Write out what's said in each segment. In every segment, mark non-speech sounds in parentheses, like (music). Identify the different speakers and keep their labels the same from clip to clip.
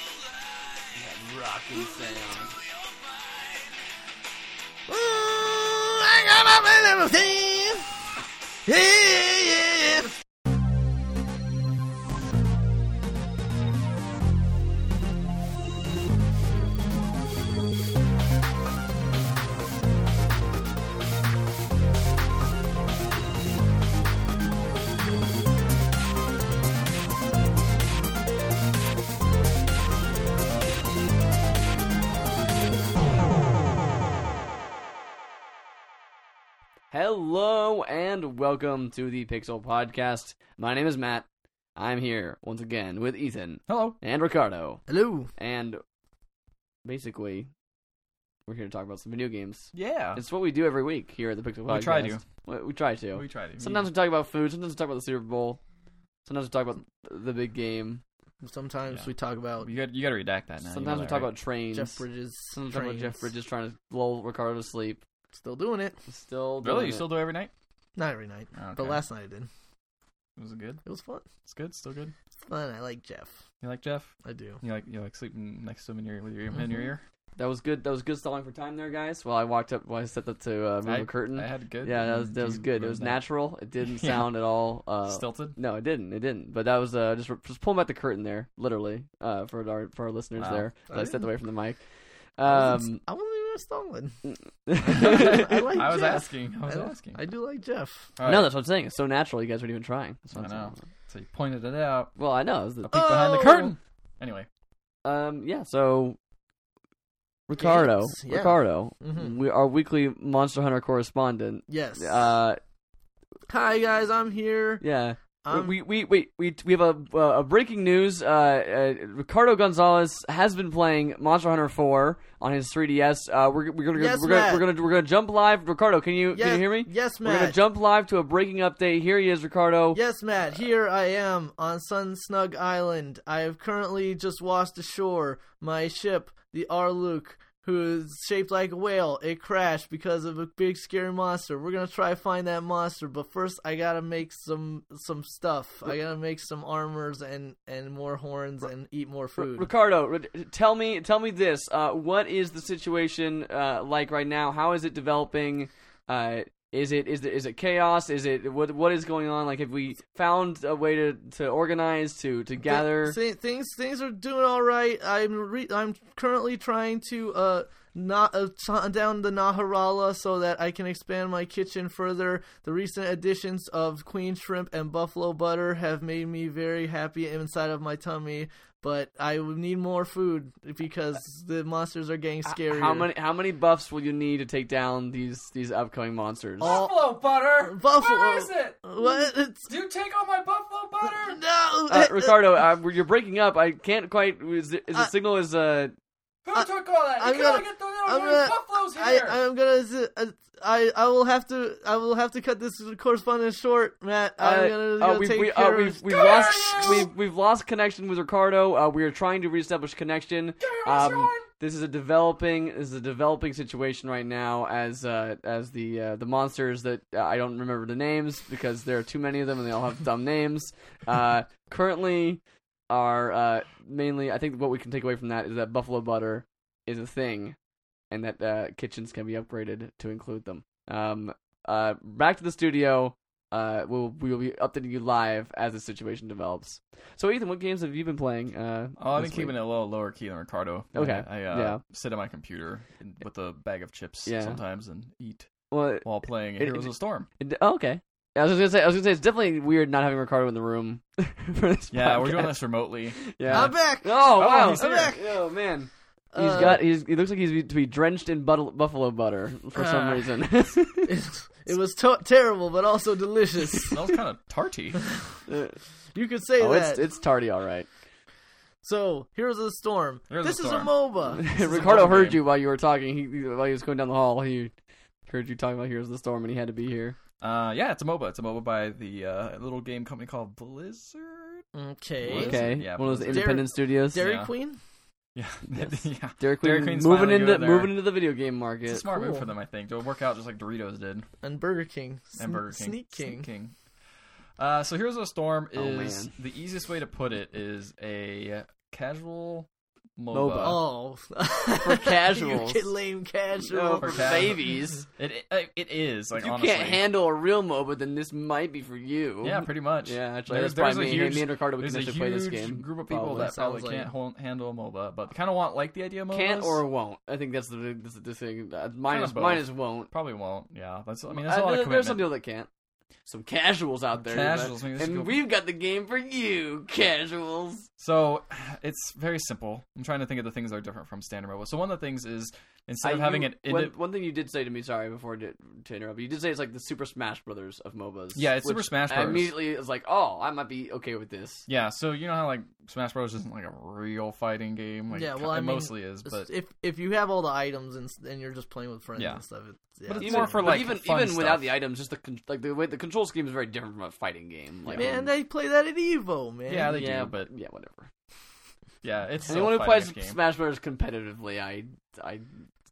Speaker 1: That rocking sound.
Speaker 2: Ooh, I got my man everything. Yeah, yeah, yeah.
Speaker 1: Hello and welcome to the Pixel Podcast. My name is Matt. I'm here once again with Ethan
Speaker 2: Hello.
Speaker 1: and Ricardo.
Speaker 2: Hello.
Speaker 1: And basically, we're here to talk about some video games.
Speaker 2: Yeah.
Speaker 1: It's what we do every week here at the Pixel Podcast.
Speaker 2: We try to.
Speaker 1: We, we try to.
Speaker 2: We tried it.
Speaker 1: sometimes we talk about food, sometimes we talk about the Super Bowl, sometimes we talk about the big game,
Speaker 3: Sometimes
Speaker 2: Yeah.
Speaker 3: we talk about
Speaker 2: you got you got to redact that now. You know
Speaker 1: sometimes we
Speaker 2: that,
Speaker 1: talk
Speaker 2: right?
Speaker 1: about trains.
Speaker 3: Jeff Bridges.
Speaker 1: Sometimes we talk about
Speaker 3: trains.
Speaker 1: Jeff Bridges trying to lull Ricardo to sleep.
Speaker 3: Still doing it.
Speaker 1: Still doing
Speaker 2: Really, you
Speaker 1: it.
Speaker 2: still do it every night?
Speaker 3: Not every night,
Speaker 2: Oh,
Speaker 3: but
Speaker 2: okay.
Speaker 3: last night I did.
Speaker 2: was it good?
Speaker 3: It was fun.
Speaker 2: It's good. Still good.
Speaker 3: It's fun. I like Jeff.
Speaker 2: You like Jeff?
Speaker 3: I do.
Speaker 2: You like you like sleeping next to him in your with your in
Speaker 1: Mm-hmm.
Speaker 2: your
Speaker 3: Mhm.
Speaker 2: ear?
Speaker 1: That was good. That was good stalling for time there, guys. While I walked up, while I set that to uh, move a curtain.
Speaker 2: I had good.
Speaker 1: yeah, that
Speaker 2: and
Speaker 1: was that was
Speaker 2: you
Speaker 1: good. It
Speaker 2: ruined
Speaker 1: was
Speaker 2: that.
Speaker 1: natural. It
Speaker 2: (laughs)
Speaker 1: didn't
Speaker 2: Yeah.
Speaker 1: sound at all. Uh,
Speaker 2: Stilted.
Speaker 1: no, it didn't. It didn't. But that was uh, just just pulling back the curtain there, literally, uh, for our for our listeners
Speaker 2: Wow.
Speaker 1: there.
Speaker 3: I
Speaker 1: I, stepped
Speaker 3: didn't-
Speaker 1: away from the mic.
Speaker 3: Oh, (laughs) I wasn't-
Speaker 1: Um,
Speaker 3: I wasn't even stalling. (laughs)
Speaker 1: I
Speaker 3: like
Speaker 2: I was
Speaker 3: Jeff.
Speaker 2: asking. I was
Speaker 3: I,
Speaker 2: asking.
Speaker 3: I do like Jeff.
Speaker 2: All
Speaker 1: (laughs) No,
Speaker 2: right,
Speaker 1: that's what I'm saying. It's so natural. You guys weren't even trying. That's what I'm
Speaker 2: I know.
Speaker 1: saying.
Speaker 2: So you pointed it out.
Speaker 1: Well, I know. It was
Speaker 2: A
Speaker 1: the,
Speaker 2: peek behind the
Speaker 3: Oh!
Speaker 2: curtain. Anyway,
Speaker 1: um, yeah. So Ricardo,
Speaker 3: Games, yeah.
Speaker 1: Ricardo,
Speaker 2: Mm-hmm.
Speaker 3: Mhm.
Speaker 1: we our weekly Monster Hunter correspondent.
Speaker 3: Yes.
Speaker 1: Uh,
Speaker 3: Hi guys, I'm here. Um,
Speaker 1: yeah.
Speaker 3: I'm,
Speaker 1: we we wait we we have a uh, a breaking news. Uh, uh, Ricardo Gonzalez has been playing Monster Hunter 4 on his 3DS. Uh, we're we're gonna
Speaker 3: Yes,
Speaker 1: we're gonna,
Speaker 3: Matt.
Speaker 1: we're gonna we're gonna jump live. Ricardo, can you
Speaker 3: yes,
Speaker 1: can you hear me?
Speaker 3: Yes,
Speaker 1: We're gonna
Speaker 3: Matt.
Speaker 1: jump live to a breaking update. Here he is, Ricardo.
Speaker 3: Yes, Matt. Here I am on Sun Snug Island. I have currently just washed ashore my ship, the Arluk, who is shaped like a whale. It crashed because of a big scary monster. We're gonna try to find that monster, but first I gotta make some some stuff. I gotta make some armors and and more horns and eat more
Speaker 1: R-
Speaker 3: food.
Speaker 1: Ricardo, r- tell me tell me this. Uh, what is the situation uh, like right now? How is it developing? Uh, is it is it, is it chaos? Is it what what is going on? Like, have we found a way to, to organize to to gather?
Speaker 3: Thi- thi- things things are doing all right. I'm re- I'm currently trying to uh not uh, t- down the Naharala so that I can expand my kitchen further. The recent additions of queen shrimp and buffalo butter have made me very happy inside of my tummy, but I would need more food because the monsters are getting scarier.
Speaker 1: How many how many buffs will you need to take down these these upcoming monsters?
Speaker 3: All-
Speaker 4: Buffalo butter.
Speaker 3: Buffalo-
Speaker 4: Where is it?
Speaker 3: what? It's,
Speaker 4: Do you take all my buffalo butter?
Speaker 3: no,
Speaker 1: Uh, Ricardo, uh, you're breaking up. I can't quite. Is the, is the
Speaker 3: I-
Speaker 1: signal is uh?
Speaker 4: Who
Speaker 3: I-
Speaker 4: took all that?
Speaker 3: I'm
Speaker 4: You can
Speaker 3: gonna-
Speaker 4: only get the little
Speaker 3: I'm
Speaker 4: little
Speaker 3: gonna-
Speaker 4: buffaloes
Speaker 3: I,
Speaker 4: here.
Speaker 3: I'm gonna. z- uh, I I will have to. I will have to cut this correspondence short, Matt. I'm
Speaker 1: uh,
Speaker 3: gonna,
Speaker 1: uh,
Speaker 3: gonna
Speaker 1: we've,
Speaker 3: take
Speaker 1: we,
Speaker 3: care
Speaker 1: uh,
Speaker 3: of
Speaker 1: we've,
Speaker 3: it.
Speaker 1: we've
Speaker 4: Come
Speaker 1: lost
Speaker 4: here, you!
Speaker 1: we've we've lost connection with Ricardo. Uh, we are trying to reestablish connection.
Speaker 4: Come here,
Speaker 1: Um,
Speaker 4: Sean.
Speaker 1: this is a developing this is a developing situation right now as uh, as the uh, the monsters that uh, I don't remember the names because there are too many of them and they all have dumb names. Uh, currently, are uh, mainly I think what we can take away from that is that buffalo butter is a thing, and that uh, kitchens can be upgraded to include them. Um, uh, back to the studio. Uh, we'll we will be updating you live as the situation develops. So Ethan, what games have you been playing? Uh,
Speaker 2: oh, I've been
Speaker 1: this week?
Speaker 2: keeping it a little lower key than Ricardo.
Speaker 1: Okay,
Speaker 2: I, I uh,
Speaker 1: yeah.
Speaker 2: sit at my computer and- with a bag of chips
Speaker 1: Yeah.
Speaker 2: sometimes and eat
Speaker 1: Well,
Speaker 2: while playing
Speaker 1: It-
Speaker 2: Heroes
Speaker 1: it-
Speaker 2: of Storm.
Speaker 1: It- oh, okay. I was just gonna say. I was gonna say it's definitely weird not having Ricardo in the room. (laughs) for this
Speaker 2: Yeah, we're doing
Speaker 1: podcast.
Speaker 2: this remotely.
Speaker 1: Yeah.
Speaker 3: I'm back.
Speaker 1: oh wow!
Speaker 2: he's here.
Speaker 3: back.
Speaker 1: Oh man, he's
Speaker 3: Uh,
Speaker 1: got. He's, he looks like he's to be drenched in but- buffalo butter for some
Speaker 2: (laughs) Uh.
Speaker 1: reason.
Speaker 3: It, it was to- terrible, but also
Speaker 1: (laughs)
Speaker 3: delicious.
Speaker 2: Smells kind of tarty. (laughs)
Speaker 3: you could say
Speaker 1: oh,
Speaker 3: that.
Speaker 1: it's it's tardy, all right.
Speaker 3: so here's the storm.
Speaker 2: Heroes of
Speaker 3: this is
Speaker 2: Storm.
Speaker 1: (laughs)
Speaker 3: a MOBA.
Speaker 2: is a
Speaker 1: Ricardo
Speaker 2: mobile
Speaker 1: heard
Speaker 2: game.
Speaker 1: you while you were talking. He while he was going down the hall. He heard you talking about Heroes of the Storm, and he had to be here.
Speaker 2: Uh, yeah, it's a MOBA. It's a MOBA by the uh, little game company called Blizzard.
Speaker 3: Okay.
Speaker 2: Blizzard.
Speaker 1: Okay,
Speaker 2: Yeah,
Speaker 1: one of those
Speaker 2: Blizzard.
Speaker 1: independent studios.
Speaker 3: Dairy
Speaker 2: Yeah.
Speaker 3: Queen.
Speaker 2: (laughs) Yeah,
Speaker 1: Yes.
Speaker 2: yeah.
Speaker 1: Dairy Queen,
Speaker 2: Dairy Queen's
Speaker 1: moving
Speaker 2: finally
Speaker 1: into
Speaker 2: going there.
Speaker 1: moving into the video game
Speaker 2: It's a
Speaker 1: market.
Speaker 2: smart move
Speaker 3: cool.
Speaker 2: for them, I think. It'll work out just like Doritos did
Speaker 3: And Burger King.
Speaker 2: and Burger King.
Speaker 3: Sneak King.
Speaker 2: Sneak King. Uh, so Heroes of the Storm
Speaker 1: Oh,
Speaker 2: is
Speaker 1: man.
Speaker 2: the easiest way to put it is a casual MOBA.
Speaker 1: MOBA.
Speaker 3: Oh, (laughs)
Speaker 1: For casuals.
Speaker 3: you get lame
Speaker 1: No,
Speaker 3: casual.
Speaker 1: for
Speaker 2: For casual.
Speaker 1: babies.
Speaker 2: It, it it is like
Speaker 1: you
Speaker 2: honestly.
Speaker 1: can't handle a real MOBA, then this might be for you.
Speaker 2: yeah, pretty much.
Speaker 1: Yeah, actually,
Speaker 2: There's-
Speaker 1: that's
Speaker 2: there's
Speaker 1: probably me.
Speaker 2: a
Speaker 1: hey, me
Speaker 2: huge-
Speaker 1: and Ricardo we
Speaker 2: There's a
Speaker 1: can actually
Speaker 2: huge
Speaker 1: play this game.
Speaker 2: group of people
Speaker 1: probably.
Speaker 2: that probably
Speaker 3: Sounds like
Speaker 2: can't
Speaker 3: it.
Speaker 2: hon- handle MOBA, but kind of want like the idea of MOBAs.
Speaker 1: Can't or won't. I think that's the that's the thing. Uh, mine
Speaker 2: Kinda
Speaker 1: is
Speaker 2: both.
Speaker 1: mine is won't.
Speaker 2: probably won't. Yeah, that's. I mean,
Speaker 1: Uh,
Speaker 2: that's a lot
Speaker 1: there-
Speaker 2: of
Speaker 1: there's some
Speaker 2: commitment.
Speaker 1: people that can't. Some casuals out there. but-
Speaker 2: Casuals, maybe this
Speaker 1: and
Speaker 2: could go-
Speaker 1: we've got the game for you, casuals.
Speaker 2: So it's very simple. I'm trying to think of the things that are different from standard MOBA. So one of the things is instead
Speaker 1: I-
Speaker 2: of having
Speaker 1: you-
Speaker 2: an indi-
Speaker 1: one, one thing you did say to me, sorry, before to, to interrupt, you did say it's like the Super Smash Brothers of MOBAs.
Speaker 2: Yeah, it's Super
Speaker 1: which
Speaker 2: Smash
Speaker 1: I
Speaker 2: Brothers.
Speaker 1: Immediately, it's like, oh, I might be okay with this.
Speaker 2: yeah, so you know how like Smash Bros isn't like a real fighting game. Like,
Speaker 3: Yeah,
Speaker 2: it
Speaker 3: well, I
Speaker 2: it
Speaker 3: mean,
Speaker 2: mostly is, but
Speaker 3: If if you have all the items and s- and you're just playing with friends
Speaker 2: Yeah.
Speaker 3: and stuff, it, yeah,
Speaker 2: But it's
Speaker 3: it's
Speaker 2: more
Speaker 3: different.
Speaker 2: for,
Speaker 1: but
Speaker 2: like,
Speaker 1: even
Speaker 2: fun
Speaker 1: even without
Speaker 2: stuff.
Speaker 1: the items, just the con- like the way the control scheme is very different from a fighting game. Like
Speaker 3: man,
Speaker 1: um,
Speaker 3: they play that at Evo, man.
Speaker 2: Yeah, they
Speaker 1: yeah,
Speaker 2: do, but
Speaker 1: yeah, whatever.
Speaker 2: yeah, it's still
Speaker 1: Anyone
Speaker 2: a
Speaker 1: who plays
Speaker 2: fighting game.
Speaker 1: Smash Brothers competitively, I I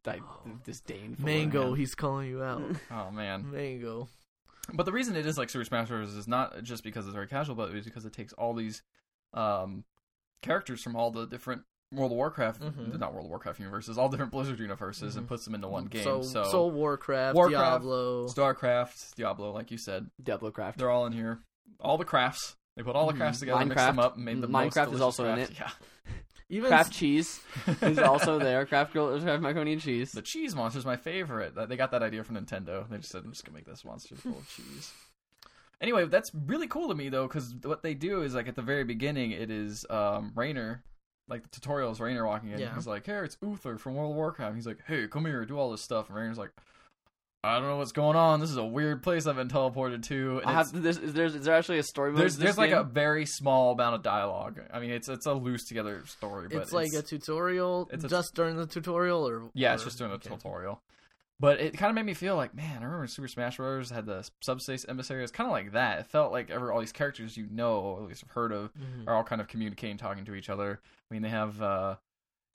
Speaker 1: I disdain. For
Speaker 3: Mango,
Speaker 2: Yeah.
Speaker 3: he's calling
Speaker 2: (laughs)
Speaker 3: you out.
Speaker 2: oh man,
Speaker 3: Mango.
Speaker 2: But the reason it is like Super Smash Bros. is not just because it's very casual, but it's because it takes all these um, characters from all the different World of Warcraft,
Speaker 1: Mm-hmm.
Speaker 3: Mhm.
Speaker 2: not World of Warcraft universes, all different Blizzard universes, and puts them into one game. So,
Speaker 3: So, so Warcraft,
Speaker 2: Warcraft,
Speaker 3: Diablo.
Speaker 2: Starcraft, Diablo, like you said,
Speaker 1: Diablo Craft.
Speaker 2: they're all in here. All the crafts. They put all the
Speaker 3: Mhm.
Speaker 2: crafts together, mixed
Speaker 1: Mm-hmm. Minecraft.
Speaker 2: them up, and made the most
Speaker 1: Minecraft is
Speaker 2: delicious
Speaker 1: also in
Speaker 2: craft.
Speaker 1: it.
Speaker 2: Yeah,
Speaker 3: even
Speaker 1: Craft cheese
Speaker 2: Yeah. (laughs)
Speaker 1: is also there. Craft grill, craft macaroni and cheese.
Speaker 2: The cheese monster's my favorite. That- They got that idea from Nintendo. They just said, "I'm just gonna make this monster full of cheese." Anyway, that's really cool to me though, because what they do is like at the very beginning, it is um, Rainer, like the tutorial is Rainer walking in.
Speaker 3: Yeah.
Speaker 2: He's like, "Here, it's Uther from World of Warcraft." He's like, "Hey, come here, do all this stuff." And Rainer's like, "I don't know what's going on. This is a weird place I've been teleported to." And
Speaker 1: I
Speaker 2: it's-
Speaker 1: have, there's, is, there, is there actually a story mode?
Speaker 2: there's
Speaker 1: to
Speaker 2: there's
Speaker 1: this
Speaker 2: like
Speaker 1: game?
Speaker 2: a very small amount of dialogue. I mean, it's it's a loose together story, but
Speaker 3: it's like a tutorial
Speaker 2: it's a-
Speaker 3: just during the tutorial or
Speaker 2: Yeah,
Speaker 3: or-
Speaker 2: it's just doing a
Speaker 3: okay.
Speaker 2: tutorial. But it kind of made me feel like, man, I remember Super Smash Bros. had the subspace emissary. It's kind of like that. It felt like ever all these characters you know, or at least have heard of,
Speaker 3: Mhm.
Speaker 2: are all kind of communicating, talking to each other. I mean, they have, uh,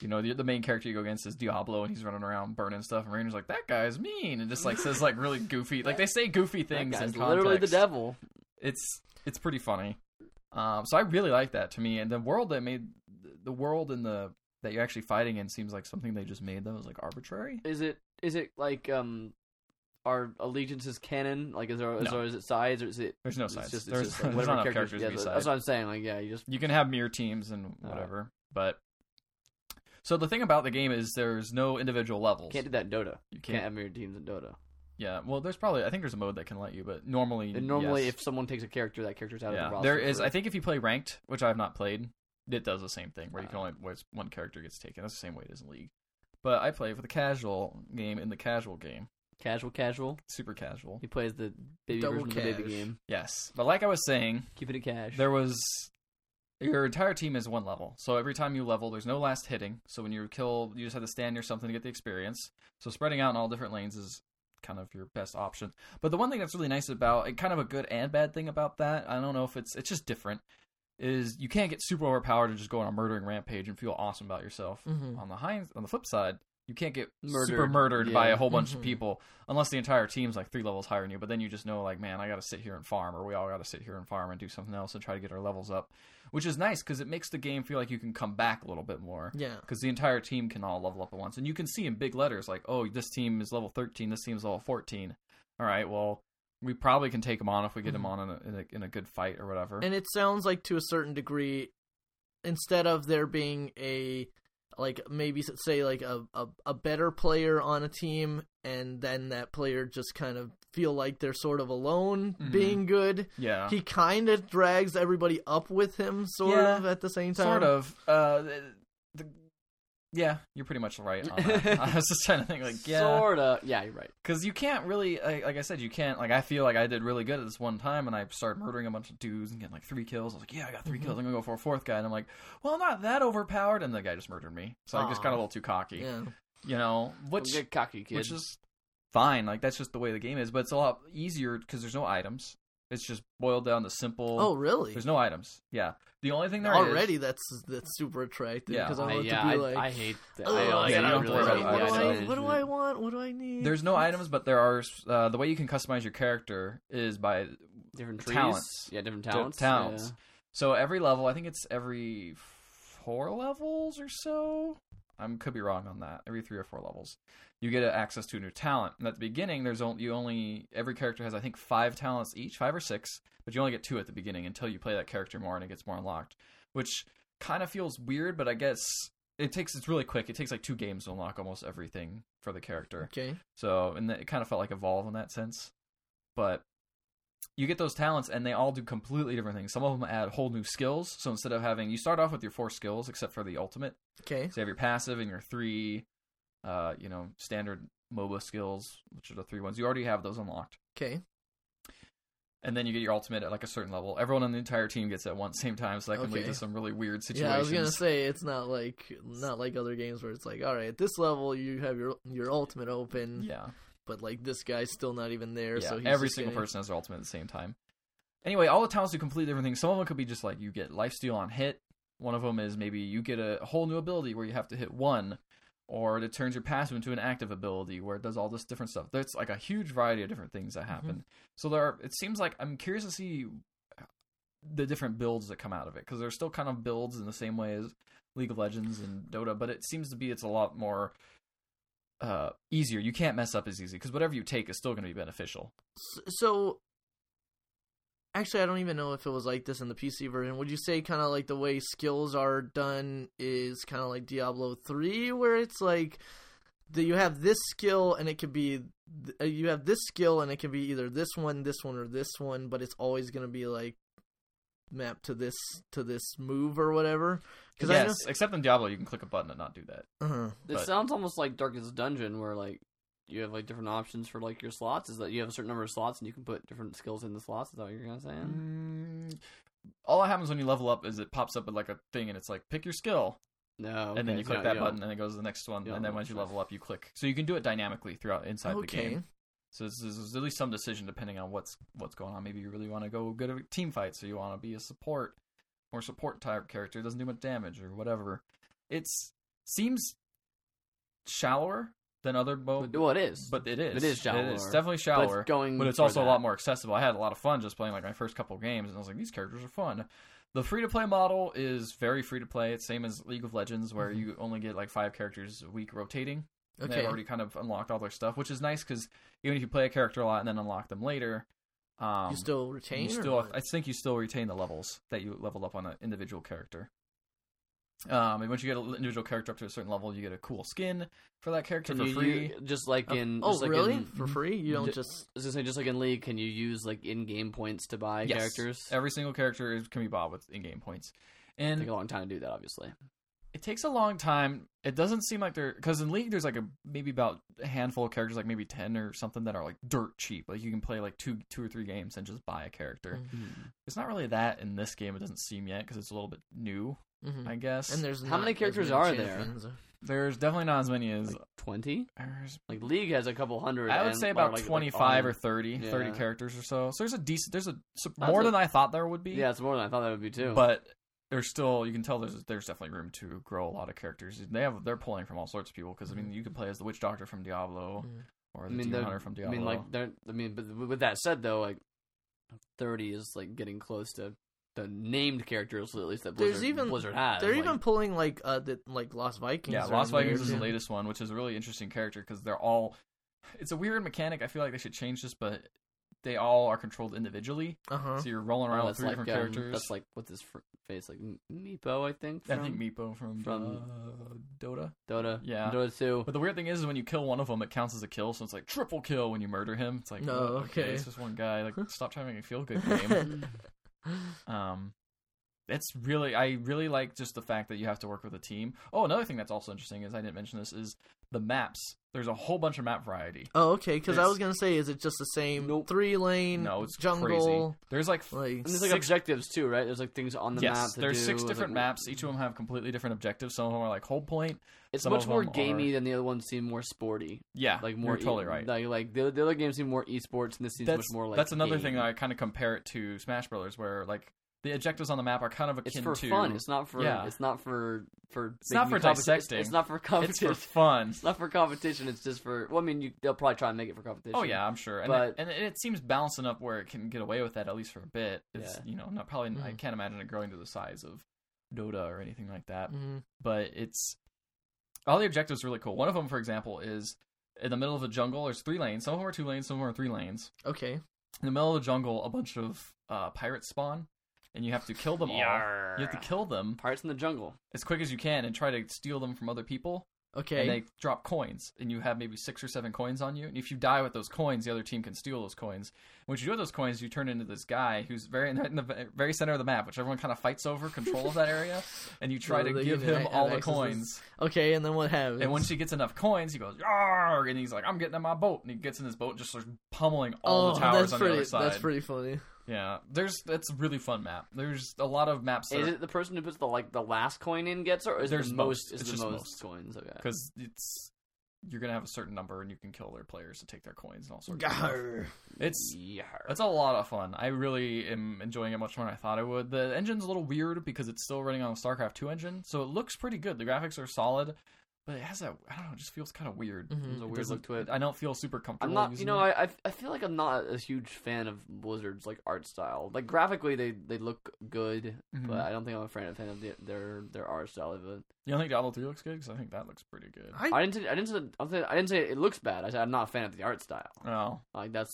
Speaker 2: you know, the, the main character you go against is Diablo, and he's running around burning stuff. And Ranger's like, that guy's mean, and just like says like really goofy, like they say goofy
Speaker 1: That
Speaker 2: things.
Speaker 1: guy's
Speaker 2: in
Speaker 1: literally the
Speaker 2: context.
Speaker 1: devil.
Speaker 2: It's it's pretty funny. Um, so I really like that to me, and the world they made, the world and the that you're actually fighting in seems like something they just made that was like arbitrary.
Speaker 1: Is it is it like um are allegiances canon? Like is there is,
Speaker 2: No.
Speaker 1: there, is it sides or is it
Speaker 2: There's no
Speaker 1: it's
Speaker 2: sides.
Speaker 1: just, it's
Speaker 2: there's (laughs)
Speaker 1: just, like,
Speaker 2: there's
Speaker 1: whatever
Speaker 2: not enough
Speaker 1: characters-
Speaker 2: characters
Speaker 1: yeah,
Speaker 2: to be sides.
Speaker 1: that's- That's what I'm saying. Like yeah, you just
Speaker 2: You can have mirror teams and
Speaker 1: Alright.
Speaker 2: whatever, but so the thing about the game is there's no individual levels.
Speaker 1: can't do that in Dota.
Speaker 2: you
Speaker 1: Can't,
Speaker 2: can't.
Speaker 1: have mirrored teams in Dota.
Speaker 2: Yeah. Well, there's probably I think there's a mode that can let you, but normally
Speaker 1: And normally,
Speaker 2: Mm, yes.
Speaker 1: if someone takes a character, that character's out
Speaker 2: yeah
Speaker 1: of the roster.
Speaker 2: there is
Speaker 1: for-
Speaker 2: I think if you play ranked, which I've not played, it does the same thing where you can
Speaker 1: Uh-huh.
Speaker 2: only where it's one character gets taken. That's the same way it is in league. But I play for the casual game in the casual game,
Speaker 1: casual, casual.
Speaker 2: super casual.
Speaker 1: He plays the baby
Speaker 3: Double
Speaker 1: version of the
Speaker 3: cash.
Speaker 1: baby game.
Speaker 2: Yes, but like I was saying,
Speaker 1: Keeping it cash.
Speaker 2: There was your entire team is one level, so every time you level, there's no last hitting. So when you kill, you just have to stand near something to get the experience. So spreading out in all different lanes is kind of your best option. But the one thing that's really nice about, and kind of a good and bad thing about that, I don't know if it's it's just different, is you can't get super overpowered and just go on a murdering rampage and feel awesome about yourself.
Speaker 3: Mhm.
Speaker 2: On the hind on the flip side. You can't get super
Speaker 1: Murdered.
Speaker 2: murdered by
Speaker 1: Yeah.
Speaker 2: a whole bunch
Speaker 3: Mhm.
Speaker 2: of people unless the entire team's like three levels higher than you. But then you just know, like, man, I got to sit here and farm, or we all got to sit here and farm and do something else and try to get our levels up, which is nice because it makes the game feel like you can come back a little bit more
Speaker 3: yeah
Speaker 2: because the entire team can all level up at once, and you can see in big letters like, oh, this team is level thirteen, this team's level fourteen. All right, well, we probably can take them on if we get them
Speaker 3: Mhm.
Speaker 2: on in a, in a in a good fight or whatever.
Speaker 3: and it sounds like to a certain degree instead of there being a like maybe s- say like a, a, a better player on a team and then that player just kind of feel like they're sort of alone
Speaker 2: Mhm.
Speaker 3: being good
Speaker 2: yeah,
Speaker 3: he kind of drags everybody up with him sort
Speaker 2: Yeah,
Speaker 3: of at the same time
Speaker 2: sort of. Uh, the, the, yeah, you're pretty much right. On
Speaker 3: (laughs)
Speaker 2: that. (laughs) I was just trying to think like, yeah,
Speaker 1: Sorta. Yeah, you're right.
Speaker 2: Because you can't really, like, like I said, you can't. Like I feel like I did really good at this one time, and I started murdering a bunch of dudes and getting like three kills. I was like, yeah, I got 3
Speaker 3: Mm-hmm.
Speaker 2: kills. I'm gonna go for a fourth guy, and I'm like, well, I'm not that overpowered, and the guy just murdered me. So I just
Speaker 3: Aw.
Speaker 2: got a little too cocky,
Speaker 3: yeah
Speaker 2: you know,
Speaker 1: Don't
Speaker 2: which
Speaker 1: get cocky, kid.
Speaker 2: which is fine. Like that's just the way the game is, but it's a lot easier because there's no items. It's just boiled down to simple.
Speaker 3: Oh, really?
Speaker 2: There's no items. Yeah. The only thing there is-
Speaker 3: Already, that's that's super attractive
Speaker 2: Yeah,
Speaker 3: because I
Speaker 5: I,
Speaker 3: want
Speaker 5: yeah,
Speaker 3: to be
Speaker 5: I,
Speaker 3: like,
Speaker 5: I hate that.
Speaker 3: "Oh,
Speaker 5: I
Speaker 2: yeah,
Speaker 5: don't,
Speaker 2: you
Speaker 5: I
Speaker 2: don't
Speaker 5: really
Speaker 2: worry
Speaker 5: don't
Speaker 2: about
Speaker 5: like
Speaker 2: it.
Speaker 5: the
Speaker 3: what, do I,
Speaker 5: item
Speaker 3: what do I
Speaker 5: management.
Speaker 3: want? What do I need?
Speaker 2: There's no items, but there are. Uh, the way you can customize your character is by
Speaker 5: Different trees.
Speaker 2: Talents.
Speaker 5: Yeah, different
Speaker 2: di-
Speaker 5: talents.
Speaker 2: talents. So every level, I think it's every four levels or so. I could be wrong on that. Every three or four levels, you get access to a new talent. And at the beginning, there's only you only every character has I think five talents each, five or six, but you only get two at the beginning until you play that character more and it gets more unlocked, which kind of feels weird. But I guess it takes it's really quick. It takes like two games to unlock almost everything for the character.
Speaker 3: okay.
Speaker 2: So, and it kind of felt like Evolve in that sense. But you get those talents, and they all do completely different things. Some of them add whole new skills. So instead of having, you start off with your four skills, except for the ultimate.
Speaker 3: Okay.
Speaker 2: So you have your passive and your three, uh, you know, standard MOBA skills, which are the three ones. You already have those unlocked.
Speaker 3: Okay.
Speaker 2: And then you get your ultimate at like a certain level. Everyone on the entire team gets it at one same time, so that can lead
Speaker 3: Okay.
Speaker 2: to some really weird situations.
Speaker 3: Yeah, I was gonna say it's not like not like other games where it's like, all right, at this level you have your your ultimate open,
Speaker 2: Yeah.
Speaker 3: but like this guy's still not even there,
Speaker 2: Yeah,
Speaker 3: so he's
Speaker 2: every
Speaker 3: just
Speaker 2: single
Speaker 3: getting-
Speaker 2: person has their ultimate at the same time. Anyway, all the talents do completely different things. Some of them could be just like you get lifesteal on hit. One of them is maybe you get a whole new ability where you have to hit one, or it turns your passive into an active ability where it does all this different stuff. There's like a huge variety of different things that happen.
Speaker 3: Mm-hmm.
Speaker 2: So there, are, it seems like I'm curious to see the different builds that come out of it because they're still kind of builds in the same way as League of Legends and Dota, but it seems to be it's a lot more uh easier you can't mess up as easy because whatever you take is still going to be beneficial
Speaker 3: So actually, I don't even know if it was like this in the PC version. Would you say kind of like the way skills are done is kind of like Diablo three, where it's like that you have this skill and it could be th- uh, you have this skill and it can be either this one, this one, or this one, but it's always gonna be like mapped to this to this move or whatever. Because
Speaker 2: yes, except in Diablo, you can click a button and not do that.
Speaker 3: I know. uh
Speaker 5: It
Speaker 2: But-
Speaker 5: sounds almost like Darkest Dungeon, where like you have like different options for like your slots. Is that you have a certain number of slots and you can put different skills in the slots? Is that what you're kind of
Speaker 2: Mm-hmm.
Speaker 5: saying?
Speaker 2: Mm, All that happens when you level up is it pops up with like a thing, and it's like pick your skill,
Speaker 5: No,
Speaker 2: and then
Speaker 5: okay,
Speaker 2: you click
Speaker 5: yeah,
Speaker 2: that
Speaker 5: yeah.
Speaker 2: button, and it goes to the next one,
Speaker 5: Yeah,
Speaker 2: and then
Speaker 5: no,
Speaker 2: once you
Speaker 5: sure.
Speaker 2: level up, you click. So you can do it dynamically throughout inside the
Speaker 3: Okay.
Speaker 2: game. So this is- there's at least some decision depending on what's what's going on. Maybe you really want to go get a team fight, so you want to be a support or support type character. Doesn't do much damage or whatever. It's seems shallower than other MOBA,
Speaker 5: But, well, it is.
Speaker 2: but it is.
Speaker 5: it is
Speaker 2: It is
Speaker 5: shallower.
Speaker 2: definitely
Speaker 5: But
Speaker 2: shallower.
Speaker 5: it's going.
Speaker 2: but it's
Speaker 5: for
Speaker 2: also a
Speaker 5: that.
Speaker 2: lot more accessible. I had a lot of fun just playing like my first couple games, and I was like, these characters are fun. The free to play model is very free to play. It's same as League of Legends, where
Speaker 5: Mm-hmm.
Speaker 2: you only get like five characters a week rotating. And
Speaker 3: Okay.
Speaker 2: They've already kind of unlocked all their stuff, which is nice because even if you play a character a lot and then unlock them later, um,
Speaker 3: you still retain.
Speaker 2: you
Speaker 3: or
Speaker 2: still,
Speaker 3: not?
Speaker 2: I think you still retain the levels that you leveled up on an individual character. Um, and once you get an individual character up to a certain level, you get a cool skin for that character
Speaker 5: Can
Speaker 2: for
Speaker 5: you,
Speaker 2: free.
Speaker 5: you- just like in?
Speaker 3: oh
Speaker 5: just like
Speaker 3: really?
Speaker 5: in-
Speaker 3: For free? You don't
Speaker 5: Ju-
Speaker 3: just
Speaker 5: I was gonna say, just like in League, can you use like in-game points to buy
Speaker 2: Yes.
Speaker 5: characters?
Speaker 2: Every single character is, can be bought with in-game points,
Speaker 5: It'd
Speaker 2: and
Speaker 5: take a long time to do that, obviously.
Speaker 2: it takes a long time. It doesn't seem like they're because in League there's like a maybe about a handful of characters, like maybe ten or something, that are like dirt cheap. Like you can play like two, two or three games and just buy a character.
Speaker 5: Mm-hmm.
Speaker 2: It's not really that in this game. It doesn't seem yet because it's a little bit new,
Speaker 5: Mm-hmm.
Speaker 3: Mhm.
Speaker 2: I guess.
Speaker 3: And there's
Speaker 5: How
Speaker 3: not
Speaker 5: many
Speaker 3: as
Speaker 5: characters are there?
Speaker 3: champions.
Speaker 2: there's definitely not as many as
Speaker 5: Like twenty?
Speaker 2: there's-
Speaker 5: Like League has a couple hundred.
Speaker 2: I would
Speaker 5: and
Speaker 2: say
Speaker 5: are,
Speaker 2: about
Speaker 5: like, like,
Speaker 2: 25 or
Speaker 5: on-
Speaker 2: 30, 30
Speaker 5: Yeah.
Speaker 2: characters or so. So there's a decent, there's a so
Speaker 5: That's
Speaker 2: more
Speaker 5: a-
Speaker 2: than I thought there would be.
Speaker 5: Yeah, it's more than I thought that would be too.
Speaker 2: but there's still you can tell there's there's definitely room to grow a lot of characters. They have they're pulling from all sorts of people because I mean you could play as the witch doctor from Diablo
Speaker 3: Mhm.
Speaker 5: Mm-hmm. I
Speaker 2: or the
Speaker 5: mean,
Speaker 2: demon
Speaker 5: they're-
Speaker 2: hunter from
Speaker 5: I
Speaker 2: Diablo.
Speaker 5: mean, like, they're, I mean, but with that said, though, like, thirty is like getting close to the named characters at least that Blizzard,
Speaker 3: There's even-
Speaker 5: Blizzard has.
Speaker 3: They're
Speaker 5: like,
Speaker 3: even pulling like uh the, like Lost Vikings.
Speaker 2: Uh, yeah,
Speaker 3: are
Speaker 2: Lost
Speaker 3: in there,
Speaker 2: Vikings is the
Speaker 3: too.
Speaker 2: latest one, which is a really interesting character because they're all. It's a weird mechanic. I feel like they should change this, but they all are controlled individually.
Speaker 3: Uh-huh. (laughs)
Speaker 2: So you're rolling
Speaker 5: oh,
Speaker 2: around with
Speaker 5: that's
Speaker 2: three
Speaker 5: like
Speaker 2: different
Speaker 5: um,
Speaker 2: characters.
Speaker 5: That's like what's his fr- face like M- Meepo, I think.
Speaker 2: I
Speaker 5: From
Speaker 2: think Meepo from,
Speaker 5: from-
Speaker 2: uh, Dota.
Speaker 5: Dota.
Speaker 2: Yeah.
Speaker 5: Dota two.
Speaker 2: But the weird thing is, is when you kill one of them, it counts as a kill, so it's like triple kill when you murder him. It's like,
Speaker 3: No,
Speaker 2: oh,
Speaker 3: okay.
Speaker 5: (laughs)
Speaker 2: it's just one guy. Like, stop trying to make me feel good, game. Um, it's really I really like just the fact that you have to work with a team. Oh, another thing that's also interesting is I didn't mention this is the maps. There's a whole bunch of map variety.
Speaker 3: Oh, okay. Because I
Speaker 2: It's-
Speaker 3: was gonna say, is it just the same
Speaker 1: Nope.
Speaker 3: three lane?
Speaker 2: No, it's
Speaker 3: jungle.
Speaker 2: crazy. There's like
Speaker 3: Like,
Speaker 1: And there's like
Speaker 2: Six-
Speaker 1: objectives too, right? There's like things on the map.
Speaker 2: yes,
Speaker 1: to
Speaker 2: there's
Speaker 1: do.
Speaker 2: six
Speaker 1: It's,
Speaker 2: different
Speaker 1: like,
Speaker 2: maps. Each of them have completely different objectives. Some of them are like hold point.
Speaker 1: It's
Speaker 2: Some
Speaker 1: much
Speaker 2: of
Speaker 1: more
Speaker 2: them
Speaker 1: gamey than the other ones seem more sporty.
Speaker 2: Yeah,
Speaker 1: Like more
Speaker 2: You're totally
Speaker 1: e-
Speaker 2: right.
Speaker 1: Like, like the, the other games seem more esports, and this seems much more like
Speaker 2: that's another thing
Speaker 1: game.
Speaker 2: that I kind of compare it to Smash Brothers, where like the objectives on the map are kind of
Speaker 1: It's
Speaker 2: akin
Speaker 1: for
Speaker 2: to
Speaker 1: fun. It's not for.
Speaker 2: Yeah.
Speaker 1: It's not for for.
Speaker 2: It's not
Speaker 1: making
Speaker 2: for
Speaker 1: competi- it's-
Speaker 2: dissecting.
Speaker 1: It's not for
Speaker 2: it's for
Speaker 1: competition. (laughs)
Speaker 2: fun.
Speaker 1: It's not for competition. It's just for. Well, I mean, you, they'll probably try and make it for competition.
Speaker 2: Oh yeah, I'm sure, and
Speaker 1: But-
Speaker 2: it, and it- it seems balanced enough where it can get away with that at least for a bit. It's
Speaker 1: Yeah. Mm-hmm.
Speaker 2: you know not probably I
Speaker 3: Mhm.
Speaker 2: can't imagine it growing to the size of Dota or anything like that.
Speaker 1: Mm-hmm.
Speaker 3: mhm.
Speaker 2: But it's all the objectives are really cool. One of them, for example, is in the middle of a jungle. There's three lanes. Some of them are two lanes. Some of them are three lanes.
Speaker 3: okay.
Speaker 2: In the middle of the jungle, a bunch of uh, pirates spawn, and you have to kill them all. You have to kill them
Speaker 1: Pirates in the jungle.
Speaker 2: as quick as you can and try to steal them from other people.
Speaker 3: Okay.
Speaker 2: And they drop coins, and you have maybe six or seven coins on you. And if you die with those coins, the other team can steal those coins. Once you do with those coins, you turn into this guy who's very (laughs) in the, in the very center of the map, which everyone kind of fights over control of that area. And you try
Speaker 3: So
Speaker 2: to
Speaker 3: they
Speaker 2: give
Speaker 3: can
Speaker 2: him
Speaker 3: a-
Speaker 2: all
Speaker 3: have
Speaker 2: the
Speaker 3: access to
Speaker 2: coins.
Speaker 3: okay. And then what happens?
Speaker 2: And once he gets enough coins, he goes Yarr! and he's like, "I'm getting in my boat." And he gets in his boat and just starts pummeling all
Speaker 3: oh,
Speaker 2: the towers
Speaker 3: that's
Speaker 2: on
Speaker 3: pretty.
Speaker 2: the other side.
Speaker 3: That's pretty funny.
Speaker 2: Yeah, there's that's a really fun map. There's a lot of maps
Speaker 1: Is
Speaker 2: that
Speaker 1: it the person who puts the like the last coin in gets it, or is it
Speaker 2: There's
Speaker 1: the
Speaker 2: most.
Speaker 1: most? Is
Speaker 2: It's
Speaker 1: the
Speaker 2: just
Speaker 1: most,
Speaker 2: most.
Speaker 1: coins? Okay.
Speaker 2: because it's you're gonna have a certain number and you can kill their players to take their coins and all
Speaker 3: (laughs)
Speaker 2: sorts. Of stuff.
Speaker 3: Gar.
Speaker 2: It's
Speaker 1: Yarr.
Speaker 2: it's a lot of fun. I really am enjoying it much more than I thought I would. The engine's a little weird because it's still running on a StarCraft 2 engine, so it looks pretty good. The graphics are solid, but it has that I don't know, it just feels kind of weird.
Speaker 1: There's
Speaker 3: Mhm.
Speaker 1: a
Speaker 2: It
Speaker 1: weird
Speaker 2: doesn't-
Speaker 1: look to Mm-hmm. it.
Speaker 2: I don't feel super comfortable.
Speaker 1: I'm not, you
Speaker 2: using
Speaker 1: know,
Speaker 2: it.
Speaker 1: I, I I feel like I'm not a huge fan of Blizzard's like art style. Like graphically, they they look good,
Speaker 2: Mhm.
Speaker 1: but I don't think I'm a fan of fan of the, their their art style. But
Speaker 2: you don't think Diablo 3 looks good? Because I think that looks pretty good.
Speaker 3: I-
Speaker 1: I didn't say, I didn't say, I didn't say- I didn't say it looks bad. I said I'm not a fan of the art style.
Speaker 2: Oh,
Speaker 1: Like that's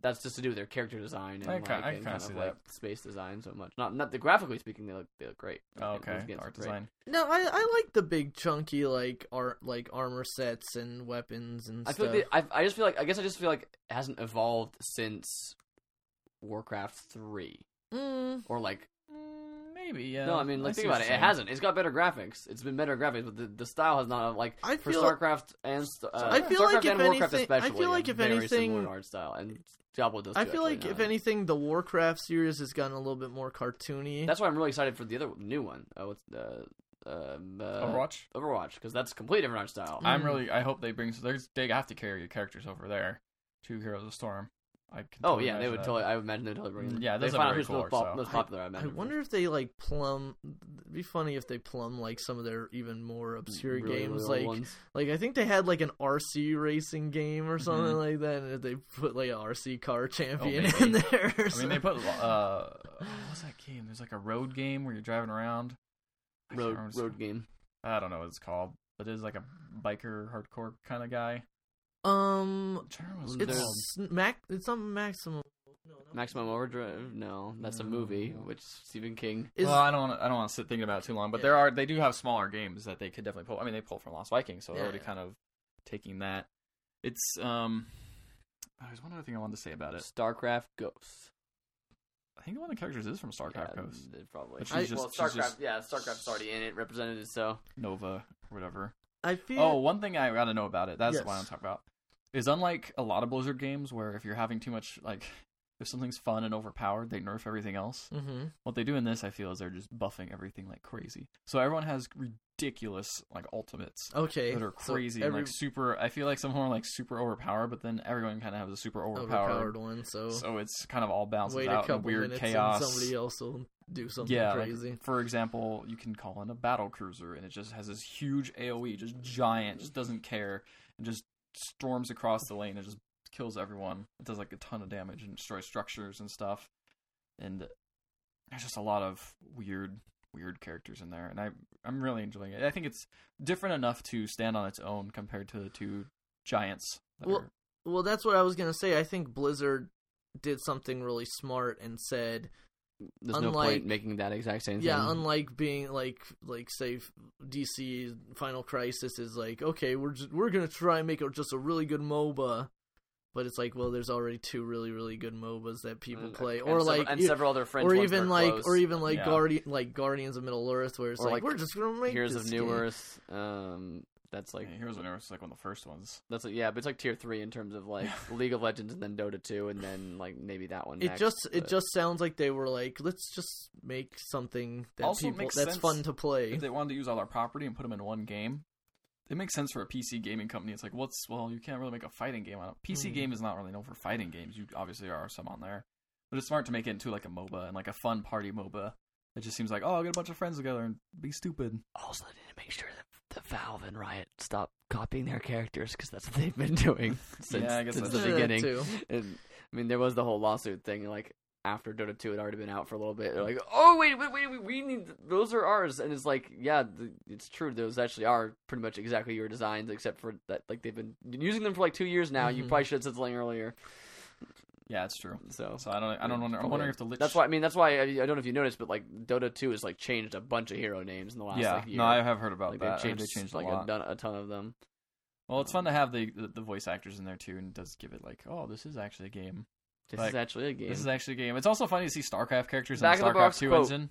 Speaker 1: that's just to do with their character design and
Speaker 2: I
Speaker 1: like
Speaker 2: ca- I
Speaker 1: and
Speaker 2: kinda
Speaker 1: kind
Speaker 2: see
Speaker 1: of like space design so much. Not not the graphically speaking, they look they look great.
Speaker 2: oh,
Speaker 1: Like,
Speaker 2: okay.
Speaker 1: those
Speaker 2: The
Speaker 1: games
Speaker 2: art
Speaker 1: look great.
Speaker 2: design.
Speaker 3: No, I, I like the big chunky like art like armor sets and weapons and
Speaker 1: I feel
Speaker 3: stuff.
Speaker 1: like they, I I just feel like I guess I just feel like it hasn't evolved since Warcraft three
Speaker 3: mm,
Speaker 1: or like
Speaker 2: Mm, Maybe yeah.
Speaker 1: No, I mean, like,
Speaker 2: see
Speaker 1: think
Speaker 2: what
Speaker 1: about it.
Speaker 2: you're
Speaker 1: It
Speaker 2: saying.
Speaker 1: hasn't. It's got better graphics. It's been better graphics, but the, the style has not like
Speaker 3: I
Speaker 1: for
Speaker 3: feel-
Speaker 1: StarCraft and st- uh,
Speaker 2: I
Speaker 3: feel
Speaker 1: StarCraft
Speaker 3: like if
Speaker 1: and Warcraft
Speaker 3: anything- I
Speaker 1: especially.
Speaker 3: feel like
Speaker 1: are
Speaker 3: if
Speaker 1: very
Speaker 3: anything-
Speaker 1: similar in art style, and Diablo does.
Speaker 3: I
Speaker 1: too,
Speaker 3: feel
Speaker 1: actually,
Speaker 3: like
Speaker 1: now
Speaker 3: if
Speaker 1: that-
Speaker 3: anything, the Warcraft series has gotten a little bit more cartoony.
Speaker 1: that's why I'm really excited for the other new one. Uh, what's uh, um, uh,
Speaker 2: Overwatch.
Speaker 1: Overwatch, because that's a completely different art style.
Speaker 3: Mm.
Speaker 2: I'm really. I hope they bring. So there's. They have to carry your characters over there. Two Heroes of Storm. I can
Speaker 1: Oh
Speaker 2: totally
Speaker 1: yeah, they
Speaker 2: imagine
Speaker 1: would
Speaker 2: that.
Speaker 1: totally. I would imagine they would totally bring.
Speaker 2: Mm,
Speaker 1: it.
Speaker 2: yeah,
Speaker 1: they
Speaker 2: those are
Speaker 1: find out
Speaker 2: very
Speaker 1: who's
Speaker 2: cool
Speaker 1: most,
Speaker 2: art
Speaker 1: pop-
Speaker 2: style.
Speaker 1: most
Speaker 3: I-
Speaker 1: popular. I,
Speaker 3: I
Speaker 1: imagine.
Speaker 3: wonder if they like plumb. It'd be funny if they plumb like some of their even more obscure
Speaker 1: Really, really
Speaker 3: games.
Speaker 1: old
Speaker 3: like, (laughs)
Speaker 1: ones.
Speaker 3: like I think they had like an RC racing game
Speaker 2: Mm-hmm.
Speaker 3: or something like that, and they put like an RC car champion
Speaker 2: Oh, maybe.
Speaker 3: in there. Or
Speaker 2: I mean, they put. Uh, oh, what's that game? There's like a road game where you're driving around. I can't
Speaker 1: road
Speaker 2: remember what it's-
Speaker 1: road game.
Speaker 2: I don't know what it's called, but it's like a biker hardcore kind of guy.
Speaker 3: um,
Speaker 2: I'm trying to remember what
Speaker 1: There's-
Speaker 2: called.
Speaker 3: it's max. It's not maximum. No, not
Speaker 1: Maximum Overdrive? No, that's a movie
Speaker 3: Mm.
Speaker 1: which Stephen King.
Speaker 3: Is
Speaker 2: well, I don't. Wanna, I don't want to sit thinking about it too long. But there are. They do have smaller games that they could definitely pull. I mean, they pull from Lost Vikings, so they're
Speaker 3: Yeah,
Speaker 2: already
Speaker 3: yeah.
Speaker 2: kind of taking that. It's um. oh, There's one other thing I wanted to say about it.
Speaker 1: StarCraft Ghosts.
Speaker 2: I think one of the characters is from StarCraft
Speaker 1: yeah,
Speaker 2: Coast.
Speaker 1: they Probably.
Speaker 2: But she's
Speaker 1: I-
Speaker 2: just-
Speaker 1: well,
Speaker 2: she's
Speaker 1: StarCraft.
Speaker 2: just-
Speaker 1: Yeah, StarCraft's already in it, represented. So
Speaker 2: Nova, or whatever.
Speaker 3: I feel.
Speaker 2: Oh, one thing I gotta know about it. That's
Speaker 3: Yes.
Speaker 2: what I'm talking about. Is unlike a lot of Blizzard games where if you're having too much, like, (laughs) if something's fun and overpowered, they nerf everything else.
Speaker 3: Mm-hmm.
Speaker 2: What they do in this, I feel, is they're just buffing everything like crazy. So everyone has ridiculous like ultimates
Speaker 3: Okay.
Speaker 2: that are
Speaker 3: so
Speaker 2: crazy
Speaker 3: every-
Speaker 2: and like super. I feel like some of them are like super overpowered, but then everyone kind of has a super overpowered.
Speaker 3: overpowered one. So,
Speaker 2: So it's kind of all bounces
Speaker 3: wait a
Speaker 2: out in
Speaker 3: couple
Speaker 2: weird
Speaker 3: minutes
Speaker 2: chaos.
Speaker 3: and somebody else will do something
Speaker 2: yeah, like,
Speaker 3: crazy.
Speaker 2: for example, you can call in a battle cruiser, and it just has this huge AOE, just giant, just doesn't care, and just storms across the lane and just kills everyone. It does like a ton of damage and destroys structures and stuff. And there's just a lot of weird, weird characters in there, and I I'm really enjoying it. I think it's different enough to stand on its own compared to the two giants. That
Speaker 3: Well,
Speaker 2: are-
Speaker 3: well, that's what I was gonna say. I think Blizzard did something really smart and said
Speaker 1: there's no
Speaker 3: Unlike-
Speaker 1: point making that exact same thing.
Speaker 3: Yeah, unlike being like like say f- DC Final Crisis is like okay, we're just, we're gonna try and make it just a really good MOBA, But it's like, well, there's already two really, really good MOBAs that people
Speaker 1: And-
Speaker 3: play,
Speaker 1: Mm, and
Speaker 3: or
Speaker 1: sev-
Speaker 3: like,
Speaker 1: and
Speaker 3: you-
Speaker 1: several other French
Speaker 3: or
Speaker 1: ones
Speaker 3: even
Speaker 1: were
Speaker 3: like,
Speaker 1: close.
Speaker 3: or even like
Speaker 2: Yeah.
Speaker 3: Guardian, like Guardians of Middle Earth, where it's
Speaker 1: Or
Speaker 3: like,
Speaker 1: like
Speaker 3: we're just gonna make
Speaker 1: Heroes
Speaker 3: this
Speaker 1: of New
Speaker 3: game.
Speaker 1: Earth. Um, that's like
Speaker 2: Like, Heroes of Nerves is like one of the first ones.
Speaker 1: that's like, yeah, but it's like tier three in terms of (laughs) like League of Legends and then Dota two and then like maybe that one.
Speaker 3: It
Speaker 1: next,
Speaker 3: just it
Speaker 1: but-
Speaker 3: just sounds like they were like, let's just make something that
Speaker 2: Also
Speaker 3: people
Speaker 2: makes
Speaker 3: that's
Speaker 2: sense
Speaker 3: fun to play.
Speaker 2: If they wanted to use all our property and put them in one game, it makes sense for a PC gaming company. It's like, what's well, you can't really make a fighting game on a PC
Speaker 3: Mhm.
Speaker 2: game is not really known for fighting games. You obviously are some on there, but it's smart to make it into like a MOBA and like a fun party MOBA. It just seems like, oh, I'll get a bunch of friends together and be stupid.
Speaker 1: also they need to make sure that the Valve and Riot stop copying their characters because that's what they've been doing (laughs) since,
Speaker 2: Yeah, I guess
Speaker 1: since
Speaker 2: that's
Speaker 1: the
Speaker 2: true.
Speaker 1: beginning.
Speaker 3: Too.
Speaker 1: And I mean, there was the whole lawsuit thing. Like after Dota two had already been out for a little bit, they're like, "Oh wait, wait, wait, wait we need those are ours." And it's like, yeah, th- it's true. Those actually are pretty much exactly your designs, except for that. Like they've been using them for like two years now. You
Speaker 3: Mhm.
Speaker 1: probably should have said something earlier.
Speaker 2: Yeah, it's true.
Speaker 1: So.
Speaker 2: So I don't, I don't wonder. I'm wondering if the lich.
Speaker 1: That's why I mean. That's why I, I don't know if you noticed, but like Dota two has like changed a bunch of hero names in the last
Speaker 2: Yeah,
Speaker 1: like, year.
Speaker 2: no, I have heard about
Speaker 1: like,
Speaker 2: that. I
Speaker 1: They
Speaker 2: heard
Speaker 1: changed,
Speaker 2: they changed
Speaker 1: like
Speaker 2: a lot.
Speaker 1: ton, a ton of them.
Speaker 2: Well, it's fun to have the, the the voice actors in there too, and it does give it like, oh, this is actually a game.
Speaker 1: This
Speaker 2: Like,
Speaker 1: is actually a game.
Speaker 2: This is actually a game. It's also funny to see StarCraft characters in
Speaker 1: Back
Speaker 2: the
Speaker 1: of the box
Speaker 2: StarCraft Two
Speaker 1: quote.
Speaker 2: engine.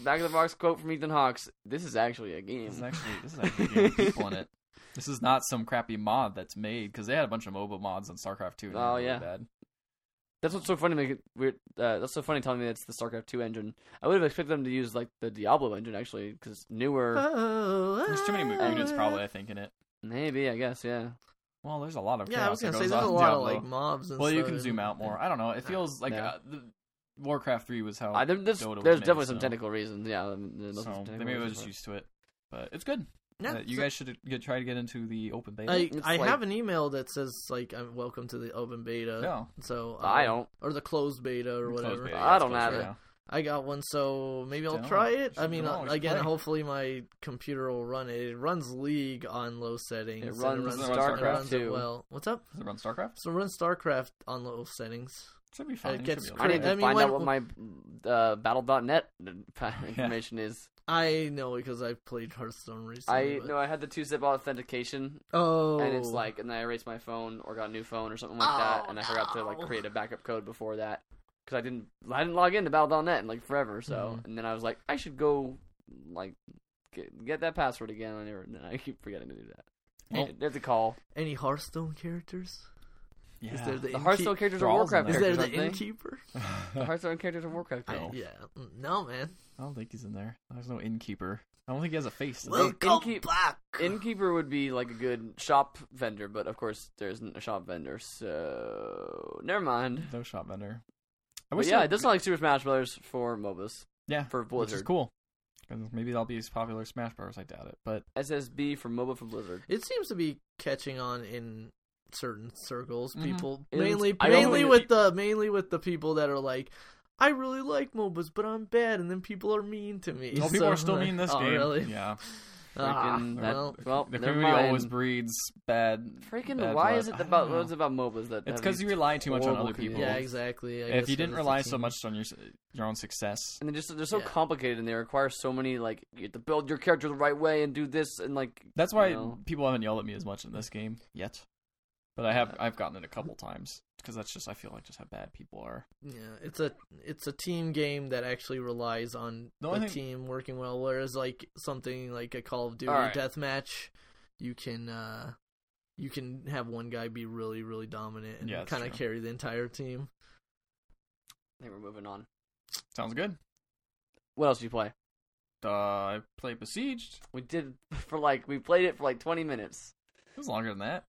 Speaker 1: Back of the box quote from Ethan Hawks. This is actually a game.
Speaker 2: This is actually
Speaker 1: (laughs)
Speaker 2: this is actually a game with people in it. This is not some crappy mod that's made because they had a bunch of MOBA mods on StarCraft Two. and they were
Speaker 1: Oh,
Speaker 2: really
Speaker 1: yeah.
Speaker 2: bad.
Speaker 1: That's what's so funny. Make it weird. Uh, that's so funny telling me it's the StarCraft two engine. I would have expected them to use like the Diablo engine actually, because newer.
Speaker 3: (laughs) Oh,
Speaker 2: There's too many mo-
Speaker 3: ah.
Speaker 2: units probably I think in it.
Speaker 1: Maybe I guess yeah.
Speaker 2: Well, there's a lot of
Speaker 3: Yeah, I was
Speaker 2: chaos that
Speaker 3: gonna
Speaker 2: goes
Speaker 3: say there's a
Speaker 2: on in
Speaker 3: lot of
Speaker 2: Diablo.
Speaker 3: like mobs. And
Speaker 2: Well, you
Speaker 3: stuff
Speaker 2: can
Speaker 3: and-
Speaker 2: zoom out more. I don't know. It feels like
Speaker 1: Yeah.
Speaker 2: uh, the, Warcraft Three was how
Speaker 1: I, there- there's
Speaker 2: Dota was
Speaker 1: there's
Speaker 2: made,
Speaker 1: definitely some
Speaker 2: so-
Speaker 1: technical reasons. Yeah, I mean, there's
Speaker 2: So
Speaker 1: some technical
Speaker 2: maybe I was
Speaker 1: reasons,
Speaker 2: just
Speaker 1: but-
Speaker 2: used to it, but it's good.
Speaker 3: Yeah,
Speaker 2: Uh, you
Speaker 3: so- Uh,
Speaker 2: guys should get, try to get into the open beta.
Speaker 3: I,
Speaker 1: It's
Speaker 3: I
Speaker 1: like-
Speaker 3: have an email that says like I'm welcome to the open beta.
Speaker 2: no,
Speaker 3: So uh,
Speaker 1: I don't.
Speaker 3: or the closed beta or
Speaker 2: Closed
Speaker 3: whatever.
Speaker 2: beta,
Speaker 1: I
Speaker 2: it's
Speaker 1: don't
Speaker 2: closed
Speaker 1: have
Speaker 2: beta.
Speaker 3: I got one, so maybe I'll
Speaker 2: Don't.
Speaker 3: try it. I
Speaker 2: Should
Speaker 3: mean,
Speaker 2: go on, we should
Speaker 3: again,
Speaker 2: play.
Speaker 3: hopefully my computer will run it. It runs League on low settings.
Speaker 1: It
Speaker 3: and
Speaker 1: runs
Speaker 2: it run
Speaker 3: it
Speaker 2: StarCraft
Speaker 3: runs it
Speaker 1: too.
Speaker 3: well. What's up?
Speaker 2: Does it run StarCraft?
Speaker 3: So run StarCraft on low settings.
Speaker 2: Should be fine.
Speaker 3: It gets
Speaker 2: should be
Speaker 1: I
Speaker 2: okay.
Speaker 1: need
Speaker 3: Right,
Speaker 1: to
Speaker 3: I mean,
Speaker 1: find
Speaker 3: why
Speaker 1: out what my uh, Battle.net
Speaker 2: (laughs)
Speaker 1: information is.
Speaker 3: I know because I played Hearthstone recently.
Speaker 1: I
Speaker 3: but-
Speaker 1: no, I had the two zip authentication,
Speaker 3: Oh, Oh,
Speaker 1: and it's like, and then I erased my phone or got a new phone or something like that, and I forgot to like
Speaker 3: no.
Speaker 1: create a backup code before that because I didn't I didn't log into Battle.net in like forever. So,
Speaker 3: Mhm.
Speaker 1: and then I was like, I should go like get, get that password again. I never, I keep forgetting to do that.
Speaker 2: Well-
Speaker 1: They have to call.
Speaker 3: any Hearthstone characters?
Speaker 2: (laughs)
Speaker 3: (laughs)
Speaker 2: yeah. (laughs)
Speaker 3: Is there
Speaker 1: The
Speaker 3: the, innkeep-
Speaker 1: Hearthstone characters are
Speaker 2: Thralls in
Speaker 1: Warcraft
Speaker 2: there.
Speaker 3: Is
Speaker 1: characters.
Speaker 3: there the
Speaker 1: aren't they?
Speaker 3: innkeeper?
Speaker 1: The Hearthstone characters are Warcraft
Speaker 3: I-
Speaker 1: characters.
Speaker 2: No.
Speaker 3: yeah, no man.
Speaker 2: I don't think he's in there. There's no innkeeper. I don't think he has a face. does he?
Speaker 3: Welcome
Speaker 1: innkeep-
Speaker 3: back.
Speaker 1: Innkeeper would be like a good shop vendor, but of course there isn't a shop vendor, so never mind.
Speaker 2: no shop vendor. I
Speaker 1: But
Speaker 2: wish.
Speaker 1: yeah,
Speaker 2: they-
Speaker 1: it does sound like Super Smash Brothers for MOBAs
Speaker 2: yeah,
Speaker 1: for
Speaker 2: which is
Speaker 1: Blizzard.
Speaker 2: cool. 'Cause Maybe that'll be as popular as Smash Bros. I doubt it, but
Speaker 1: SSB for MOBA for Blizzard.
Speaker 3: It seems to be catching on in certain circles.
Speaker 2: Mhm.
Speaker 3: People
Speaker 1: It is-
Speaker 3: mainly
Speaker 1: I don't
Speaker 3: mainly
Speaker 1: think
Speaker 3: with the mainly with the people that are like, I really like MOBAs, but I'm bad, and then people are mean to me.
Speaker 2: oh, people
Speaker 3: So-
Speaker 2: are still mean
Speaker 1: (laughs)
Speaker 2: this
Speaker 3: (laughs) oh,
Speaker 2: game.
Speaker 3: Really?
Speaker 2: Yeah,
Speaker 3: Ah,
Speaker 1: Freaking that-
Speaker 3: well,
Speaker 1: well,
Speaker 2: the
Speaker 1: never
Speaker 2: community
Speaker 1: mind.
Speaker 2: always breeds bad.
Speaker 1: Freaking,
Speaker 2: bad
Speaker 1: why
Speaker 2: blood. I
Speaker 1: is it
Speaker 2: don't
Speaker 1: about
Speaker 2: know.
Speaker 1: what's about MOBAs that?
Speaker 2: It's
Speaker 1: have
Speaker 2: because
Speaker 1: these-
Speaker 2: you rely too much on
Speaker 1: horrible
Speaker 2: other people.
Speaker 1: community.
Speaker 3: yeah, exactly. I guess
Speaker 2: If you didn't
Speaker 3: that was the
Speaker 2: rely so
Speaker 3: thing.
Speaker 2: much on your s- your own success,
Speaker 1: and they're just they're so
Speaker 3: Yeah.
Speaker 1: complicated, and they require so many like you have to build your character the right way and do this and like.
Speaker 2: That's why
Speaker 1: you know.
Speaker 2: people haven't yelled at me as much in this game yet. But I have I've gotten it a couple times because that's just I feel like just how bad people are.
Speaker 3: Yeah, it's a it's a team game that actually relies on
Speaker 2: The
Speaker 3: the,
Speaker 2: only thing-
Speaker 3: team working well. Whereas like something like a Call of Duty
Speaker 1: Alright.
Speaker 3: deathmatch, you can uh you can have one guy be really really dominant and
Speaker 2: Yeah, that's
Speaker 3: kind of
Speaker 2: true.
Speaker 3: carry the entire team.
Speaker 1: I think we're moving on.
Speaker 2: Sounds good.
Speaker 1: What else do you play?
Speaker 2: Uh, I played Besieged.
Speaker 1: We did (laughs) for like we played it for like twenty minutes.
Speaker 2: It was longer than that.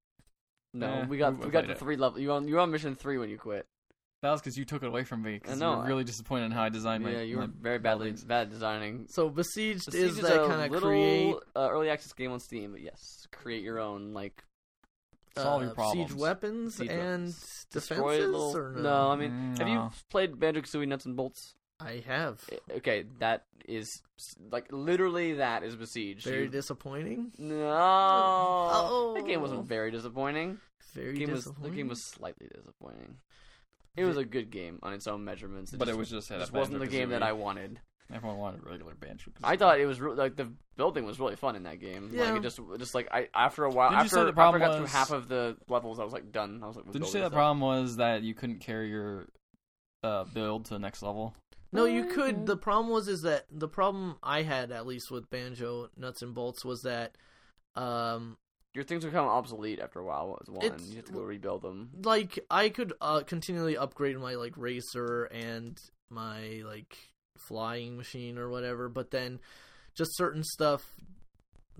Speaker 1: No,
Speaker 2: Eh,
Speaker 1: we got
Speaker 2: we-
Speaker 1: we,
Speaker 2: we
Speaker 1: got
Speaker 2: played
Speaker 1: the
Speaker 2: it.
Speaker 1: three level. You were on you were on mission three when you quit.
Speaker 2: That was because you took it away from me.
Speaker 1: I
Speaker 2: Because
Speaker 1: know,
Speaker 2: you were
Speaker 1: I-
Speaker 2: really disappointed in how I designed my.
Speaker 1: yeah, you were
Speaker 2: my
Speaker 1: very badly
Speaker 2: buildings.
Speaker 1: bad designing.
Speaker 3: So besieged,
Speaker 1: Siege
Speaker 3: is that
Speaker 1: a
Speaker 3: kind of
Speaker 1: little
Speaker 3: create
Speaker 1: uh, early access game on Steam, but yes, create your own like
Speaker 2: Solve your
Speaker 3: uh, siege
Speaker 2: problems.
Speaker 3: weapons
Speaker 1: Siege
Speaker 3: and
Speaker 1: weapons. destroy
Speaker 3: defenses?
Speaker 1: little.
Speaker 3: Or no?
Speaker 1: no, I mean, have you
Speaker 2: Mm, No.
Speaker 1: played Banjo Kazooie Nuts and Bolts?
Speaker 3: I have
Speaker 1: I- Okay, that is like literally that is besieged.
Speaker 3: very
Speaker 1: You-
Speaker 3: disappointing.
Speaker 1: no,
Speaker 3: Oh.
Speaker 1: that game wasn't very disappointing.
Speaker 3: Very
Speaker 1: The game was
Speaker 3: disappointing.
Speaker 1: the game was slightly disappointing. It was a good game on its own measurements. It
Speaker 2: But
Speaker 1: just,
Speaker 2: it was just had
Speaker 1: just
Speaker 2: a bad
Speaker 1: wasn't the game that I
Speaker 2: Banjo-Kazooie.
Speaker 1: wanted.
Speaker 2: Everyone wanted regular Banjo.
Speaker 1: I thought it was re- like the building was really fun in that game.
Speaker 3: Yeah.
Speaker 1: Like it just just like I after a while
Speaker 2: Didn't you
Speaker 1: after,
Speaker 2: say the
Speaker 1: after I
Speaker 2: problem
Speaker 1: got through
Speaker 2: was-
Speaker 1: half of the levels I was like done. I was like with
Speaker 2: Didn't you
Speaker 1: building
Speaker 2: say the
Speaker 1: stuff.
Speaker 2: problem was that you couldn't carry your uh, build to the next level?
Speaker 3: No, you could. The problem was is that the problem I had at least with Banjo Nuts and Bolts was that, um,
Speaker 1: Your things become obsolete after a while. Was one
Speaker 3: It's-
Speaker 1: you have to go rebuild them.
Speaker 3: like I could uh, continually upgrade my like racer and my like flying machine or whatever, but then just certain stuff,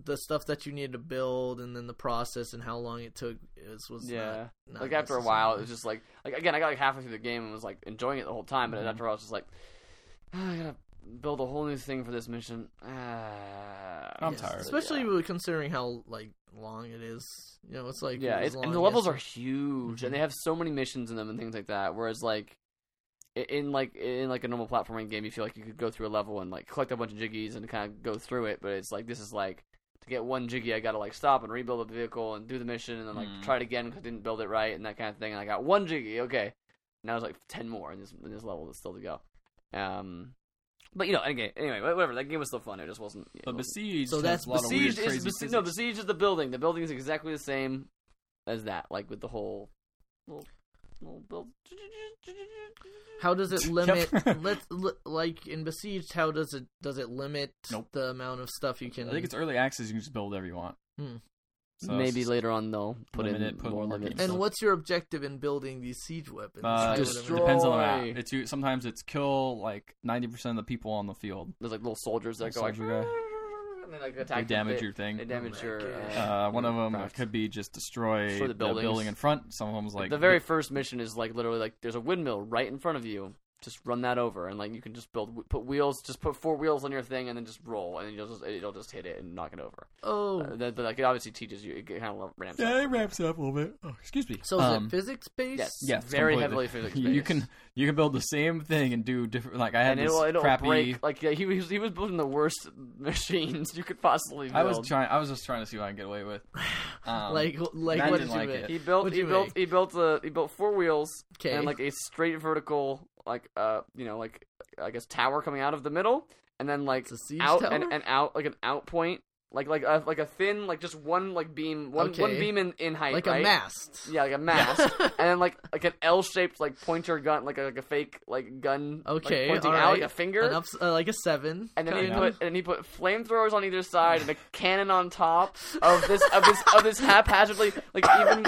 Speaker 3: the stuff that you needed to build, and then the process and how long it took is was not-
Speaker 1: Yeah.
Speaker 3: not,
Speaker 1: like after a while, it
Speaker 3: necessary.
Speaker 1: was just like like again I got like halfway through the game and was like enjoying it the whole time, but then
Speaker 3: Mm-hmm.
Speaker 2: Mhm.
Speaker 1: after a while, I was just like (sighs) "Ah, I gotta build a whole new thing for this mission. (sighs) Ah."
Speaker 2: I'm
Speaker 3: Yes,
Speaker 2: tired.
Speaker 3: especially
Speaker 1: Yeah.
Speaker 3: with- considering how like long it is. You know, it's like
Speaker 1: yeah,
Speaker 3: it was
Speaker 1: it's, and
Speaker 3: long
Speaker 1: the levels
Speaker 3: (laughs)
Speaker 1: are
Speaker 3: yesterday.
Speaker 1: huge, and they have so many missions in them and things like that. Whereas like i- in like in like a normal platforming game, you feel like you could go through a level and like collect a bunch of jiggies and kind of go through it. But it's like this is like to get one jiggy, I got to like stop and rebuild the vehicle and do the mission and then like
Speaker 2: Mm.
Speaker 1: try it again because I didn't build it right and that kind of thing. And I got one jiggy, okay. Now there's like ten more in this in this level that's still to go. Um, but you know, anyway, anyway, wha- whatever. That game was still fun. It just wasn't. it
Speaker 2: But
Speaker 1: wasn't-
Speaker 2: besieged.
Speaker 3: So
Speaker 2: has
Speaker 3: that's
Speaker 2: a lot of
Speaker 1: Besieged
Speaker 2: weird,
Speaker 1: is
Speaker 2: crazy
Speaker 1: besi- no
Speaker 2: physics.
Speaker 1: besieged is the building. The building is exactly the same as that, like with the whole little little build.
Speaker 3: How
Speaker 1: (laughs)
Speaker 3: does it
Speaker 2: Yep.
Speaker 3: limit? let's li- like in Besieged. How does it does it limit
Speaker 2: Nope.
Speaker 3: the amount of stuff you can?
Speaker 2: I think it's early access. You can just build whatever you want.
Speaker 3: Hmm.
Speaker 2: So it's
Speaker 1: Maybe
Speaker 2: just-
Speaker 1: later on they'll put in
Speaker 2: Limited, put
Speaker 1: more
Speaker 2: more
Speaker 1: limits.
Speaker 2: games.
Speaker 3: and
Speaker 2: so-
Speaker 3: what's your objective in building these siege weapons?
Speaker 2: Uh,
Speaker 3: I would
Speaker 2: it
Speaker 1: Destroy-
Speaker 3: imagine.
Speaker 2: depends on the map.
Speaker 1: Destroy.
Speaker 2: It's you, sometimes it's kill like ninety percent of the people on the field.
Speaker 1: There's like little soldiers that
Speaker 2: Little
Speaker 1: go like,
Speaker 2: soldier
Speaker 1: and they like attack.
Speaker 2: They
Speaker 1: you.
Speaker 2: damage
Speaker 1: They-
Speaker 2: your thing.
Speaker 1: They damage your.
Speaker 2: Uh, one of them
Speaker 1: crafts.
Speaker 2: could be just destroy,
Speaker 1: Destroy the
Speaker 2: the,
Speaker 1: buildings.
Speaker 2: building in front. Some of them's like
Speaker 1: the very first mission is like literally like there's a windmill right in front of you. Just run that over, and like you can just build, put wheels, just put four wheels on your thing, and then just roll, and you'll just it'll just hit it and knock it over.
Speaker 3: Oh,
Speaker 1: Uh, that, but like it obviously teaches you, it kind of ramps up.
Speaker 2: Yeah, it ramps it up a little bit. Oh, excuse me.
Speaker 3: so is
Speaker 2: Um,
Speaker 3: it physics based?
Speaker 1: Yes.
Speaker 2: yeah, it's
Speaker 1: Very
Speaker 2: completely-
Speaker 1: heavily
Speaker 2: (laughs)
Speaker 1: physics.
Speaker 2: You can you can build the same thing and do different. Like I had
Speaker 1: And
Speaker 2: this
Speaker 1: it'll, it'll
Speaker 2: crappy.
Speaker 1: break like yeah, he was he was building the worst (laughs) machines you could possibly build.
Speaker 2: I was trying. I was just trying to see what I can get away
Speaker 1: (sighs)
Speaker 2: with. Um,
Speaker 3: Like like
Speaker 2: Matt
Speaker 3: what did
Speaker 2: didn't
Speaker 3: you
Speaker 2: like
Speaker 3: make?
Speaker 2: it.
Speaker 1: he built
Speaker 3: What'd
Speaker 1: he
Speaker 3: you
Speaker 1: built
Speaker 3: make?
Speaker 1: he built a he built four wheels
Speaker 3: Okay.
Speaker 1: and like a straight vertical like uh you know like I guess tower coming out of the middle and then like
Speaker 3: It's a siege
Speaker 1: out
Speaker 3: tower?
Speaker 1: and and out like an out point like like a like a thin like just one like beam one one
Speaker 3: Okay.
Speaker 1: beam in in height
Speaker 3: like
Speaker 1: right?
Speaker 3: a mast.
Speaker 1: Yeah, like a mast,
Speaker 3: (laughs)
Speaker 1: and then like like an L-shaped like pointer gun, like a, like a fake like gun, like,
Speaker 3: Okay,
Speaker 1: pointing
Speaker 3: all
Speaker 1: out like
Speaker 3: right.
Speaker 1: a finger,
Speaker 3: An ups- uh, like a seven.
Speaker 1: and then he
Speaker 2: Kinda.
Speaker 1: put and he put flamethrowers on either side and
Speaker 3: (laughs)
Speaker 1: a cannon on top of this of this of this haphazardly like even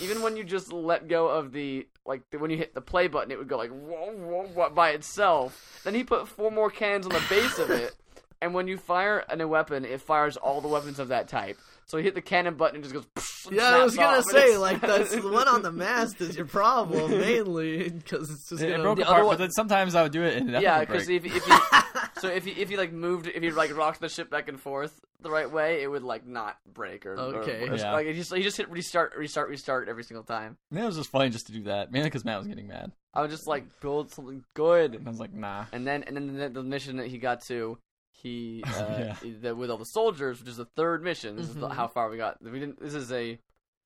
Speaker 1: even when you just let go of the like the- when you hit the play button it would go like whoa, whoa, whoa, by itself. Then he put four more cannons on the base of it, and when you fire an- a weapon, it fires all the weapons of that type. So you hit the cannon button and it just goes. psh, and
Speaker 3: Yeah, I
Speaker 1: snaps
Speaker 3: was gonna
Speaker 1: off, and
Speaker 3: say
Speaker 1: it's- (laughs)
Speaker 3: like that's the one on the mast is your problem mainly because it's just
Speaker 2: it, it
Speaker 3: gonna
Speaker 2: broke
Speaker 3: the
Speaker 2: apart,
Speaker 3: other
Speaker 2: but then sometimes I would do it and it
Speaker 1: yeah,
Speaker 2: would break.
Speaker 1: because if if you (laughs) so if you if you like moved if you like rocked the ship back and forth the right way, it would like not break or or-
Speaker 3: Okay.
Speaker 1: or-
Speaker 2: Yeah.
Speaker 1: like you just you just hit restart restart restart every single time.
Speaker 2: And it was just funny just to do that, mainly because Matt was getting mad.
Speaker 1: I would just like build something
Speaker 2: And
Speaker 1: good,
Speaker 2: I was like, nah.
Speaker 1: and then and then the, the mission that he got to.
Speaker 2: (laughs)
Speaker 1: He uh,
Speaker 2: Yeah.
Speaker 1: the, with all the soldiers, which is the third mission. This is the,
Speaker 3: Mhm.
Speaker 1: how far we got. We didn't. This is a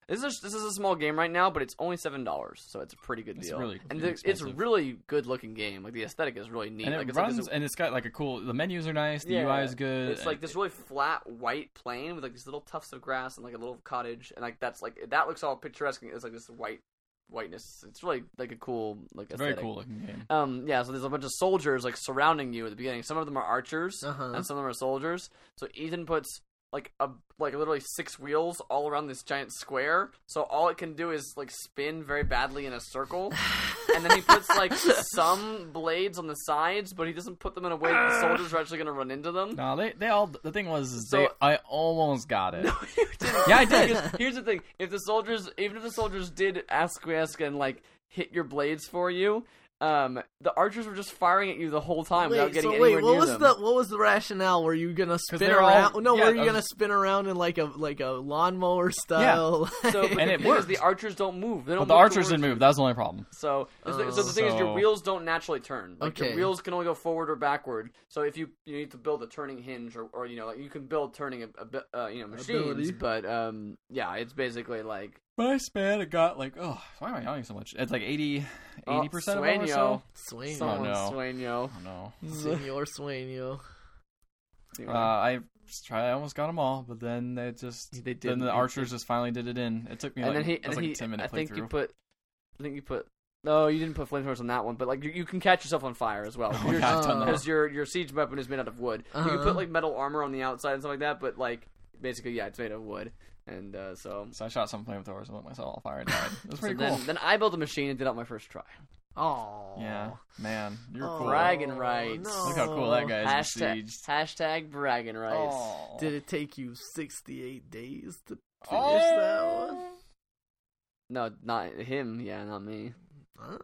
Speaker 1: this is a, this is a small game right now, but it's only seven dollars, so it's a pretty good
Speaker 2: It's
Speaker 1: deal.
Speaker 2: really
Speaker 1: and the, it's a
Speaker 2: inexpensive.
Speaker 1: really good looking game. Like the aesthetic is really neat.
Speaker 2: And it
Speaker 1: like, it's like
Speaker 2: runs,
Speaker 1: this-
Speaker 2: and it's got like a cool. The menus are nice. The
Speaker 1: Yeah.
Speaker 2: UI is good.
Speaker 1: It's like this really flat white plain with like these little tufts of grass and like a little cottage and like that's like that looks all picturesque. and It's like this white whiteness. It's really like a cool like
Speaker 2: It's a very
Speaker 1: aesthetic.
Speaker 2: cool looking game.
Speaker 1: Um yeah, so there's a bunch of soldiers like surrounding you at the beginning. Some of them are archers
Speaker 3: Uh-huh.
Speaker 1: and some of them are soldiers. So Ethan puts like a like literally six wheels all around this giant square. So all it can do is like spin very badly in a circle. and then he puts like some blades on the sides, but he doesn't put them in a way that the soldiers are actually going to run into them. (laughs)
Speaker 2: No, they they all. The thing was, is
Speaker 1: So-
Speaker 2: they, I almost got
Speaker 1: (laughs)
Speaker 2: it.
Speaker 1: You didn't.
Speaker 2: Yeah, I did.
Speaker 1: (laughs)
Speaker 3: (laughs)
Speaker 1: Because here's the thing: if the soldiers, even if the soldiers did asquiesce and like hit your blades for you, um, the archers were just firing at you the whole time without
Speaker 3: Wait,
Speaker 1: getting
Speaker 3: so
Speaker 1: anywhere
Speaker 3: wait, what
Speaker 1: near
Speaker 3: was
Speaker 1: them.
Speaker 3: the what was the rationale? Were you gonna spin
Speaker 2: they're all-
Speaker 3: around? no,
Speaker 2: yeah,
Speaker 3: were you
Speaker 2: I
Speaker 3: gonna
Speaker 2: was-
Speaker 3: spin around in like a like a lawnmower style? (laughs)
Speaker 1: So, but
Speaker 2: And
Speaker 1: the
Speaker 2: it
Speaker 1: thing is
Speaker 2: worked.
Speaker 1: The archers don't move. They don't
Speaker 2: But the
Speaker 1: move
Speaker 2: archers
Speaker 1: towards
Speaker 2: didn't
Speaker 1: you.
Speaker 2: move. That was the only problem.
Speaker 1: So, the thi- so the thing is, your
Speaker 2: Oh.
Speaker 1: wheels don't naturally turn. Like your
Speaker 3: Okay.
Speaker 1: wheels can only go forward or backward. So if you you need to build a turning hinge, or, or you know, like you can build turning a, a, bit, uh, you know machines,
Speaker 3: Ability.
Speaker 1: but um, yeah, it's basically like
Speaker 2: But I span it got like, oh, why am I yawning so much? It's like 80
Speaker 1: Oh,
Speaker 2: percent of it or so.
Speaker 1: Sueño.
Speaker 3: Swain,
Speaker 1: Someone
Speaker 2: no.
Speaker 1: Sueño.
Speaker 2: Oh no.
Speaker 3: Senor Swainio.
Speaker 2: Uh, I tried. I almost got them all, but then they just.
Speaker 1: They
Speaker 2: then
Speaker 1: didn't.
Speaker 2: the archers just finally did it in. It took me
Speaker 1: and
Speaker 2: like,
Speaker 1: then he,
Speaker 2: that was
Speaker 1: and
Speaker 2: like
Speaker 1: he,
Speaker 2: a ten
Speaker 1: I
Speaker 2: minute
Speaker 1: think you
Speaker 2: playthrough.
Speaker 1: put, I think you put. No, you didn't put flamethrowers on that one, but like you, you can catch yourself on fire as
Speaker 2: (laughs)
Speaker 1: well.
Speaker 2: (laughs) Oh,
Speaker 1: Your-
Speaker 2: yeah, I've done
Speaker 1: because
Speaker 2: that.
Speaker 1: your your siege weapon is made out of wood. You can
Speaker 3: Uh-huh.
Speaker 1: put like metal armor on the outside and stuff like that, but like basically, yeah, it's made of wood. And uh, so,
Speaker 2: So I shot some flamethrowers and lit myself on fire and died. It was
Speaker 1: so
Speaker 2: pretty
Speaker 1: then,
Speaker 2: cool.
Speaker 1: then I built a machine and did out my first try.
Speaker 3: Oh.
Speaker 2: (laughs) Yeah, man, you're
Speaker 3: Oh,
Speaker 2: cool.
Speaker 1: Bragging rights.
Speaker 2: Look how cool that guy is.
Speaker 1: hashtag
Speaker 2: besieged.
Speaker 1: hashtag bragging rights.
Speaker 2: Aw.
Speaker 3: Did it take you 68 days to finish
Speaker 2: Oh.
Speaker 3: that one?
Speaker 1: No, not him. Yeah, not me.
Speaker 3: Huh?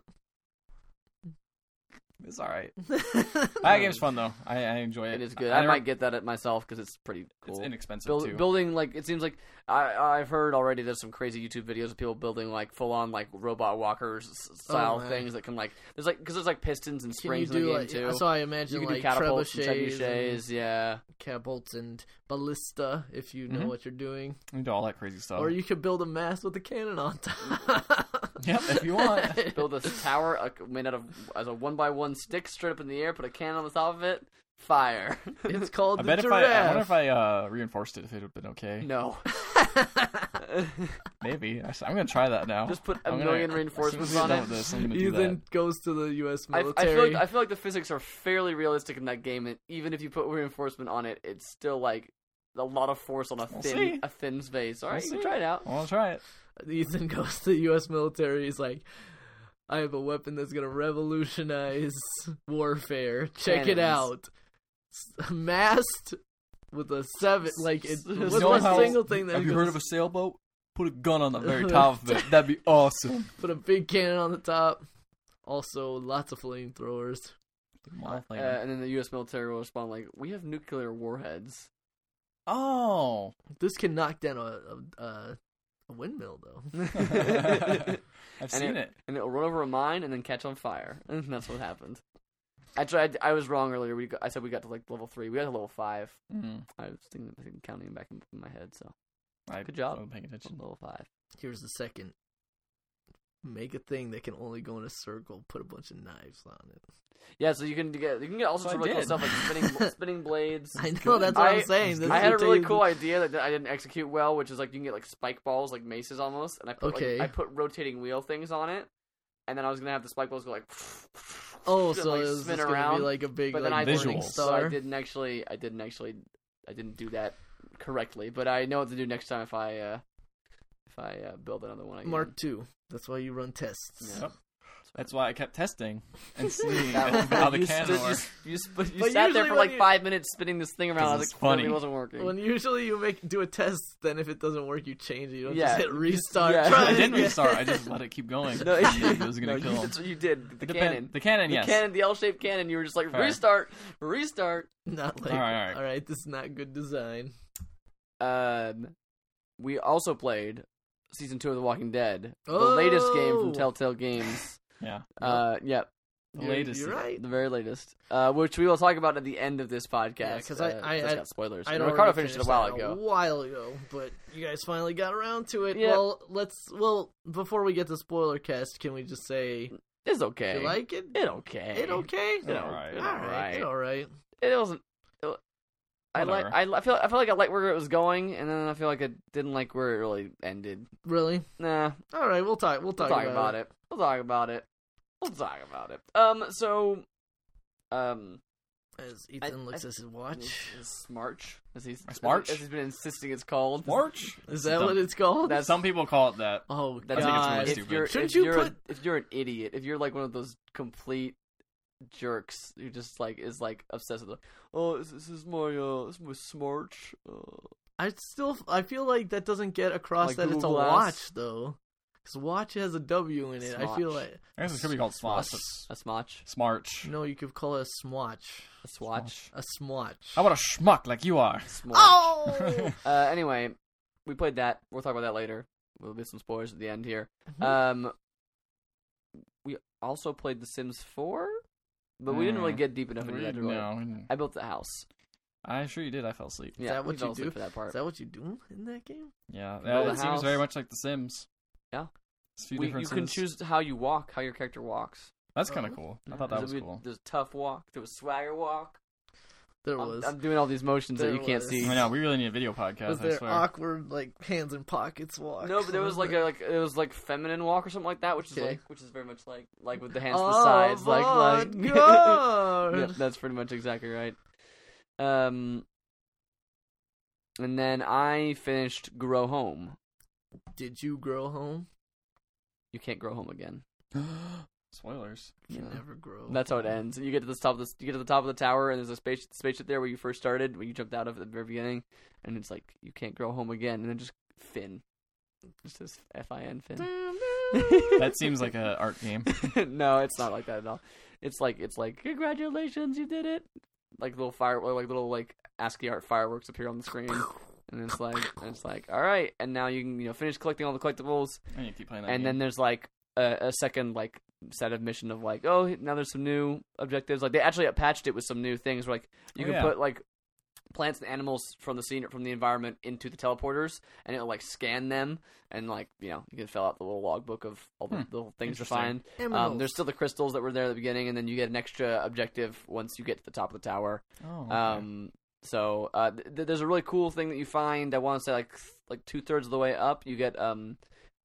Speaker 2: It's all right. (laughs) That game's fun though. I, I enjoy it.
Speaker 1: It is good.
Speaker 2: I,
Speaker 1: I,
Speaker 2: never-
Speaker 1: might get that at myself because it's pretty cool.
Speaker 2: It's inexpensive
Speaker 1: Build-
Speaker 2: too.
Speaker 1: building like it seems like I, I've heard already. There's some crazy YouTube videos of people building like full on like robot walkers s- style
Speaker 3: Oh, man.
Speaker 1: things that can like there's like because there's like pistons and
Speaker 3: Can you
Speaker 1: springs in the
Speaker 3: do
Speaker 1: game
Speaker 3: like,
Speaker 1: too.
Speaker 3: so I
Speaker 1: you
Speaker 3: imagine
Speaker 1: can
Speaker 3: like
Speaker 1: do catapults and
Speaker 3: trebuchets, and
Speaker 1: trebuchets. Yeah,
Speaker 3: catapults and ballista if you know
Speaker 1: Mm-hmm.
Speaker 2: Mhm.
Speaker 3: what you're doing,
Speaker 2: You do all that crazy stuff.
Speaker 3: or you could build a mast with a cannon on top.
Speaker 2: (laughs) Yep, if you
Speaker 1: (laughs)
Speaker 2: want.
Speaker 1: build a
Speaker 3: (laughs)
Speaker 1: tower uh, made out of as a one by one stick straight up in the air. Put a cannon on the top of it. Fire.
Speaker 3: It's called
Speaker 2: I
Speaker 3: the
Speaker 2: bet if I, I wonder
Speaker 3: giraffe.
Speaker 2: if I uh, reinforced it, if it would have been okay.
Speaker 1: (laughs) no.
Speaker 2: Maybe. I, am gonna try that now.
Speaker 1: (laughs) Just put a
Speaker 2: I'm gonna-
Speaker 1: million
Speaker 2: as soon
Speaker 1: reinforcements
Speaker 2: as we're
Speaker 1: on
Speaker 2: done
Speaker 1: it.
Speaker 2: with This, I'm gonna do that.
Speaker 3: Ethan goes to the U.S.
Speaker 1: I, I feel
Speaker 3: military.
Speaker 1: like I feel like the physics are fairly realistic in that game, and even if you put reinforcement on it, it's still like a lot of force on a
Speaker 2: We'll
Speaker 1: thin
Speaker 2: see.
Speaker 1: a thin space. All right,
Speaker 2: We'll
Speaker 1: you can
Speaker 2: see.
Speaker 1: try it out.
Speaker 2: Well, I'll try it.
Speaker 3: Ethan (laughs) goes to the U.S. military. He's like, I have a weapon that's gonna revolutionize warfare. Check it
Speaker 1: Cannons.
Speaker 3: out. S- Mast with a seven, like it was
Speaker 1: know
Speaker 3: one
Speaker 1: how-
Speaker 3: single thing that
Speaker 2: Have you
Speaker 3: goes-
Speaker 2: heard of a sailboat? Put a gun on the
Speaker 1: (laughs)
Speaker 2: very top of it. That'd be (laughs) awesome.
Speaker 3: put a big cannon on the top. Also, lots of flamethrowers.
Speaker 1: Uh, and then the U.S. military will respond like, "We have nuclear
Speaker 2: (laughs)
Speaker 1: warheads." (laughs)
Speaker 2: oh.
Speaker 3: This can knock down a a, a, a windmill though.
Speaker 1: and
Speaker 2: I've seen it.
Speaker 1: it will run over a mine and then catch on fire, (laughs) and that's what happened. I tried. I was wrong earlier. We got, I said we got to like level three. We got to level five.
Speaker 2: Mm,
Speaker 1: I was thinking, I think counting back in my head. So
Speaker 2: I
Speaker 1: Good job.
Speaker 2: wasn't paying attention.
Speaker 1: level five.
Speaker 3: Here's the second. Make a thing that can only go in a circle. Put a bunch of knives on it.
Speaker 1: Yeah, so you can get you can get all sorts
Speaker 2: So
Speaker 1: of
Speaker 2: I
Speaker 1: really cool
Speaker 2: did.
Speaker 1: stuff like
Speaker 2: (laughs)
Speaker 1: spinning spinning blades.
Speaker 3: I know that's what I,
Speaker 1: I-
Speaker 3: am saying. This
Speaker 1: I
Speaker 3: is
Speaker 1: had a
Speaker 3: the
Speaker 1: really
Speaker 3: thing-
Speaker 1: cool idea that, that I didn't execute well, which is like you can get like spike balls, like maces almost, and I put
Speaker 3: Okay.
Speaker 1: like, I put rotating wheel things on it, and then I was gonna have the spike balls go like (laughs)
Speaker 3: Oh,
Speaker 1: and,
Speaker 3: so
Speaker 1: like,
Speaker 3: it was
Speaker 1: spin
Speaker 3: just gonna
Speaker 1: around,
Speaker 3: be like a big
Speaker 1: but
Speaker 3: like
Speaker 1: then I
Speaker 2: burning
Speaker 1: didn't,
Speaker 2: visuals.
Speaker 1: so I
Speaker 3: star.
Speaker 1: didn't actually I didn't actually I didn't do that correctly, but I know what to do next time if I uh, if I uh, build another one. Again.
Speaker 3: Mark two. That's why you run tests.
Speaker 1: Yeah.
Speaker 2: Yep. That's why I kept testing
Speaker 1: (laughs)
Speaker 2: and seeing
Speaker 1: That was-
Speaker 2: how the
Speaker 1: you stood-
Speaker 2: cannon
Speaker 1: you,
Speaker 2: worked.
Speaker 1: you, sp- you
Speaker 3: But
Speaker 1: sat there
Speaker 3: usually
Speaker 1: for
Speaker 3: when
Speaker 1: like
Speaker 3: you-
Speaker 1: five minutes spinning this thing around. I was
Speaker 2: it's
Speaker 1: like, clearly
Speaker 2: funny.
Speaker 1: it wasn't working.
Speaker 3: (laughs) When usually you make do a test, then if it doesn't work, you change it. You don't
Speaker 1: Yeah.
Speaker 3: just hit restart.
Speaker 1: Yeah.
Speaker 3: (laughs) Try
Speaker 2: I
Speaker 3: it
Speaker 2: didn't
Speaker 3: again.
Speaker 2: restart. I
Speaker 1: (laughs)
Speaker 2: just let it keep going.
Speaker 1: (laughs) No,
Speaker 2: (laughs) it was gonna
Speaker 1: no,
Speaker 2: kill
Speaker 1: You,
Speaker 2: him.
Speaker 1: that's what you did. The
Speaker 2: Depen-
Speaker 1: cannon.
Speaker 2: The cannon.
Speaker 1: The
Speaker 2: Yes.
Speaker 1: cannon, the L-shaped cannon. You were just like
Speaker 2: All right.
Speaker 1: restart, restart.
Speaker 3: Not like.
Speaker 2: All right, all right.
Speaker 3: all right, this is not good design.
Speaker 1: Um, we also played season two of The Walking Dead, the latest game
Speaker 3: Oh!
Speaker 1: from Telltale
Speaker 3: (laughs)
Speaker 1: Games.
Speaker 2: Yeah.
Speaker 1: Uh, yeah,
Speaker 2: The
Speaker 3: You're-
Speaker 2: latest.
Speaker 3: You're right.
Speaker 1: the very latest, uh, which we will talk about at the end of this podcast.
Speaker 3: Yeah, 'cause I-
Speaker 1: uh,
Speaker 3: I-
Speaker 1: that's
Speaker 3: I-
Speaker 1: got spoilers.
Speaker 3: I
Speaker 1: And
Speaker 3: don't
Speaker 1: Ricardo finished it a while
Speaker 3: A
Speaker 1: ago.
Speaker 3: while ago, but you guys finally got around to it.
Speaker 1: Yeah.
Speaker 3: Well, let's. Well, before we get to spoiler cast, can we just say
Speaker 1: It's okay.
Speaker 3: you like it?
Speaker 1: it okay.
Speaker 3: It okay?
Speaker 1: It
Speaker 2: All right.
Speaker 1: okay.
Speaker 3: All right. It all right.
Speaker 1: It wasn't. it- I like.
Speaker 2: Whatever.
Speaker 1: I li- I feel. I feel like I liked where it was going, and then I feel like I didn't like where it really ended.
Speaker 3: Really?
Speaker 1: Nah,
Speaker 3: All right. We'll talk. We'll
Speaker 1: We'll
Speaker 3: talk,
Speaker 1: talk about it. We'll talk about it. We'll talk about it. Um, so, um,
Speaker 3: As Ethan
Speaker 1: I-
Speaker 3: looks
Speaker 1: I-
Speaker 3: at his watch.
Speaker 1: is March? Is he
Speaker 2: It's March?
Speaker 1: As he's been insisting it's called
Speaker 2: March.
Speaker 3: Is that what it's called?
Speaker 1: That's-
Speaker 2: Some people call it that.
Speaker 3: oh
Speaker 2: I
Speaker 1: That's
Speaker 2: think it's
Speaker 3: God!
Speaker 2: really
Speaker 1: if
Speaker 2: stupid.
Speaker 1: you're
Speaker 3: Shouldn't
Speaker 1: if
Speaker 3: you
Speaker 1: you're a-
Speaker 3: put-
Speaker 1: if you're an idiot, if you're like one of those complete jerks who just like is like obsessed with like, oh, this, this is my uh, this is my smarch. Uh,
Speaker 3: I still I feel like that doesn't get across
Speaker 1: Like
Speaker 3: that it's a
Speaker 1: Google Glass?
Speaker 3: watch though, because watch has a W in it. I feel
Speaker 1: Swatch.
Speaker 3: like
Speaker 2: I guess it could be called Swatch.
Speaker 1: a smotch,
Speaker 2: Smarch.
Speaker 3: no, you could call it a swatch,
Speaker 1: a swatch,
Speaker 3: a swatch.
Speaker 2: How about a schmuck like you are?
Speaker 1: smotch.
Speaker 2: (laughs)
Speaker 3: oh,
Speaker 1: Uh, anyway, we played that. We'll talk about that later. We'll be some spoilers at the end here. (laughs)
Speaker 3: Mhm.
Speaker 1: Um, we also played The Sims 4, but we didn't really
Speaker 2: Mm.
Speaker 1: get deep enough into that.
Speaker 2: Weird,
Speaker 1: really.
Speaker 2: no, we didn't-
Speaker 1: I built the house.
Speaker 2: I'm sure you did. I fell asleep.
Speaker 1: Yeah,
Speaker 3: that
Speaker 1: we
Speaker 3: what
Speaker 1: fell
Speaker 3: you
Speaker 1: asleep
Speaker 3: do?
Speaker 1: for that
Speaker 3: is
Speaker 1: part.
Speaker 3: that what you do in that game?
Speaker 2: Yeah,
Speaker 1: build
Speaker 2: yeah
Speaker 1: a
Speaker 2: it seems very
Speaker 1: house.
Speaker 2: much like The Sims.
Speaker 1: Yeah.
Speaker 2: It's a few
Speaker 6: We, you
Speaker 2: differences.
Speaker 6: can choose how you walk, how your character walks.
Speaker 2: That's kind of cool. I thought that
Speaker 6: There's
Speaker 2: was
Speaker 6: a weird-
Speaker 2: cool.
Speaker 6: There's a tough walk. There was swagger walk.
Speaker 3: There
Speaker 1: I'm,
Speaker 3: was.
Speaker 1: I'm doing all these motions that
Speaker 3: There
Speaker 1: you can't
Speaker 3: was.
Speaker 1: see.
Speaker 2: I know. We really need a video podcast.
Speaker 3: was
Speaker 2: I
Speaker 3: there
Speaker 2: swear.
Speaker 3: awkward like hands in pockets walk?
Speaker 6: No, but there was like
Speaker 3: (laughs)
Speaker 6: a like it was like feminine walk or something like that, which is
Speaker 3: Okay.
Speaker 6: like which is very much like like with the hands to the
Speaker 3: oh
Speaker 6: sides,
Speaker 3: my
Speaker 6: like
Speaker 1: (laughs)
Speaker 6: like (laughs)
Speaker 2: (laughs)
Speaker 3: god!
Speaker 1: Yep, that's pretty much exactly right. Um, and then I finished Grow Home.
Speaker 3: Did you grow home?
Speaker 1: You can't grow home again.
Speaker 2: (gasps) Spoilers.
Speaker 3: You
Speaker 1: Yeah.
Speaker 3: never
Speaker 2: Oh,
Speaker 3: grow.
Speaker 1: That's how it ends. And you get to the top of the you get to the top of the tower, and there's a space spaceship there where you first started, when you jumped out of at the very beginning, and it's like you can't grow home again, and then just Finn, just says F I N Finn.
Speaker 2: That seems like an art game.
Speaker 1: (laughs) no, it's not like that at all. It's like it's like congratulations, you did it. Like little fire, or like little like ASCII art fireworks appear on the screen, and it's like and it's like all right, and now you can you know finish collecting all the collectibles,
Speaker 2: I need to keep playing that.
Speaker 1: and then there's like a, a second like set of mission of like oh now there's some new objectives. Like they actually patched it with some new things. Where, like you
Speaker 2: Oh,
Speaker 1: can
Speaker 2: yeah.
Speaker 1: put like plants and animals from the scene from the environment into the teleporters, and it'll like scan them, and like you know you can fill out the little logbook of all the
Speaker 2: Hmm.
Speaker 1: little things to
Speaker 2: Interesting.
Speaker 1: find. Um,
Speaker 3: Emeralds.
Speaker 1: there's still the crystals that were there at the beginning, and then you get an extra objective once you get to the top of the tower.
Speaker 2: game. Oh, okay.
Speaker 1: Um, so uh, th- th- there's a really cool thing that you find. I want to say like th- like two thirds of the way up, you get um,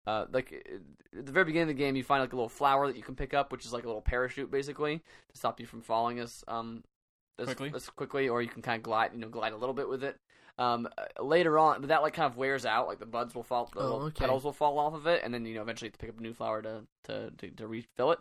Speaker 1: uh, like uh, at the very beginning of the game, you find like a little flower that you can pick up, which is like a little parachute basically to stop you from falling as um as
Speaker 2: Quickly?
Speaker 1: as quickly, or you can kind of glide you know glide a little bit with it. Um, uh, later on, but that like kind of wears out. Like the buds will fall, the
Speaker 3: Oh,
Speaker 1: little
Speaker 3: okay.
Speaker 1: petals will fall off of it, and then you know eventually you have to pick up a new flower to to to, to refill it.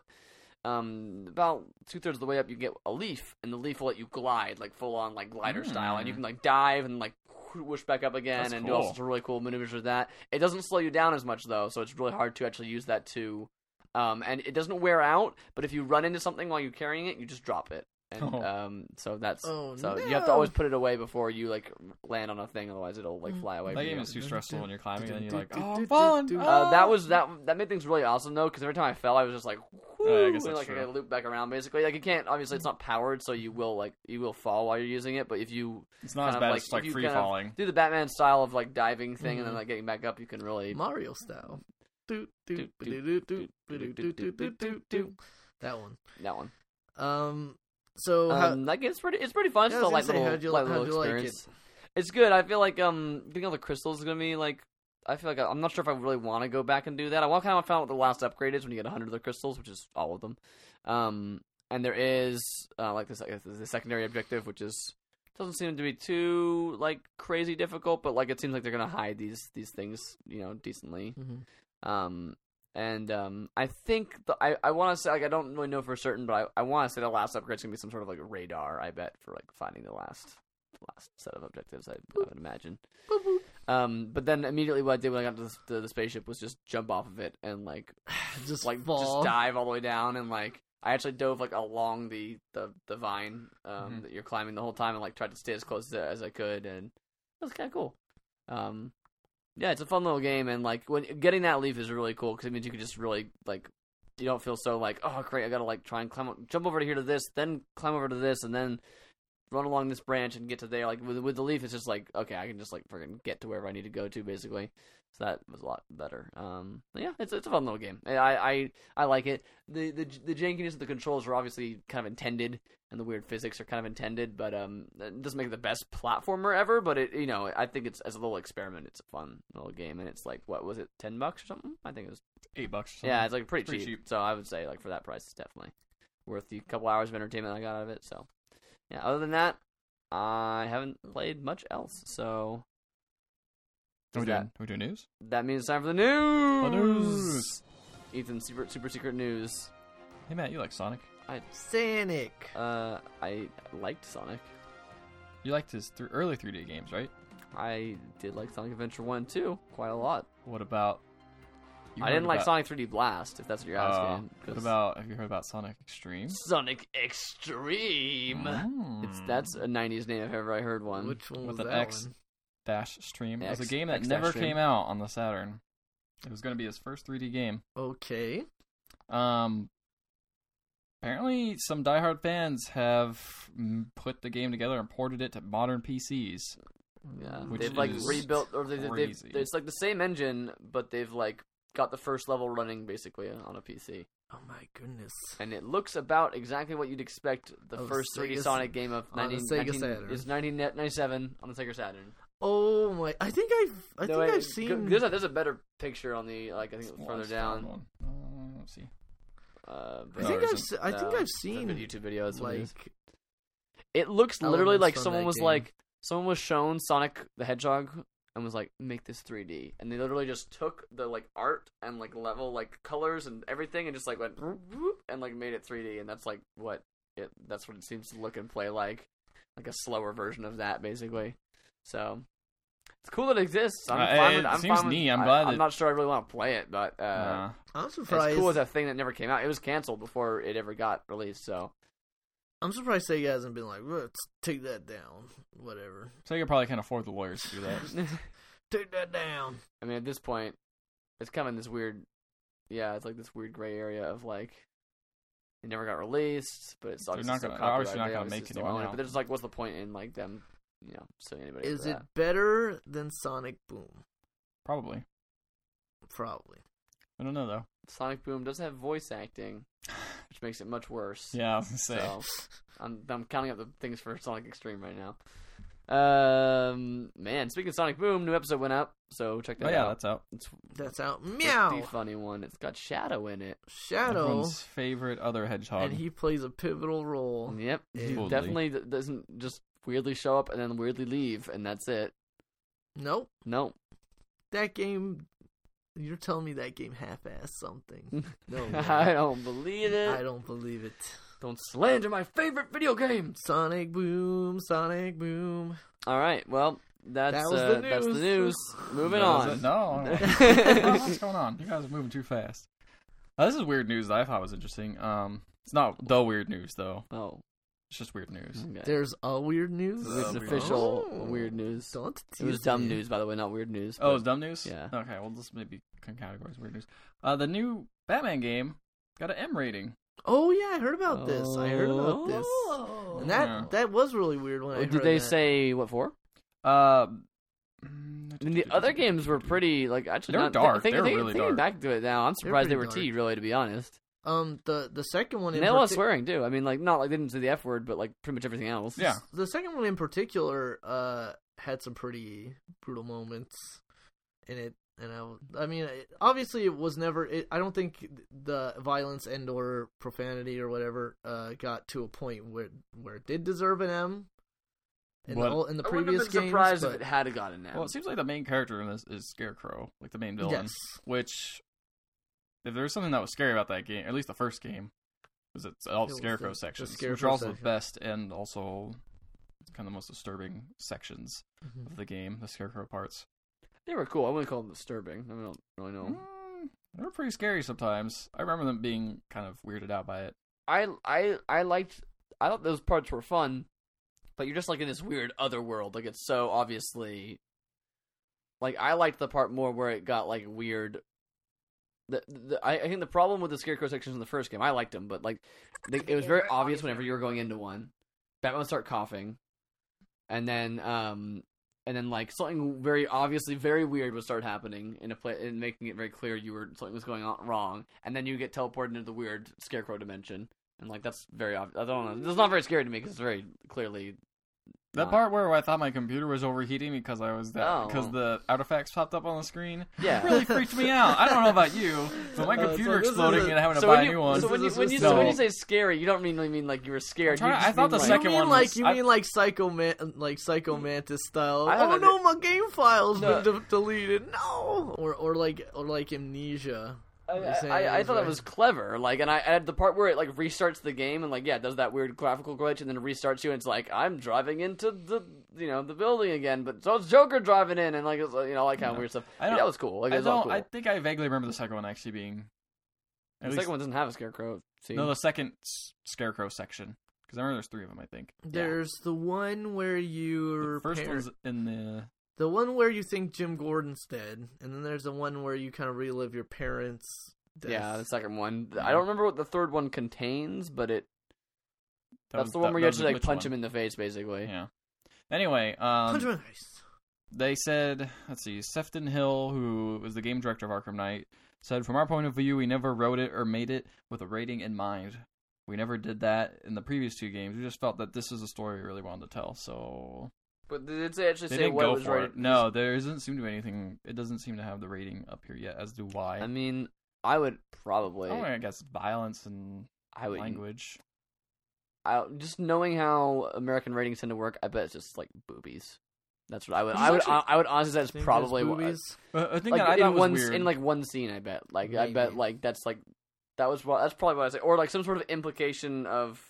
Speaker 1: Um, about two thirds of the way up, you get a leaf, and the leaf will let you glide like full on like glider style, and you
Speaker 2: Mm.
Speaker 1: can like dive and like whoosh back up again
Speaker 2: That's
Speaker 1: and do all
Speaker 2: cool.
Speaker 1: sorts of really cool maneuvers with that. It doesn't slow you down as much though, so it's really hard to actually use that to. Um, and it doesn't wear out, but if you run into something while you're carrying it, you just drop it. And,
Speaker 2: (laughs) Oh.
Speaker 1: um, so that's
Speaker 3: Oh,
Speaker 1: so you have to
Speaker 3: no. Mm.
Speaker 1: always put it away before you like land on a thing, otherwise it'll like fly away.
Speaker 2: that
Speaker 1: from
Speaker 2: game
Speaker 1: you.
Speaker 2: is too stressful when you're climbing, and then you're like,
Speaker 3: Do- do-
Speaker 2: "Oh,
Speaker 3: do-
Speaker 2: I'm
Speaker 3: do-
Speaker 2: falling."
Speaker 3: do-
Speaker 1: Uh, that
Speaker 2: oh."
Speaker 1: was that that made things really awesome though, because every time I fell, I was just like,
Speaker 2: yeah, I
Speaker 1: "Whoo,"
Speaker 2: guess
Speaker 1: and,
Speaker 2: that's
Speaker 1: like I
Speaker 2: true.
Speaker 1: loop back around basically. Like you can't obviously it's not powered, so you will like you will fall while you're using it. But if you
Speaker 2: It's not as
Speaker 1: kind of,
Speaker 2: bad
Speaker 1: like,
Speaker 2: as like
Speaker 1: if you
Speaker 2: free
Speaker 1: kind of-
Speaker 2: falling.
Speaker 1: do the Batman style of like diving
Speaker 2: Mm-hmm.
Speaker 1: thing and then like getting back up, you can really
Speaker 3: Mario style. Doot, doot,
Speaker 1: Doot,
Speaker 3: ba-doot, doot,
Speaker 1: doot,
Speaker 3: ba-doot,
Speaker 1: doot,
Speaker 3: doot, doot,
Speaker 1: doot, doot,
Speaker 3: doot, doot,
Speaker 1: doot.
Speaker 3: doot. That one.
Speaker 1: that one.
Speaker 3: Um. So how,
Speaker 1: Um, that game's pretty. It's pretty fun. It's
Speaker 3: Yeah,
Speaker 1: just a
Speaker 3: I was
Speaker 1: light
Speaker 3: gonna say,
Speaker 1: little,
Speaker 3: how'd you-
Speaker 1: light little
Speaker 3: how'd you like
Speaker 1: experience. It's good. I feel like um, getting all the crystals is gonna be like. I feel like I, I'm not sure if I really want to go back and do that. I want kind of found out what the last upgrade is when you get 100 of the crystals, which is all of them. Um, and there is uh, like this the secondary objective, which is doesn't seem to be too like crazy difficult, but like it seems like they're gonna hide these these things, you know, decently.
Speaker 3: Mhm.
Speaker 1: Um, and um, I think the, I I want to say like I don't really know for certain, but I, I want to say the last upgrade's gonna be some sort of like radar. I bet for like finding the last the last set of objectives. I, I would imagine.
Speaker 3: Boop, boop.
Speaker 1: Um, but then immediately what I did when I got to the, to the spaceship was just jump off of it and like
Speaker 3: (sighs) just
Speaker 1: like
Speaker 3: fall.
Speaker 1: just dive all the way down and like I actually dove like along the the, the vine um,
Speaker 3: Mm-hmm.
Speaker 2: Mhm.
Speaker 1: that you're climbing the whole time and like tried to stay as close to it as I could and it was kind of cool. Um, yeah, it's a fun little game and like when getting that leaf is really cool because it means you can just really like you don't feel so like oh great I gotta like try and climb up, jump over to here to this then climb over to this and then run along this branch and get to there like with with the leaf it's just like okay I can just like freaking get to wherever I need to go to basically. So that was a lot better. Um, but yeah, it's it's a fun little game. I I, I like it. The, the the jankiness of the controls are obviously kind of intended, and the weird physics are kind of intended. But um, it doesn't make it the best platformer ever. But it you know I think it's as a little experiment, it's a fun little game, and it's like what was it ten bucks or something? I think it was.
Speaker 2: Eight bucks. Or something.
Speaker 1: Yeah, it's like pretty,
Speaker 2: Pretty
Speaker 1: cheap.
Speaker 2: cheap.
Speaker 1: So I would say like for that price, it's definitely worth the couple hours of entertainment I got out of it. So yeah, other than that, I haven't played much else. So
Speaker 2: Are we
Speaker 1: is that-
Speaker 2: doing? Are we doing news?
Speaker 1: that means it's time for the news.
Speaker 2: news.
Speaker 1: Ethan, super super secret news.
Speaker 2: Hey Matt, you like Sonic?
Speaker 3: Sonic.
Speaker 1: Uh, I liked Sonic.
Speaker 2: You liked his th- early 3D games, right?
Speaker 1: I did like Sonic Adventure One too, quite a lot.
Speaker 2: What about? you
Speaker 1: I
Speaker 2: heard
Speaker 1: didn't like
Speaker 2: about-
Speaker 1: Sonic 3D Blast, if that's what you're
Speaker 2: uh,
Speaker 1: asking. 'cause
Speaker 2: what about? Have you heard about Sonic Extreme?
Speaker 1: Sonic Extreme? It's
Speaker 2: Mm.
Speaker 1: that's a '90s name if ever I heard one.
Speaker 3: Which one
Speaker 2: with
Speaker 3: was
Speaker 2: an
Speaker 3: that
Speaker 2: X.
Speaker 3: one?
Speaker 2: Dash Stream. It was a
Speaker 1: X-
Speaker 2: game that
Speaker 1: X Dash
Speaker 2: never
Speaker 1: Stream.
Speaker 2: came out on the Saturn. It was going to be his first 3D game.
Speaker 3: Okay.
Speaker 2: Um, apparently, some diehard fans have mm, put the game together and ported it to modern PCs.
Speaker 1: yeah,
Speaker 2: Which
Speaker 1: they've like
Speaker 2: is
Speaker 1: rebuilt or they, they,
Speaker 2: crazy.
Speaker 1: they've it's like the same engine, but they've like got the first level running basically on a PC,
Speaker 3: Oh my goodness.
Speaker 1: and it looks about exactly what you'd expect the
Speaker 3: Of
Speaker 1: first 3D
Speaker 3: Oh, Sega
Speaker 1: Sonic game of
Speaker 3: on the
Speaker 1: 19,
Speaker 3: Sega
Speaker 1: 19
Speaker 3: Saturn.
Speaker 1: is 1997 on the Sega Saturn.
Speaker 3: Oh my! I think I've
Speaker 1: No,
Speaker 3: I think
Speaker 1: wait,
Speaker 3: I've
Speaker 1: go-
Speaker 3: seen.
Speaker 1: There's a there's a better picture on the like I think further down.
Speaker 2: One. Uh, let's see.
Speaker 1: Uh,
Speaker 3: I
Speaker 1: but-
Speaker 3: think
Speaker 1: or
Speaker 3: I've
Speaker 1: some-
Speaker 3: se- I think
Speaker 1: no,
Speaker 3: I've
Speaker 1: some
Speaker 3: seen,
Speaker 1: good YouTube videos. of
Speaker 3: like
Speaker 1: these. it looks literally
Speaker 3: elements
Speaker 1: like
Speaker 3: from
Speaker 1: someone
Speaker 3: that
Speaker 1: was
Speaker 3: game.
Speaker 1: like someone was shown Sonic the Hedgehog and was like make this 3D, and they literally just took the like art and like level like colors and everything and just like went whoop, whoop, and like made it 3D, and that's like what it that's what it seems to look and play like, like a slower version of that basically. So. It's cool that it exists. I'm
Speaker 2: Uh,
Speaker 1: fine
Speaker 2: it-
Speaker 1: with,
Speaker 2: it
Speaker 1: I'm
Speaker 2: seems
Speaker 1: fine with-
Speaker 2: neat. I'm
Speaker 1: I-
Speaker 2: glad
Speaker 1: I'm
Speaker 2: it-
Speaker 1: not sure I really want to play it, but uh,
Speaker 2: Nah.
Speaker 3: I'm
Speaker 1: it's
Speaker 3: surprised.
Speaker 1: cool with a thing that never came out. It was canceled before it ever got released. So (laughs)
Speaker 3: I'm surprised Sega hasn't been like, let's take that down, whatever.
Speaker 2: Sega probably can't afford the lawyers to do that.
Speaker 1: (laughs) I
Speaker 3: Take that down.
Speaker 1: mean, at this point, it's kind of in this weird, yeah, it's like this weird gray area of like it never got released, but it's
Speaker 2: They're
Speaker 1: obviously
Speaker 2: not
Speaker 1: still
Speaker 2: gonna- they're obviously
Speaker 1: copyrighted,
Speaker 2: not gonna
Speaker 1: they obviously
Speaker 2: make
Speaker 1: still
Speaker 2: anyone
Speaker 1: own it,
Speaker 2: now.
Speaker 1: But there's like, what's the point in like them, you know, suing anybody?
Speaker 3: Is
Speaker 1: for
Speaker 3: it
Speaker 1: that?
Speaker 3: better than Sonic Boom?
Speaker 2: Probably.
Speaker 3: Probably.
Speaker 2: I don't know though.
Speaker 1: Sonic Boom does have voice acting, which makes it much worse.
Speaker 2: Yeah, I was gonna say.
Speaker 1: So I'm I'm counting up the things for (laughs) Sonic Extreme right now. Um, man, speaking of Sonic Boom, new episode went up, so check that
Speaker 2: oh yeah,
Speaker 1: out.
Speaker 2: that's out.
Speaker 3: That's out.
Speaker 1: pretty
Speaker 3: Meow.
Speaker 1: funny one. It's got Shadow in it.
Speaker 3: Shadow,
Speaker 2: Everyone's favorite other
Speaker 1: Um,
Speaker 2: hedgehog.
Speaker 3: and he plays a pivotal role.
Speaker 1: (laughs) Yep, he
Speaker 3: Boldly.
Speaker 1: definitely d- doesn't just weirdly show up and then weirdly leave, and that's it.
Speaker 3: Nope. (laughs)
Speaker 1: No,
Speaker 3: That game. You're telling me that game half-assed
Speaker 1: (laughs)
Speaker 3: something? No,
Speaker 1: I don't believe it.
Speaker 3: Oh, I don't believe it.
Speaker 1: Don't slander my favorite video games.
Speaker 3: Sonic Boom, Sonic Boom.
Speaker 1: All right, well that's
Speaker 3: That was
Speaker 1: uh,
Speaker 3: the
Speaker 1: that's the news.
Speaker 3: news.
Speaker 1: Moving
Speaker 2: No,
Speaker 1: on. (laughs) Oh,
Speaker 2: is it- No. no.
Speaker 3: (laughs)
Speaker 2: What's going on? You guys are moving too fast. Uh, this is weird news that I thought was interesting. Um, it's not the weird news though.
Speaker 1: oh,
Speaker 2: It's just weird news.
Speaker 1: okay.
Speaker 3: There's a weird news.
Speaker 1: It's
Speaker 2: Uh,
Speaker 1: official
Speaker 3: Oh.
Speaker 1: weird news.
Speaker 3: Don't
Speaker 1: It was
Speaker 3: tease
Speaker 1: dumb
Speaker 3: me.
Speaker 1: news, by the way, not weird news.
Speaker 2: Oh,
Speaker 1: but-
Speaker 2: it's dumb news.
Speaker 1: yeah.
Speaker 2: Okay. Well, this maybe can categorize weird news. Uh, the new Batman game got an M rating.
Speaker 3: Oh yeah, I heard about this. I heard about this.
Speaker 1: Oh.
Speaker 3: And that
Speaker 2: Yeah.
Speaker 3: that was really weird when I heard
Speaker 1: did they
Speaker 3: that.
Speaker 1: say what for?
Speaker 2: Uh, mm,
Speaker 1: I
Speaker 3: (laughs)
Speaker 1: mean, the other games were pretty like actually
Speaker 2: They were
Speaker 1: not,
Speaker 2: dark.
Speaker 1: Think,
Speaker 2: They were
Speaker 1: think-
Speaker 2: really
Speaker 1: thinking
Speaker 2: dark.
Speaker 1: back to it now, I'm surprised they
Speaker 3: pretty
Speaker 1: were
Speaker 3: dark.
Speaker 1: T. Really, to be honest,
Speaker 3: um the the second one in
Speaker 1: and they had a lot of
Speaker 3: partic-
Speaker 1: swearing too. I mean, like not like they didn't say the F word, but like pretty much everything else.
Speaker 2: Yeah.
Speaker 3: the second one in particular uh had some pretty brutal moments in it and I, I mean it, obviously it was never it, I don't think the violence and or profanity or whatever uh got to a point where where it did deserve an M in the
Speaker 2: But-
Speaker 3: the in the
Speaker 1: I wouldn't
Speaker 3: previous
Speaker 1: have been
Speaker 3: games
Speaker 1: surprised
Speaker 3: but
Speaker 1: if it had gotten that.
Speaker 2: Well, it seems like the main character in this is Scarecrow, like the main villain.
Speaker 3: yes
Speaker 2: Which, if there was something that was scary about that game, at least the first game, was it's all
Speaker 3: It was
Speaker 2: Scarecrow
Speaker 3: the- the
Speaker 2: sections, which are
Speaker 3: Scarecrow
Speaker 2: also
Speaker 3: section.
Speaker 2: the best and also kind of the most disturbing sections of the game, the Scarecrow parts.
Speaker 1: they were cool. I wouldn't call them disturbing. I, mean, I don't really know.
Speaker 2: Mm, they're pretty scary sometimes. I remember them being kind of weirded out by it.
Speaker 1: I I I liked. I thought those parts were fun, but you're just like in this weird other world. Like it's so obviously. Like I liked the part more where it got like weird. The, the I, I think the problem with the scarecrow sections in the first game, I liked them, but like they, it was very obvious whenever you were going into one. Batman would start coughing, and then um and then like something very obviously very weird would start happening in a play and making it very clear you were something was going on wrong and then you get teleported into the weird scarecrow dimension and like that's very obvious i don't know that's not very scary to me because it's very clearly
Speaker 2: That
Speaker 1: not-
Speaker 2: part where I thought my computer was overheating because I was
Speaker 1: Oh.
Speaker 2: because the artifacts popped up on the screen
Speaker 1: (laughs) yeah
Speaker 2: really freaked me out. I don't know about you, but
Speaker 1: (laughs)
Speaker 2: my
Speaker 3: Uh, it's
Speaker 2: computer
Speaker 3: like, this is
Speaker 2: exploding
Speaker 3: a-
Speaker 2: and having to
Speaker 1: so
Speaker 2: buy
Speaker 1: when
Speaker 2: a new
Speaker 1: you,
Speaker 2: one.
Speaker 1: so when you,
Speaker 3: This is
Speaker 1: when,
Speaker 3: a
Speaker 1: you, so when you
Speaker 2: system.
Speaker 1: say scary you don't mean really mean like you were scared
Speaker 2: trying
Speaker 1: You
Speaker 2: to-
Speaker 1: just
Speaker 2: I thought
Speaker 1: mean,
Speaker 2: the
Speaker 1: like-
Speaker 2: second
Speaker 3: you mean
Speaker 2: one
Speaker 3: like
Speaker 2: was-
Speaker 3: you
Speaker 2: I-
Speaker 3: mean like psycho man like psycho mantis style?
Speaker 1: Mm-hmm. I don't
Speaker 3: oh
Speaker 1: know,
Speaker 3: no, my game file's
Speaker 1: No.
Speaker 3: been de- deleted. No, or or like or like amnesia.
Speaker 1: I,
Speaker 3: You're saying
Speaker 1: I, I,
Speaker 3: it was
Speaker 1: thought that
Speaker 3: right.
Speaker 1: was clever. Like, and I had the part where it like restarts the game and like yeah, it does that weird graphical glitch and then restarts you and it's like I'm driving into the you know the building again, but so it's Joker driving in and like it's like, you know like kind of
Speaker 2: Yeah.
Speaker 1: weird stuff.
Speaker 2: I
Speaker 1: Yeah,
Speaker 2: don't-
Speaker 1: that was cool. Like
Speaker 2: I
Speaker 1: it was all
Speaker 2: don't.
Speaker 1: cool.
Speaker 2: I think I vaguely remember the second one actually being.
Speaker 1: the
Speaker 2: At least,
Speaker 1: second one doesn't have a scarecrow. Scene.
Speaker 2: no, the second s- scarecrow section because I remember there's three of them. I think
Speaker 3: There's the one where you're
Speaker 2: the first
Speaker 3: par-
Speaker 2: one's in the
Speaker 3: the one where you think Jim Gordon's dead, and then there's the one where you kind of relive your parents. Death.
Speaker 1: yeah, the second one. I don't remember what the third one contains, but it
Speaker 2: that
Speaker 1: that's
Speaker 2: was-
Speaker 1: the one
Speaker 2: that-
Speaker 1: where
Speaker 2: that
Speaker 1: you
Speaker 2: was
Speaker 1: actually
Speaker 2: the
Speaker 1: like
Speaker 2: glitch
Speaker 1: punch
Speaker 2: one.
Speaker 1: him in the face, basically.
Speaker 2: Yeah. Anyway,
Speaker 3: Punch him
Speaker 2: um,
Speaker 3: in the face.
Speaker 2: they said let's see, Sefton Hill, who was the game director of Arkham Knight, Said, from our point of view, we never wrote it or made it with a rating in mind. We never did that in the previous two games. We just felt that this is a story we really wanted to tell. So
Speaker 1: But did they actually
Speaker 2: they
Speaker 1: say
Speaker 2: didn't
Speaker 1: what
Speaker 2: go
Speaker 1: was
Speaker 2: for
Speaker 1: rated?
Speaker 2: it. No, there doesn't seem to be anything. It doesn't seem to have the rating up here yet. As do why.
Speaker 1: I mean, I would probably.
Speaker 2: Oh, I guess violence and
Speaker 1: I would.
Speaker 2: language.
Speaker 1: I, just knowing how American ratings tend to work, I bet it's just like boobies. That's what I would.
Speaker 2: Which is
Speaker 1: I would.
Speaker 2: actually-
Speaker 1: I, I would honestly say that's
Speaker 3: Think there's
Speaker 1: probably
Speaker 2: uh,
Speaker 1: what. I-
Speaker 3: boobies?
Speaker 2: But I think
Speaker 1: Like
Speaker 2: that I
Speaker 1: in
Speaker 2: thought was
Speaker 1: one
Speaker 2: weird.
Speaker 1: in like one scene, I bet. Like I bet
Speaker 3: Maybe.
Speaker 1: like that's like that was what that's probably what I say, or like some sort of implication of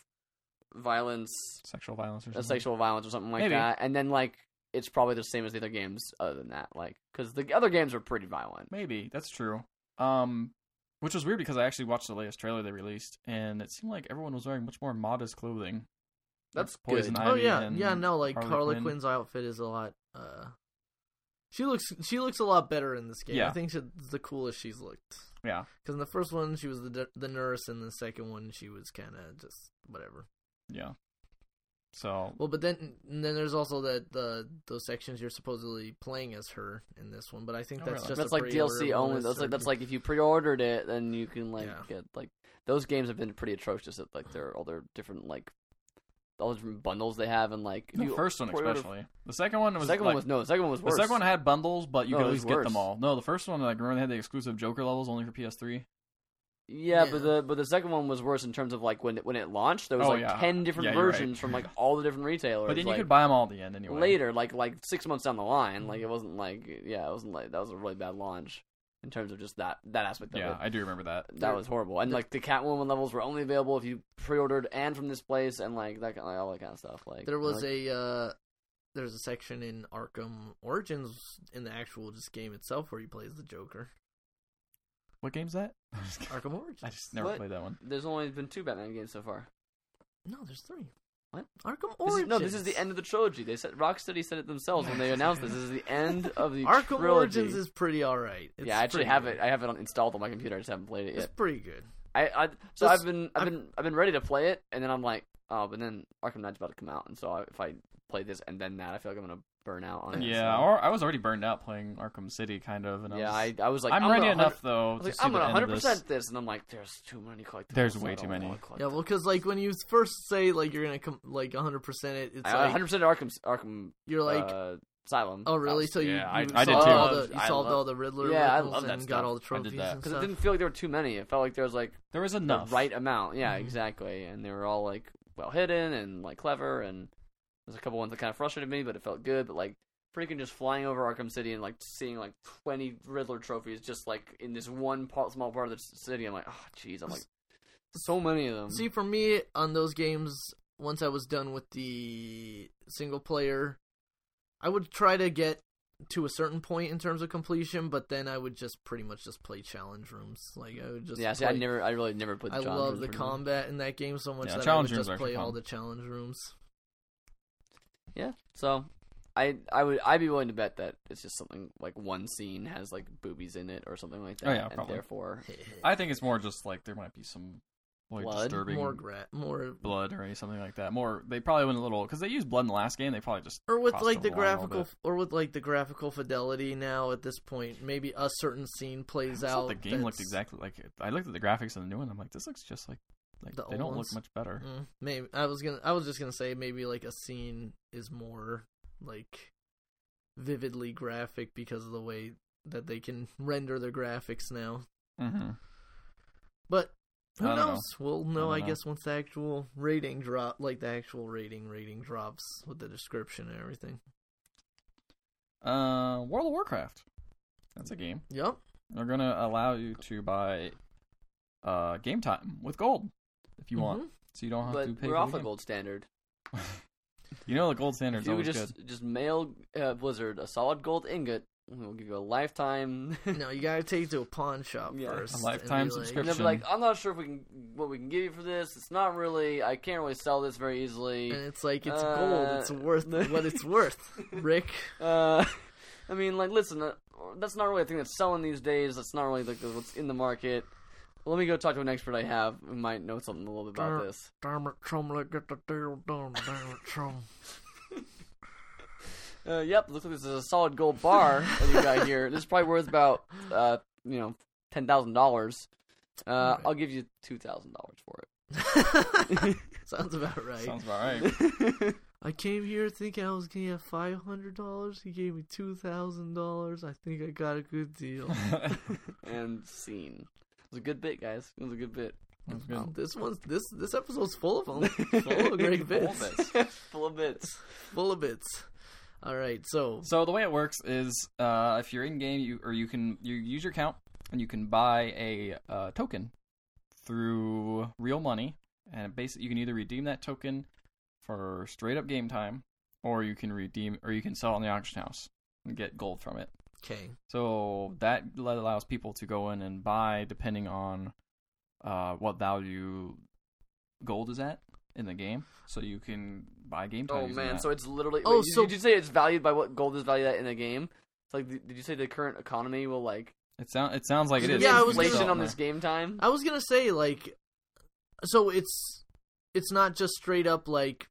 Speaker 1: violence,
Speaker 2: sexual violence or
Speaker 1: uh,
Speaker 2: something.
Speaker 1: sexual violence, or something like
Speaker 2: Mm-hmm. Maybe.
Speaker 1: that. And then like it's probably the same as the other games, other than that, like because the other games are pretty violent.
Speaker 2: Maybe that's true. Um, which was weird because I actually watched the latest trailer they released, and it seemed like everyone was wearing much more modest clothing.
Speaker 1: That's
Speaker 2: Like poison
Speaker 1: good.
Speaker 2: ivy.
Speaker 3: Oh yeah,
Speaker 2: and
Speaker 3: yeah. No, like
Speaker 2: Harley
Speaker 3: Harley
Speaker 2: Quinn.
Speaker 3: Quinn's outfit is a lot. uh She looks she looks a lot better in this game.
Speaker 2: Yeah.
Speaker 3: I think she's the coolest she's looked.
Speaker 2: Yeah.
Speaker 3: Because in the first one she was the the nurse, and the second one she was kind of just whatever.
Speaker 2: Yeah. So
Speaker 3: Well, but then and then there's also that the those sections you're supposedly playing as her in this one. But I think
Speaker 2: Oh,
Speaker 3: that's
Speaker 2: really?
Speaker 3: just
Speaker 1: That's
Speaker 3: a
Speaker 1: like DLC
Speaker 3: pre-order
Speaker 1: only.
Speaker 3: bonus
Speaker 1: That's
Speaker 3: or-
Speaker 1: like that's like if you pre-ordered it, then you can like
Speaker 3: Yeah.
Speaker 1: get like those games have been pretty atrocious at like their all their different like all the different bundles they have and like if
Speaker 2: the
Speaker 1: you
Speaker 2: first one
Speaker 1: pre-order-
Speaker 2: especially. The second one
Speaker 1: The
Speaker 2: was
Speaker 1: second
Speaker 2: like,
Speaker 1: one was no. The second one was
Speaker 2: the
Speaker 1: worse.
Speaker 2: second one had bundles, but you
Speaker 1: No,
Speaker 2: could
Speaker 1: it
Speaker 2: at
Speaker 1: was
Speaker 2: least get them
Speaker 1: worse.
Speaker 2: all. No, the first one like remember they had the exclusive Joker levels only for PS3.
Speaker 1: Yeah, but
Speaker 3: Yeah.
Speaker 1: the but the second one was worse in terms of like when it, when it launched, there was
Speaker 2: Oh,
Speaker 1: like
Speaker 2: yeah.
Speaker 1: ten different
Speaker 2: Yeah, you're right.
Speaker 1: versions from like all the different retailers.
Speaker 2: But then you
Speaker 1: like,
Speaker 2: could buy them all at the end anyway. Mm-hmm.
Speaker 1: later, like like six months down the line. Like it wasn't like yeah, it wasn't like that was a really bad launch in terms of just that that aspect of
Speaker 2: Yeah,
Speaker 1: it.
Speaker 2: I do remember that.
Speaker 1: That was horrible, and
Speaker 3: the-
Speaker 1: like the Catwoman levels were only available if you pre-ordered and from this place, and like that, kind like, all that kind of stuff. Like
Speaker 3: there
Speaker 1: like,
Speaker 3: was a uh, there's a section in Arkham Origins in the actual just game itself where he plays the Joker.
Speaker 2: What game's that? (laughs)
Speaker 3: Arkham Origins.
Speaker 2: I just never
Speaker 1: What?
Speaker 2: played that one.
Speaker 1: There's only been two Batman games so far.
Speaker 3: No, there's three.
Speaker 1: What?
Speaker 3: Arkham
Speaker 1: This
Speaker 3: Origins.
Speaker 1: is, no, this is the end of the trilogy. They said Rocksteady said it themselves when
Speaker 3: (laughs)
Speaker 1: they announced this. This is the end of the
Speaker 3: Arkham
Speaker 1: trilogy.
Speaker 3: Origins is pretty all right. It's
Speaker 1: yeah, I actually
Speaker 3: pretty
Speaker 1: have
Speaker 3: good.
Speaker 1: it. I have it on, installed on my computer. I just haven't played it
Speaker 3: It's
Speaker 1: yet.
Speaker 3: pretty good.
Speaker 1: I, I so
Speaker 3: This-
Speaker 1: I've been I've,
Speaker 3: I've-
Speaker 1: been I've been ready to play it, and then I'm like, oh, but then Arkham Knight's about to come out, and so I, if I play this and then that, I feel like I'm gonna burn out on it.
Speaker 2: Yeah,
Speaker 1: so.
Speaker 2: or I was already burned out playing Arkham City, kind of. And
Speaker 1: yeah.
Speaker 2: I
Speaker 1: I, I was like,
Speaker 2: am
Speaker 1: I'm
Speaker 2: ready
Speaker 1: gonna
Speaker 2: enough though.
Speaker 1: I was
Speaker 2: to
Speaker 1: like,
Speaker 2: see
Speaker 1: I'm
Speaker 2: the
Speaker 1: gonna
Speaker 2: end
Speaker 1: 100
Speaker 2: of this.
Speaker 1: percent this, and I'm like, there's too many collectibles.
Speaker 2: There's
Speaker 1: I
Speaker 2: way
Speaker 1: don't
Speaker 2: too many.
Speaker 1: wanna collect
Speaker 3: Yeah,
Speaker 1: them.
Speaker 3: well, because like when you first say like you're gonna come like 100 percent it, it's
Speaker 1: I
Speaker 3: like
Speaker 1: 100 percent Arkham Arkham
Speaker 3: you're like
Speaker 1: uh, Asylum.
Speaker 3: oh really? So you,
Speaker 2: yeah, I-
Speaker 3: you
Speaker 2: I did
Speaker 3: solved
Speaker 2: too.
Speaker 3: all the you
Speaker 1: I
Speaker 3: solved
Speaker 1: love-
Speaker 3: all the Riddler
Speaker 1: Yeah, I
Speaker 3: riddles
Speaker 1: love that
Speaker 3: and
Speaker 1: stuff.
Speaker 3: got all
Speaker 2: I
Speaker 3: the
Speaker 2: did
Speaker 3: trophies
Speaker 2: that.
Speaker 3: and
Speaker 1: because it
Speaker 3: stuff.
Speaker 1: didn't feel like there were too many. It felt like there was like
Speaker 2: There was
Speaker 1: the
Speaker 2: enough. Mm-hmm.
Speaker 1: right amount. Yeah,
Speaker 3: Mhm.
Speaker 1: exactly. And they were all like well hidden and like clever. And there's a couple ones that kind of frustrated me, but it felt good. But like freaking just flying over Arkham City and like seeing like 20 Riddler trophies just like in this one part, small part of the c- city. I'm like, oh jeez. I'm like, so many of them.
Speaker 3: See, for me on those games, once I was done with the single player, I would try to get to a certain point in terms of completion, but then I would just pretty much just play challenge rooms. Like I would just
Speaker 1: yeah, see, I
Speaker 3: play-
Speaker 1: never, I really never put.
Speaker 3: I love the combat in that game so much
Speaker 2: Yeah,
Speaker 3: that I would
Speaker 2: challenge rooms
Speaker 3: just
Speaker 2: are actually
Speaker 3: play all
Speaker 2: fun.
Speaker 3: the challenge rooms. (laughs)
Speaker 1: Yeah. So I I would I'd be willing to bet that it's just something like one scene has like boobies in it or something like that.
Speaker 2: Oh, yeah,
Speaker 1: and
Speaker 2: probably.
Speaker 1: therefore
Speaker 2: (laughs) I think it's more just like there might be some like
Speaker 1: Blood?
Speaker 2: disturbing
Speaker 3: more gra- more
Speaker 2: blood or any- something like that. More they probably went a little because they used blood in the last game. They probably just
Speaker 3: or with
Speaker 2: crossed
Speaker 3: like the
Speaker 2: over line a little
Speaker 3: graphical
Speaker 2: bit.
Speaker 3: or with like the graphical fidelity now at this point maybe a certain scene
Speaker 2: I
Speaker 3: plays
Speaker 2: just
Speaker 3: out
Speaker 2: thought the game looked
Speaker 3: that's-
Speaker 2: exactly like it. I looked at the graphics in the new one. I'm like, this looks just like like
Speaker 3: The
Speaker 2: they
Speaker 3: old
Speaker 2: don't
Speaker 3: ones?
Speaker 2: look much better.
Speaker 3: Mm, maybe I was gonna. I was just gonna say maybe like a scene is more like vividly graphic because of the way that they can render their graphics now.
Speaker 1: Mm.
Speaker 2: hmm
Speaker 3: But who
Speaker 2: I don't know.
Speaker 3: knows? We'll know,
Speaker 2: don't
Speaker 3: I,
Speaker 2: know.
Speaker 3: guess, once the actual rating drop, like the actual rating rating drops with the description and everything.
Speaker 2: Uh, World of Warcraft. That's a game.
Speaker 3: Yep.
Speaker 2: They're gonna allow you to buy uh game time with gold if you want,
Speaker 3: Mhm.
Speaker 2: so you don't have
Speaker 1: Mm-hmm. but
Speaker 2: to pay.
Speaker 1: we're
Speaker 2: for
Speaker 1: off
Speaker 2: the
Speaker 1: the
Speaker 2: game.
Speaker 1: gold standard.
Speaker 2: You know the gold
Speaker 1: If
Speaker 2: standard's
Speaker 1: you
Speaker 2: always
Speaker 1: just
Speaker 2: good.
Speaker 1: just mail uh, Blizzard a solid gold ingot, we'll give you a lifetime. (laughs)
Speaker 3: No, you gotta take it to a pawn shop
Speaker 1: Yeah. A
Speaker 3: first. and
Speaker 2: lifetime
Speaker 3: be like-
Speaker 1: And they'll be
Speaker 2: subscription.
Speaker 1: like, I'm not sure if we can what we can give you for this. It's not really. I can't really sell this very easily.
Speaker 3: And it's like it's
Speaker 1: Uh,
Speaker 3: gold. It's worth what it's worth, Rick.
Speaker 1: Uh, (laughs) I mean, like, listen, uh, that's not really a thing that's selling these days. That's not really like what's in the market. Let me go talk to an expert I have who might know something a little bit about
Speaker 3: Darn.
Speaker 1: this.
Speaker 3: Damn it, Trumley, get the deal done. Damn it, Trum.
Speaker 1: Uh, yep, looks like this is a solid gold bar that you got here. This is probably worth about, uh, you know, ten thousand dollars, uh,
Speaker 3: Right.
Speaker 1: I'll give you two thousand dollars for
Speaker 3: Sounds
Speaker 1: (laughs)
Speaker 3: about right.
Speaker 2: Sounds about right.
Speaker 1: it.
Speaker 3: I came here thinking I was gonna get five hundred dollars. He gave me two thousand dollars. I think I got a good deal.
Speaker 1: (laughs) and scene. It was a good bit, guys. It was a good bit.
Speaker 2: (laughs) That's
Speaker 3: Wow,
Speaker 2: good.
Speaker 3: this one's this this episode's full
Speaker 2: (laughs)
Speaker 3: of them. full of great bits.
Speaker 2: Full of (laughs)
Speaker 1: Full of bits.
Speaker 3: Full of bits. All right, so
Speaker 2: So the way it works is, uh, if you're in game, you or you can you use your account and you can buy a uh, token through real money, and basically you can either redeem that token for straight up game time, or you can redeem or you can sell it on the auction house and get gold from it.
Speaker 3: okay,
Speaker 2: So that l- allows people to go in and buy depending on uh, what value gold is at in the game. So you can buy game time.
Speaker 1: Oh
Speaker 2: using
Speaker 1: man,
Speaker 2: that.
Speaker 1: so it's literally.
Speaker 3: Oh,
Speaker 1: Oh, did,
Speaker 3: so-
Speaker 1: did you say it's valued by what gold is valued at in a game? It's like, did you say the current economy will like
Speaker 2: it sounds it sounds like it is.
Speaker 3: Yeah, I was gonna-
Speaker 1: inflation
Speaker 2: Something
Speaker 1: on
Speaker 2: there.
Speaker 1: this game time?
Speaker 2: Oh,
Speaker 3: I was gonna say like, so it's it's not just straight up like,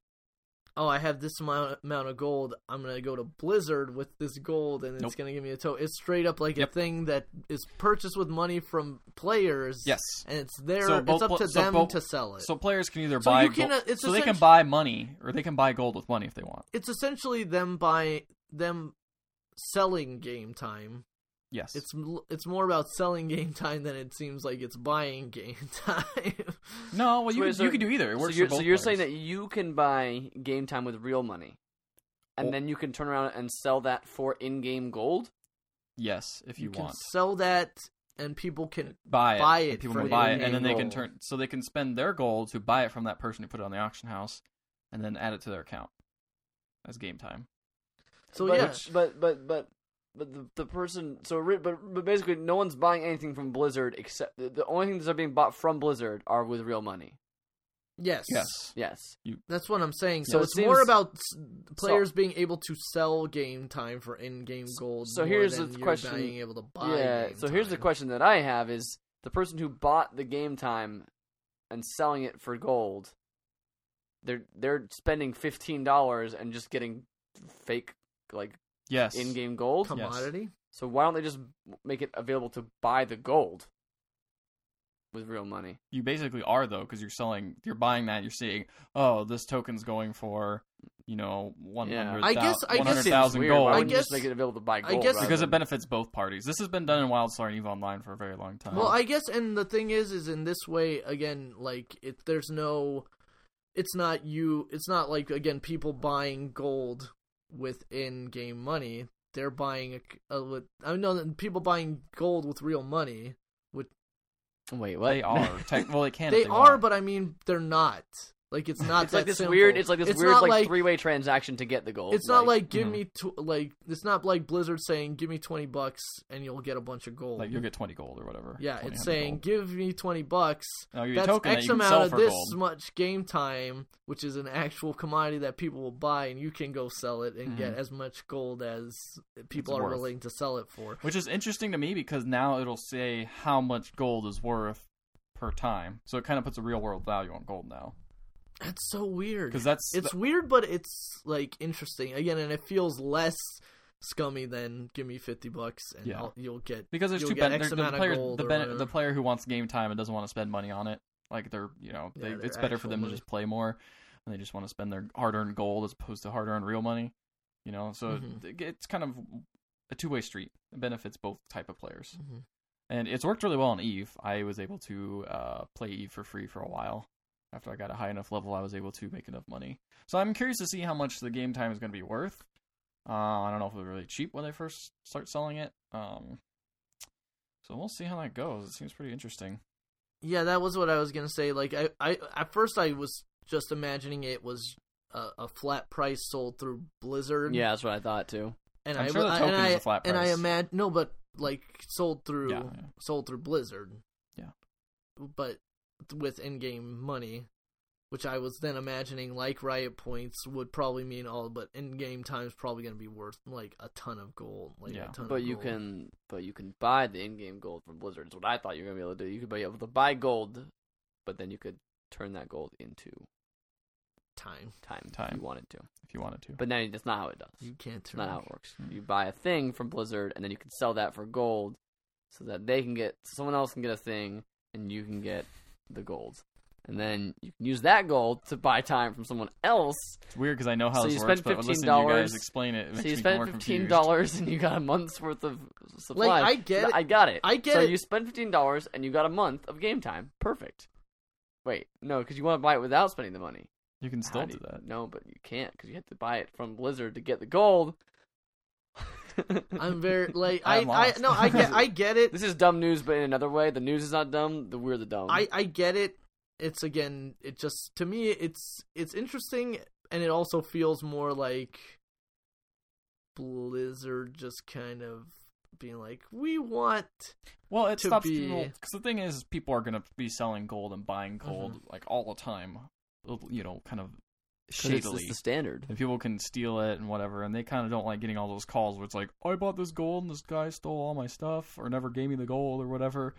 Speaker 3: oh, I have this amount amount of gold. I'm gonna go to Blizzard with this gold, and
Speaker 2: Nope.
Speaker 3: it's gonna give me a token. It's straight up like a
Speaker 2: Yep.
Speaker 3: thing that is purchased with money from players.
Speaker 2: Yes.
Speaker 3: and it's there.
Speaker 2: So
Speaker 3: it's
Speaker 2: both
Speaker 3: up
Speaker 2: pl-
Speaker 3: to
Speaker 2: so
Speaker 3: them
Speaker 2: both-
Speaker 3: to sell it.
Speaker 2: So players can either
Speaker 3: So
Speaker 2: buy
Speaker 3: you can,
Speaker 2: gold,
Speaker 3: uh, it's
Speaker 2: so they can
Speaker 3: essentially-
Speaker 2: buy money or they can buy gold with money if they want.
Speaker 3: it's essentially them buying them selling game time.
Speaker 2: Yes.
Speaker 3: It's l- it's more about selling game time than it seems like it's buying (laughs) game time.
Speaker 2: no, well you
Speaker 1: Wait,
Speaker 2: can,
Speaker 1: so-
Speaker 2: you can do either. It
Speaker 1: So
Speaker 2: works
Speaker 1: you're,
Speaker 2: for both
Speaker 1: so you're
Speaker 2: players.
Speaker 1: saying that you can buy game time with real money, and
Speaker 2: Well-
Speaker 1: then you can turn around and sell that for in-game gold.
Speaker 2: yes, if you,
Speaker 3: can
Speaker 2: want
Speaker 3: sell that, and people can
Speaker 2: buy it,
Speaker 3: buy
Speaker 2: and
Speaker 3: it
Speaker 2: people
Speaker 3: for
Speaker 2: can buy it,
Speaker 3: in-game
Speaker 2: and then they can
Speaker 3: gold.
Speaker 2: turn so they can spend their gold to buy it from that person who put it on the auction house, and then add it to their account as game time.
Speaker 3: So
Speaker 1: but,
Speaker 3: yeah,
Speaker 1: but but but but the, the person so re- but but basically no one's buying anything from Blizzard except the, the only things that are being bought from Blizzard are with real money.
Speaker 3: yes,
Speaker 2: Yes.
Speaker 1: Yes.
Speaker 3: that's what I'm saying.
Speaker 1: Yeah.
Speaker 3: So
Speaker 1: So it
Speaker 3: it's more
Speaker 1: seems-
Speaker 3: about s- players being able to sell game time for in-game gold.
Speaker 1: so
Speaker 3: more
Speaker 1: here's
Speaker 3: than
Speaker 1: the
Speaker 3: you're
Speaker 1: question-
Speaker 3: being able to buy.
Speaker 1: yeah.
Speaker 3: game
Speaker 1: So here's the
Speaker 3: time.
Speaker 1: question that I have is the person who bought the game time and selling it for gold they're they're spending $15 and just getting fake like
Speaker 2: Yes.
Speaker 1: in-game
Speaker 2: Yes.
Speaker 1: gold.
Speaker 3: commodity.
Speaker 1: So why don't they just make it available to buy the gold with real money?
Speaker 2: You basically are though, because you're selling, you're buying that. You're seeing, oh, this token's going for, you know, one
Speaker 1: Yeah.
Speaker 2: hundred.
Speaker 3: I guess- I guess it's
Speaker 2: thousand
Speaker 1: Weird,
Speaker 2: gold.
Speaker 1: Why
Speaker 3: I
Speaker 1: wouldn't you just
Speaker 3: guess-
Speaker 1: make it available to buy
Speaker 3: I
Speaker 1: gold?
Speaker 3: guess-
Speaker 1: rather
Speaker 2: because it
Speaker 1: than-
Speaker 2: benefits both parties. This has been done in WildStar and Eve Online for a very long time.
Speaker 3: Well, I guess, and the thing is, is in this way again, like it, there's no, it's not you, it's not like again people buying gold with in-game money. They're buying a, a with- I know that people buying gold with real money.
Speaker 1: Wait, what?
Speaker 2: they are tech, well, they can.
Speaker 3: They,
Speaker 2: if they
Speaker 3: are,
Speaker 2: want.
Speaker 3: but I mean they're not. Like
Speaker 2: (laughs)
Speaker 3: (laughs) it's not
Speaker 1: It's like
Speaker 3: that
Speaker 1: this
Speaker 3: simple.
Speaker 1: weird. It's like this weird
Speaker 3: not
Speaker 1: like, three-way transaction to get the gold.
Speaker 3: It's not like give
Speaker 2: Mhm.
Speaker 3: me tw- like it's not like Blizzard saying give me twenty bucks and you'll get a bunch of gold.
Speaker 2: like you'll get twenty gold or whatever.
Speaker 3: yeah,
Speaker 2: 20, 100
Speaker 3: it's saying
Speaker 2: gold.
Speaker 3: give me twenty bucks
Speaker 2: I'll give you a
Speaker 3: that's
Speaker 2: token
Speaker 3: X
Speaker 2: that you can
Speaker 3: amount
Speaker 2: sell
Speaker 3: of
Speaker 2: for
Speaker 3: this
Speaker 2: gold.
Speaker 3: much game time, which is an actual commodity that people will buy, and you can go sell it and get as much gold as
Speaker 2: Mm-hmm.
Speaker 3: people
Speaker 2: It's
Speaker 3: are
Speaker 2: worth.
Speaker 3: willing to sell it for.
Speaker 2: Which is interesting to me because now it'll say how much gold is worth per time. So it kind of puts a real world value on gold now.
Speaker 3: That's so weird.
Speaker 2: Because that's
Speaker 3: it's weird, but it's like interesting again, and it feels less scummy than give me fifty bucks and
Speaker 2: Yeah.
Speaker 3: I'll, you'll get
Speaker 2: because there's
Speaker 3: you'll
Speaker 2: two
Speaker 3: get
Speaker 2: ben-
Speaker 3: X
Speaker 2: there's the
Speaker 3: amount
Speaker 2: player
Speaker 3: of gold
Speaker 2: the,
Speaker 3: or
Speaker 2: ben-
Speaker 3: whatever.
Speaker 2: the player who wants game time and doesn't want to spend money on it. Like they're you know they,
Speaker 3: Yeah, their
Speaker 2: it's better for
Speaker 3: actual
Speaker 2: them
Speaker 3: money.
Speaker 2: to just play more, and they just want to spend their hard earned gold as opposed to hard earned real money. You know, so
Speaker 3: Mhm.
Speaker 2: it- it's kind of a two way street. It benefits both type of players,
Speaker 3: Mhm.
Speaker 2: and it's worked really well on Eve. I was able to uh, play Eve for free for a while. After I got a high enough level, I was able to make enough money. So I'm curious to see how much the game time is going to be worth. Uh, I don't know if it'll be really cheap when they first start selling it. Um, so we'll see how that goes. It seems pretty interesting.
Speaker 3: Yeah, that was what I was gonna say. Like, I, I at first I was just imagining it was a, a flat price sold through Blizzard.
Speaker 1: yeah, that's what I thought too.
Speaker 3: and
Speaker 2: I'm
Speaker 3: I
Speaker 2: sure the
Speaker 3: I-
Speaker 2: token
Speaker 3: and
Speaker 2: is
Speaker 3: I,
Speaker 2: a flat
Speaker 3: and I
Speaker 2: price.
Speaker 3: imagine no, but like sold through
Speaker 2: Yeah, yeah.
Speaker 3: sold through Blizzard.
Speaker 2: Yeah.
Speaker 3: but with in-game money, which I was then imagining like Riot points would probably mean all, but in-game time's probably going to be worth like a ton of gold, like
Speaker 2: Yeah.
Speaker 3: a ton.
Speaker 1: But
Speaker 3: of
Speaker 1: you
Speaker 3: gold.
Speaker 1: can, but you can buy the in-game gold from Blizzard. Is what I thought you were gonna be able to do. You could be able to buy gold, but then you could turn that gold into
Speaker 3: time.
Speaker 1: time, if
Speaker 2: Time.
Speaker 1: you wanted to.
Speaker 2: If you wanted to,
Speaker 1: But now that's not how it does.
Speaker 3: You can't
Speaker 1: It's
Speaker 3: turn.
Speaker 1: not how it works. You buy a thing from Blizzard, and then you can sell that for gold, so that they can get someone else can get a thing and you can get the gold. And then you can use that gold to buy time from someone else.
Speaker 2: It's weird because I know how
Speaker 1: So
Speaker 2: this
Speaker 1: you
Speaker 2: works,
Speaker 1: spend
Speaker 2: but listening to you guys
Speaker 1: $15
Speaker 2: explain it, it makes
Speaker 1: so you
Speaker 2: me
Speaker 1: spend
Speaker 2: more
Speaker 1: fifteen
Speaker 2: confused.
Speaker 1: dollars and you got a month's worth of supply.
Speaker 3: I get it.
Speaker 1: I got it.
Speaker 3: I get
Speaker 1: so
Speaker 3: it.
Speaker 1: you spend fifteen dollars and you got a month of game time. Perfect. Wait, no, because you want to buy it without spending the money.
Speaker 2: You can
Speaker 1: How
Speaker 2: still do
Speaker 1: do you-
Speaker 2: that.
Speaker 1: No, but you can't because you have to buy it from Blizzard to get the gold.
Speaker 3: (laughs)
Speaker 1: (laughs)
Speaker 2: (laughs)
Speaker 3: I'm very like I,
Speaker 2: I'm
Speaker 3: I
Speaker 2: lost.
Speaker 3: no
Speaker 1: (laughs)
Speaker 3: I get I get it.
Speaker 1: This is dumb news, but in another way, the news is not dumb. The we're the dumb.
Speaker 3: I I get it. It's again it just to me it's it's interesting and it also feels more like Blizzard just kind of being like we want
Speaker 2: Well, it
Speaker 3: to
Speaker 2: stops
Speaker 3: be-
Speaker 2: people Mm-hmm. because the thing is, people are gonna be selling gold and buying gold like all the time. uh, You know, kind of
Speaker 1: 'Cause it's,
Speaker 2: shadily.
Speaker 1: it's the standard.
Speaker 2: and people can steal it and whatever, and they kind of don't like getting all those calls where it's like, I bought this gold and this guy stole all my stuff or never gave me the gold or whatever.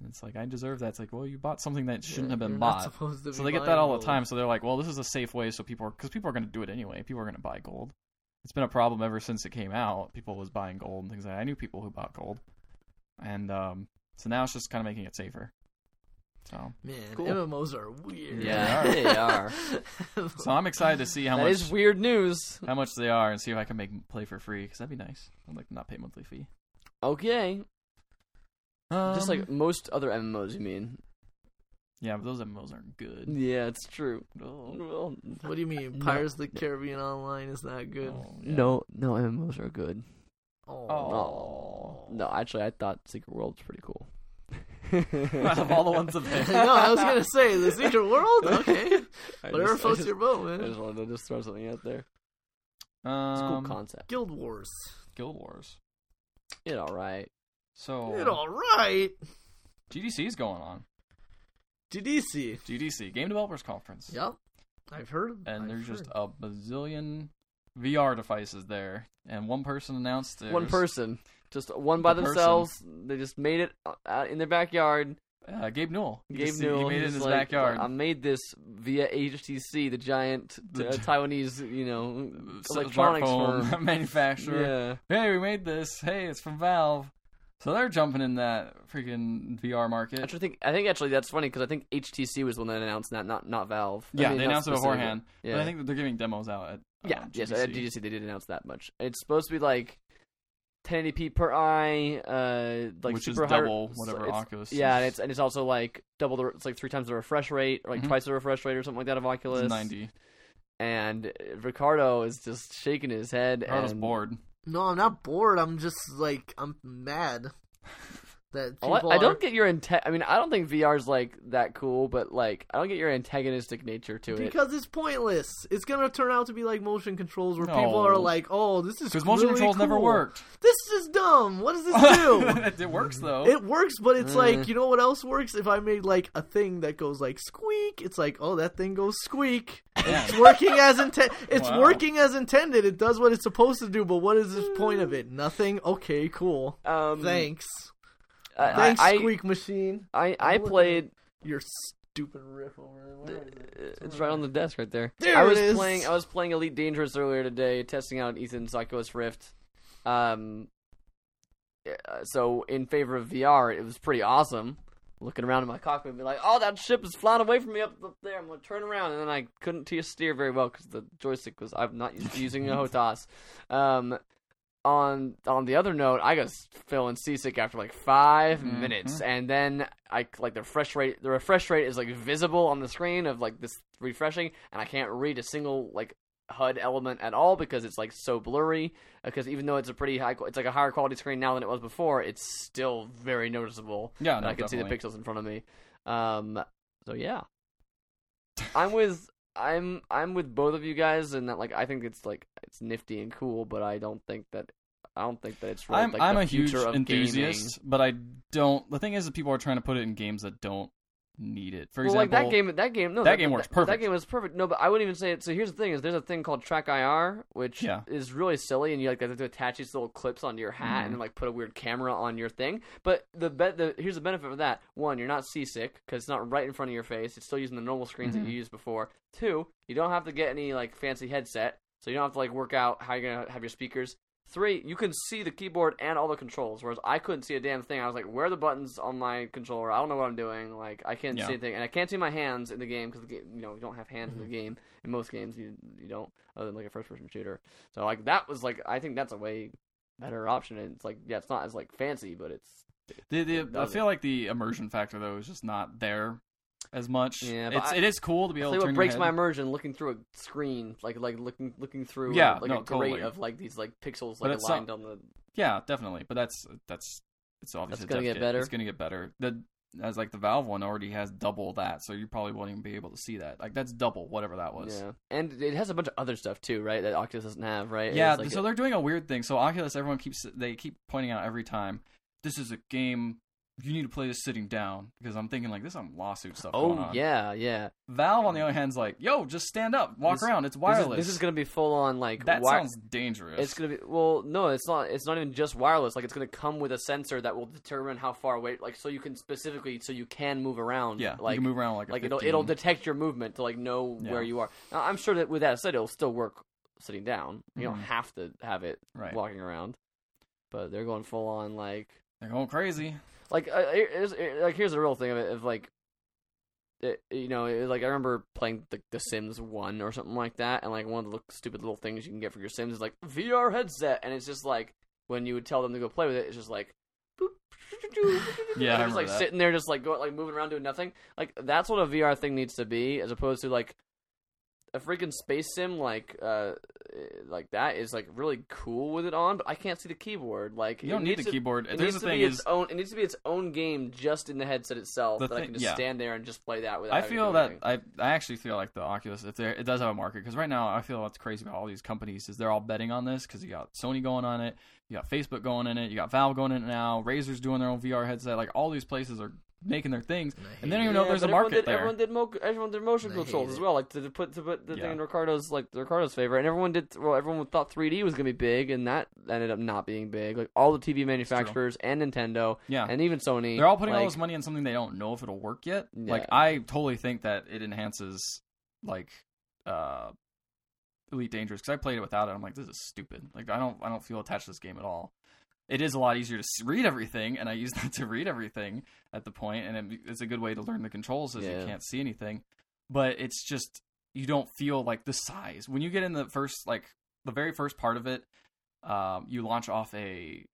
Speaker 2: And it's like, I deserve that. It's like, well, you bought something that shouldn't have
Speaker 3: you're
Speaker 2: been
Speaker 3: not
Speaker 2: bought.
Speaker 3: supposed to
Speaker 2: So
Speaker 3: be
Speaker 2: they get
Speaker 3: buying
Speaker 2: that all
Speaker 3: gold.
Speaker 2: the time. So they're like, well, this is a safe way. So people are, because people are going to do it anyway. People are going to buy gold. It's been a problem ever since it came out. People was buying gold and things like that. I knew people who bought gold. And um, so now it's just kind of making it safer. So.
Speaker 3: Man,
Speaker 1: Cool.
Speaker 3: MMOs are weird. (laughs)
Speaker 1: Yeah,
Speaker 2: They
Speaker 1: they are.
Speaker 2: So I'm excited to see how
Speaker 1: That
Speaker 2: much
Speaker 1: is weird news.
Speaker 2: how much they are and see if I can make 'em play for free because that'd be nice. I'd like to not pay monthly fee.
Speaker 1: Okay, just
Speaker 2: Um,
Speaker 1: like most other MMOs, you mean?
Speaker 2: Yeah, but those MMOs aren't good.
Speaker 1: Yeah, it's true.
Speaker 2: Oh,
Speaker 1: Well,
Speaker 3: What do you mean?
Speaker 1: No.
Speaker 3: Pirates of the Caribbean Online is not good.
Speaker 2: oh, yeah.
Speaker 1: no, no MMOs are good.
Speaker 3: Oh.
Speaker 2: Oh.
Speaker 1: No, actually, I thought Secret World's pretty (laughs) cool.
Speaker 2: Out of all the ones
Speaker 1: (laughs)
Speaker 2: of there.
Speaker 3: (laughs) no, I was gonna say the Secret World. Okay,
Speaker 1: I just-
Speaker 3: whatever
Speaker 1: I
Speaker 3: floats
Speaker 1: just-
Speaker 3: your
Speaker 1: (laughs)
Speaker 3: boat,
Speaker 1: I
Speaker 3: man.
Speaker 1: just wanted to just throw something out there. It's a cool
Speaker 2: Um,
Speaker 1: concept.
Speaker 3: Guild Wars.
Speaker 2: Guild Wars.
Speaker 1: It all right.
Speaker 2: So
Speaker 3: It all right.
Speaker 2: GDC's going on.
Speaker 3: GDC.
Speaker 2: GDC Game Developers Conference.
Speaker 3: Yep, I've heard. of-
Speaker 2: And
Speaker 3: I've
Speaker 2: there's just
Speaker 3: heard.
Speaker 2: a bazillion VR devices there, and one person announced it.
Speaker 1: One person, just one by
Speaker 2: The person.
Speaker 1: themselves. They just made it uh, out in their backyard.
Speaker 2: Uh, Gabe Newell. You can
Speaker 1: Gabe
Speaker 2: see- He
Speaker 1: Newell
Speaker 2: made it in
Speaker 1: he's
Speaker 2: his
Speaker 1: like, um,
Speaker 2: backyard.
Speaker 1: I made this via HTC, the giant
Speaker 2: The
Speaker 1: uh,
Speaker 2: gi-
Speaker 1: Taiwanese, you know,
Speaker 2: So- (laughs)
Speaker 1: electronics
Speaker 2: smartphone
Speaker 1: firm.
Speaker 2: manufacturer.
Speaker 1: Yeah.
Speaker 2: hey, we made this. Hey, it's from Valve. So they're jumping in that freaking VR market.
Speaker 1: Actually, I think I think actually that's funny because I think HTC was the one that announced that, not not Valve. I
Speaker 2: yeah,
Speaker 1: mean,
Speaker 2: they
Speaker 1: not
Speaker 2: announced it
Speaker 1: specifically.
Speaker 2: beforand.
Speaker 1: Yeah,
Speaker 2: But I think that they're giving demos out at uh,
Speaker 1: yeah, yes, at
Speaker 2: GDC.
Speaker 1: GDC they did announce that much. It's supposed to be like 1080p per eye, uh, like
Speaker 2: which is
Speaker 1: super high.
Speaker 2: double whatever
Speaker 1: it's-
Speaker 2: Oculus.
Speaker 1: Yeah, and
Speaker 2: is.
Speaker 1: it's and it's also like double the it's like three times the refresh rate, or like
Speaker 2: Mhm.
Speaker 1: twice the refresh rate, or something like that of Oculus.
Speaker 2: It's 90.
Speaker 1: And uh, Ricardo is just shaking his head.
Speaker 2: I was
Speaker 1: and
Speaker 2: bored.
Speaker 3: no. I'm not bored. I'm just like I'm mad that
Speaker 1: I li-
Speaker 3: people.
Speaker 1: Oh, I don't
Speaker 3: are-
Speaker 1: get your inte- I mean, I don't think VR is like that cool, but like I don't get your antagonistic nature to it.
Speaker 3: Because it's pointless. It's gonna turn out to be like motion controls, where people
Speaker 2: No.
Speaker 3: are like, "Oh, this is
Speaker 2: Because motion
Speaker 3: really
Speaker 2: controls never
Speaker 3: cool.
Speaker 2: worked.
Speaker 3: This is dumb. What does this
Speaker 2: (laughs)
Speaker 3: do?"
Speaker 2: it works though.
Speaker 3: It works, but it's
Speaker 1: Mm.
Speaker 3: like you know what else works? If I made like a thing that goes like squeak, it's like oh that thing goes squeak.
Speaker 2: Yeah.
Speaker 3: It's working
Speaker 2: (laughs)
Speaker 3: as intended. It's
Speaker 2: Wow.
Speaker 3: working as intended. It does what it's supposed to do. But what is this point
Speaker 2: Mm.
Speaker 3: of it? Nothing. Okay, cool.
Speaker 1: Um,
Speaker 3: Thanks.
Speaker 1: I,
Speaker 3: Thanks,
Speaker 1: I,
Speaker 3: squeak machine.
Speaker 1: I, I, I played
Speaker 3: Your stupid riff over there. Where is it?
Speaker 1: It's right on the desk right there.
Speaker 3: There
Speaker 1: I
Speaker 3: it
Speaker 1: was
Speaker 3: is.
Speaker 1: playing I was playing Elite Dangerous earlier today, testing out Ethan's Oculus Rift. Um uh, so in favor of VR, it was pretty awesome. Looking around in my cockpit and be like, "Oh, that ship is flying away from me up, up there. I'm going to turn around." And then I couldn't t- steer very well cuz the joystick was I'm not used to using (laughs) a HOTAS. Um on on the other note, I got feeling seasick after like 5
Speaker 2: Mhm.
Speaker 1: minutes, and then I like the refresh rate. The refresh rate is like visible on the screen of like this refreshing, and I can't read a single like HUD element at all because it's like so blurry. Because even though it's a pretty high, qu- it's like a higher quality screen now than it was before, it's still very noticeable.
Speaker 2: yeah,
Speaker 1: and
Speaker 2: no,
Speaker 1: I can
Speaker 2: definitely.
Speaker 1: see the pixels in front of me. Um, so yeah, I'm with I'm I'm with both of you guys, and that like I think it's like it's nifty and cool, but I don't think that I don't think that it's really
Speaker 2: I'm
Speaker 1: like
Speaker 2: I'm
Speaker 1: the
Speaker 2: a huge
Speaker 1: future of
Speaker 2: enthusiast, but I don't. The thing is, that people are trying to put it in games that don't need it. For
Speaker 1: Gaming. Well, like
Speaker 2: example,
Speaker 1: that game, that game, no,
Speaker 2: that game works perfect.
Speaker 1: That game is perfect. No, but I wouldn't even say it. So here's the thing: is there's a thing called Track IR, which
Speaker 2: Yeah.
Speaker 1: is really silly, and you like have to attach these little clips onto your hat
Speaker 2: Mhm.
Speaker 1: and then like put a weird camera on your thing. But the, be- the here's the benefit of that: one, you're not seasick because it's not right in front of your face. It's still using the normal screens
Speaker 2: Mhm.
Speaker 1: that you used before. Two, you don't have to get any like fancy headset, so you don't have to like work out how you're gonna have your speakers. Three, you can see the keyboard and all the controls, whereas I couldn't see a damn thing. I was like, "Where are the buttons on my controller? I don't know what I'm doing. Like, I can't
Speaker 2: Yeah.
Speaker 1: see anything, and I can't see my hands in the game because you know you don't have hands
Speaker 2: Mm-hmm.
Speaker 1: in the game. In most games, you you don't, other than like a first-person shooter. So like that was like I think that's a way better option. And it's like yeah, it's not as like fancy, but it's
Speaker 2: The, the, I
Speaker 1: does
Speaker 2: feel like the immersion factor though is just not there as much.
Speaker 1: Yeah, but
Speaker 2: it's,
Speaker 1: I-
Speaker 2: it is cool to be
Speaker 1: I'll
Speaker 2: able
Speaker 1: tell
Speaker 2: to turn
Speaker 1: you what
Speaker 2: your
Speaker 1: breaks
Speaker 2: head.
Speaker 1: my immersion looking through a screen, like like looking looking through
Speaker 2: Yeah,
Speaker 1: uh, like
Speaker 2: no,
Speaker 1: a grate
Speaker 2: totally.
Speaker 1: of like these like pixels
Speaker 2: But
Speaker 1: like
Speaker 2: it's
Speaker 1: aligned
Speaker 2: not-
Speaker 1: on the
Speaker 2: Yeah, definitely. But that's that's it's obviously
Speaker 1: That's gonna
Speaker 2: a dev
Speaker 1: get
Speaker 2: kit.
Speaker 1: better.
Speaker 2: It's gonna get better. The as like the Valve one already has double that, so you probably won't even be able to see that. Like that's double whatever that was.
Speaker 1: yeah. And it has a bunch of other stuff too, right? That Oculus doesn't have, right? It's
Speaker 2: Yeah,
Speaker 1: like
Speaker 2: so
Speaker 1: a-
Speaker 2: they're doing a weird thing. So Oculus, everyone keeps they keep pointing out every time, this is a game you need to play this sitting down because I'm thinking like this is some lawsuit stuff going
Speaker 1: oh
Speaker 2: on.
Speaker 1: yeah, yeah.
Speaker 2: Valve on the other hand's like, yo, just stand up, walk
Speaker 1: This-
Speaker 2: around, it's
Speaker 1: This is-
Speaker 2: wireless.
Speaker 1: This is, gonna be full on like
Speaker 2: that
Speaker 1: wi-
Speaker 2: sounds dangerous.
Speaker 1: It's gonna be well, no, it's not. It's not even just wireless. Like it's gonna come with a sensor that will determine how far away, like so you can specifically so you can move around.
Speaker 2: yeah,
Speaker 1: like
Speaker 2: you can move around like a
Speaker 1: like it'll
Speaker 2: 15.
Speaker 1: it'll detect your movement to like know
Speaker 2: Yeah.
Speaker 1: where you are. Now, I'm sure that with that said, it'll still work sitting down. You don't
Speaker 2: Mhm.
Speaker 1: have to have it
Speaker 2: right.
Speaker 1: walking around, but they're going full on like
Speaker 2: They're going crazy.
Speaker 1: like uh, here- here's, here- like here's the real thing of it of like it, you know it, like I remember playing the, the Sims one or something like that, and like one of the little stupid little things you can get for your Sims is like VR headset, and it's just like when you would tell them to go play with it, it's just like. boop, (laughs)
Speaker 2: Yeah, I
Speaker 1: they're
Speaker 2: remember
Speaker 1: just like
Speaker 2: that.
Speaker 1: sitting there, just like going, like moving around, doing nothing. Like that's what a VR thing needs to be, as opposed to like a freaking space sim like uh like that is like really cool with it on, but I can't see the keyboard. Like
Speaker 2: You
Speaker 1: it
Speaker 2: don't need
Speaker 1: needs
Speaker 2: the
Speaker 1: to-
Speaker 2: keyboard.
Speaker 1: it
Speaker 2: There's
Speaker 1: needs
Speaker 2: the
Speaker 1: to
Speaker 2: thing
Speaker 1: be
Speaker 2: is,
Speaker 1: its own. It needs to be its own game just in the headset itself
Speaker 2: The
Speaker 1: that I
Speaker 2: thing-
Speaker 1: can just
Speaker 2: yeah.
Speaker 1: stand there and just play that without.
Speaker 2: I
Speaker 1: having to
Speaker 2: feel
Speaker 1: do
Speaker 2: that
Speaker 1: anything.
Speaker 2: I, I actually feel like the Oculus if there it does have a market because right now I feel what's crazy about all these companies is they're all betting on this because you got Sony going on it, you got Facebook going in it, you got Valve going in it now, Razer's doing their own VR headset, like all these places are making their things, and they don't even know
Speaker 1: Yeah,
Speaker 2: if there's
Speaker 1: but
Speaker 2: a
Speaker 1: everyone
Speaker 2: market
Speaker 1: did,
Speaker 2: there.
Speaker 1: Everyone did, mo- everyone did motion
Speaker 3: I
Speaker 1: controls
Speaker 3: hate
Speaker 1: as
Speaker 3: it.
Speaker 1: well, like to, to put to put the
Speaker 2: Yeah.
Speaker 1: thing in Ricardo's like Ricardo's favor, and everyone did. Well, everyone thought 3D was gonna be big, and that ended up not being big. Like all the TV manufacturers and Nintendo,
Speaker 2: Yeah.
Speaker 1: and even Sony,
Speaker 2: They're all putting all
Speaker 1: like,
Speaker 2: this money in something they don't know if it'll work yet.
Speaker 1: Yeah.
Speaker 2: Like I totally think that it enhances like uh Elite Dangerous because I played it without it. I'm like, this is stupid. Like I don't I don't feel attached to this game at all. It is a lot easier to s- read everything, and I use (laughs) that to read everything at the point, and it, it's a good way to learn the controls as
Speaker 1: Yeah.
Speaker 2: you can't see anything. But it's just you don't feel like the size when you get in the first like the very first part of it. Um, you launch off a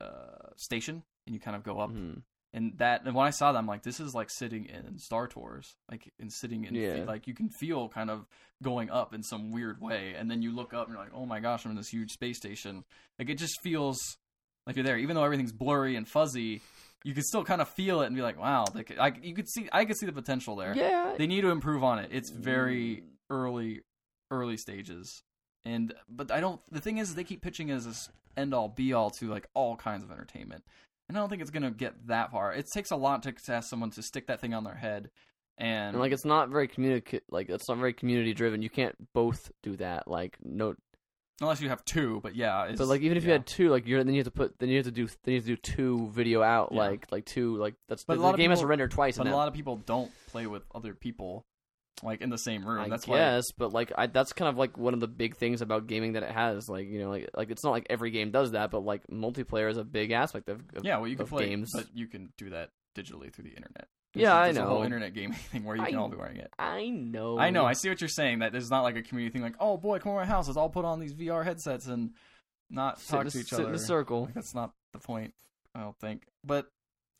Speaker 2: uh, station, and you kind of go up
Speaker 1: Mhm.
Speaker 2: and that and when I saw that I'm like this is like sitting in Star Tours like and sitting in
Speaker 1: Yeah.
Speaker 2: like you can feel kind of going up in some weird way and then you look up and you're like oh my gosh I'm in this huge space station like it just feels like you're there even though everything's blurry and fuzzy you can still kind of feel it and be like wow like I you could see I could see the potential there
Speaker 1: yeah,
Speaker 2: they need to improve on it it's
Speaker 1: Mm.
Speaker 2: very early early stages and but i don't the thing is they keep pitching it as this end all be all to like all kinds of entertainment and i don't think it's going to get that far it takes a lot to to ask someone to stick that thing on their head and,
Speaker 1: and like it's not very communica- like it's not very community driven. You can't both do that. Like no,
Speaker 2: unless you have two but yeah it's,
Speaker 1: But like even if you
Speaker 2: yeah.
Speaker 1: had two, like you're then you have to put then you have to do then you have to do two video out
Speaker 2: Yeah.
Speaker 1: like like two like that's
Speaker 2: But a
Speaker 1: the,
Speaker 2: lot of
Speaker 1: game has to
Speaker 2: people-
Speaker 1: render twice.
Speaker 2: but
Speaker 1: in
Speaker 2: a
Speaker 1: that.
Speaker 2: lot of people don't play with other people like in the same room
Speaker 1: I
Speaker 2: that's why
Speaker 1: guess, but like I, that's kind of like one of the big things about gaming that it has. Like you know, like like it's not like every game does that, but like multiplayer is a big aspect of, of
Speaker 2: yeah well you can
Speaker 1: of
Speaker 2: play
Speaker 1: games.
Speaker 2: but you can do that digitally through the internet There's
Speaker 1: yeah,
Speaker 2: a-
Speaker 1: I
Speaker 2: there's a whole
Speaker 1: know,
Speaker 2: internet gaming (laughs) thing where you can
Speaker 1: I-
Speaker 2: all be wearing it
Speaker 1: I know,
Speaker 2: I know. I see what you're saying. That there's not like a community thing. Like, oh boy, come over to my house. Let's all put on these VR headsets and not
Speaker 1: Sit in
Speaker 2: talk
Speaker 1: a-
Speaker 2: to each
Speaker 1: sit in
Speaker 2: other.
Speaker 1: a circle.
Speaker 2: Like, that's not the point. I don't think. But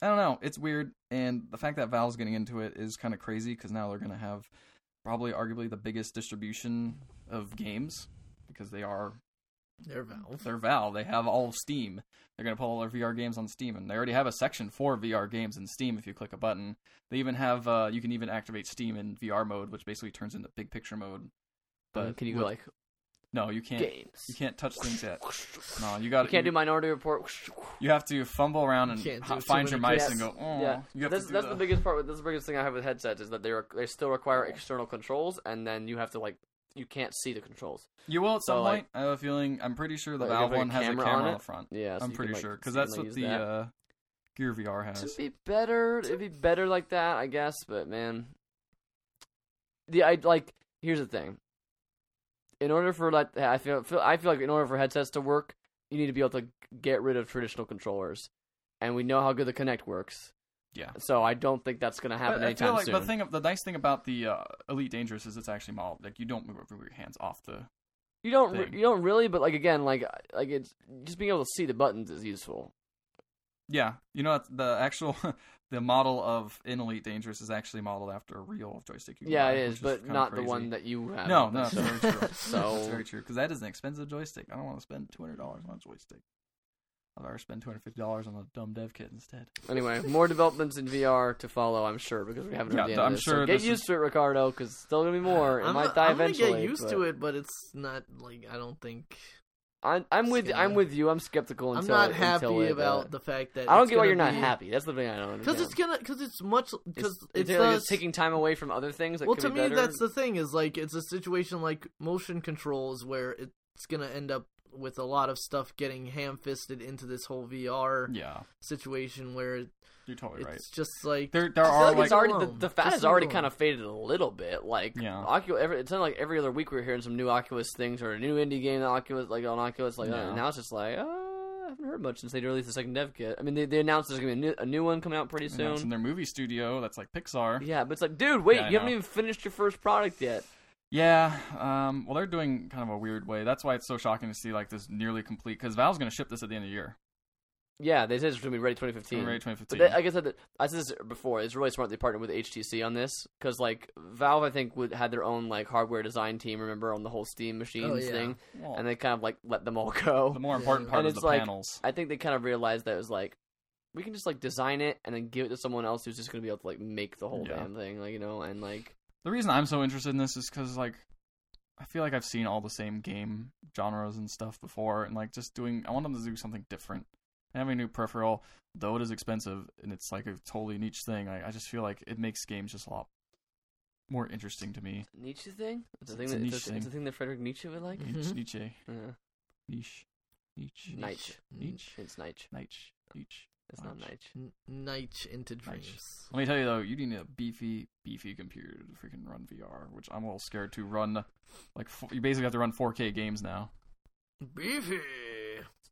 Speaker 2: I don't know. It's weird, and the fact that Valve's getting into it is kind of crazy because now they're gonna have probably arguably the biggest distribution of games because they are
Speaker 3: Their Valve.
Speaker 2: they're Valve. They have all of Steam. They're gonna put all their VR games on Steam, and they already have a section for VR games in Steam. If you click a button, they even have uh, you can even activate Steam in VR mode, which basically turns into big picture mode.
Speaker 1: But can you go
Speaker 2: with-
Speaker 1: like
Speaker 2: no, you can't.
Speaker 1: games?
Speaker 2: You can't touch things
Speaker 1: (laughs)
Speaker 2: yet.
Speaker 1: You
Speaker 2: No, you got.
Speaker 1: can't do Minority Report.
Speaker 2: You have to fumble around and
Speaker 3: You can't do
Speaker 2: ho-
Speaker 3: too
Speaker 2: find
Speaker 3: many
Speaker 2: your mice
Speaker 1: clicks.
Speaker 2: and go. Oh,
Speaker 1: yeah,
Speaker 2: you have
Speaker 1: that's,
Speaker 2: to do
Speaker 1: that's
Speaker 2: the-
Speaker 1: the biggest part. With, that's the biggest thing I have with headsets is that they re- they still require external controls, and then you have to like you can't see the controls.
Speaker 2: You will at
Speaker 1: so,
Speaker 2: some
Speaker 1: like-
Speaker 2: point. I have a feeling. I'm pretty sure the
Speaker 1: Like, you
Speaker 2: Valve
Speaker 1: put a
Speaker 2: one has a
Speaker 1: camera
Speaker 2: camera
Speaker 1: on
Speaker 2: on,
Speaker 1: it?
Speaker 2: the front.
Speaker 1: Yeah, so
Speaker 2: I'm
Speaker 1: you
Speaker 2: pretty
Speaker 1: can, like,
Speaker 2: sure because
Speaker 1: see-
Speaker 2: that's
Speaker 1: like,
Speaker 2: what
Speaker 1: use
Speaker 2: the
Speaker 1: that.
Speaker 2: uh, Gear VR has.
Speaker 1: It'd be better. It'd be better like that, I guess. But man, the I like. Here's the thing. In order for like, I feel, feel I feel like in order for headsets to work, you need to be able to get rid of traditional controllers, and we know how good the Kinect works.
Speaker 2: Yeah.
Speaker 1: So I don't think that's going to happen
Speaker 2: But I
Speaker 1: anytime
Speaker 2: feel like
Speaker 1: soon.
Speaker 2: the thing, the nice thing about the uh, Elite Dangerous is it's actually modeled like you don't move your hands off the.
Speaker 1: you don't, re-
Speaker 2: thing.
Speaker 1: you don't really, but like again, like like it's just being able to see the buttons is useful.
Speaker 2: Yeah, you know that's- the actual (laughs) the model of in Elite Dangerous is actually modeled after a real joystick. You can
Speaker 1: Yeah,
Speaker 2: buy,
Speaker 1: it
Speaker 2: which
Speaker 1: is, but
Speaker 2: kinda
Speaker 1: not
Speaker 2: crazy.
Speaker 1: the one that you have.
Speaker 2: No, no, that's
Speaker 1: So-
Speaker 2: very
Speaker 1: (laughs)
Speaker 2: true. (laughs)
Speaker 1: So-
Speaker 2: that's very true because that is an expensive joystick. I don't want to spend two hundred dollars on a joystick. I'd rather spend two hundred fifty dollars on a dumb dev kit instead.
Speaker 1: Anyway, more developments in VR to follow, I'm sure, because we haven't
Speaker 2: Yeah,
Speaker 1: heard the end of
Speaker 2: I'm
Speaker 1: this.
Speaker 2: sure
Speaker 1: so get
Speaker 2: this
Speaker 1: used to it, Ricardo, because it's still gonna be more. It
Speaker 3: I'm,
Speaker 1: might
Speaker 3: I'm
Speaker 1: die
Speaker 3: gonna
Speaker 1: eventually.
Speaker 3: get used
Speaker 1: but
Speaker 3: to it, but it's not like I don't think
Speaker 1: I'm, I'm with
Speaker 3: It's
Speaker 1: I'm
Speaker 3: gonna-
Speaker 1: with you. I'm skeptical
Speaker 3: I'm
Speaker 1: until
Speaker 3: not
Speaker 1: it- until
Speaker 3: happy
Speaker 1: it, uh,
Speaker 3: about the fact that
Speaker 1: I don't
Speaker 3: it's
Speaker 1: get why
Speaker 3: gonna
Speaker 1: you're not
Speaker 3: be-
Speaker 1: happy. That's the thing I don't
Speaker 3: (laughs)
Speaker 1: understand.
Speaker 3: because it's gonna because it's much because
Speaker 1: it's,
Speaker 3: it's,
Speaker 1: like it's
Speaker 3: us-
Speaker 1: taking time away from other things. That
Speaker 3: well
Speaker 1: could
Speaker 3: to
Speaker 1: be
Speaker 3: me
Speaker 1: better.
Speaker 3: that's the thing is like it's a situation like motion controls where it's gonna end up with a lot of stuff getting ham fisted into this whole VR
Speaker 2: Yeah,
Speaker 3: situation where it-
Speaker 2: you're totally
Speaker 3: it's
Speaker 2: right.
Speaker 3: (laughs) just like
Speaker 2: There, there
Speaker 3: I feel
Speaker 2: are
Speaker 3: like
Speaker 2: like
Speaker 1: it's already the,
Speaker 3: alone.
Speaker 1: the fast
Speaker 3: Just
Speaker 1: has already
Speaker 3: alone.
Speaker 1: kind of faded a little bit. Like
Speaker 2: Yeah.
Speaker 1: Oculus, every, it's not like every other week we we're hearing some new Oculus things or a new indie game that Oculus like on Oculus. Like
Speaker 2: Yeah.
Speaker 1: uh, now it's just like uh, I haven't heard much since they released the second dev kit. I mean, they, they announced there's gonna be a new, a new one coming out pretty
Speaker 2: you know, it's in
Speaker 1: soon.
Speaker 2: their movie studio. That's like Pixar.
Speaker 1: Yeah, but it's like, dude, wait,
Speaker 2: Yeah, I
Speaker 1: you haven't
Speaker 2: know.
Speaker 1: even finished your first product yet.
Speaker 2: Yeah, um, well, they're doing kind of a weird way. That's why it's so shocking to see like this nearly complete because Valve's going to ship this at the end of the year,
Speaker 1: Yeah, they said it's gonna be ready 2015.
Speaker 2: January
Speaker 1: But
Speaker 2: 2015.
Speaker 1: they, like I said, that- I said this before. It's really smart they partnered with HTC on this because, like, Valve, I think, would had their own like hardware design team. Remember on the whole
Speaker 2: Oh,
Speaker 1: Steam machines
Speaker 3: yeah.
Speaker 1: thing,
Speaker 2: Well,
Speaker 1: and they kind of like let them all (laughs) go.
Speaker 2: the more important part
Speaker 1: And
Speaker 2: is
Speaker 1: it's
Speaker 2: the
Speaker 1: like-
Speaker 2: panels.
Speaker 1: I think they kind of realized that it was like we can just like design it and then give it to someone else who's just gonna be able to like make the whole
Speaker 2: Yeah.
Speaker 1: damn thing, like you know, and like
Speaker 2: The reason I'm so interested in this is because like I feel like I've seen all the same game genres and stuff before, and like just doing. I want them to do something different. And having a new peripheral, though it is expensive and it's like a totally niche thing, I, I just feel like it makes games just a lot more interesting to me.
Speaker 1: Nietzsche thing. It's a thing.
Speaker 2: It's a
Speaker 1: that,
Speaker 2: niche
Speaker 1: it's, a, it's a
Speaker 2: thing. Mm-hmm.
Speaker 1: thing that Frederick Nietzsche would like. Uh,
Speaker 3: Mhm.
Speaker 2: Niche, niche,
Speaker 1: Yeah.
Speaker 2: niche, niche,
Speaker 1: Nietzsche.
Speaker 2: niche,
Speaker 1: It's Nietzsche.
Speaker 2: niche, niche.
Speaker 1: It's not
Speaker 2: Nietzsche.
Speaker 1: Nietzsche.
Speaker 3: N- night into dreams.
Speaker 2: Let me tell you though, you need a beefy, beefy computer to freaking run VR, which I'm a little scared to run. Like f- you basically have to run 4K games now.
Speaker 3: Beefy.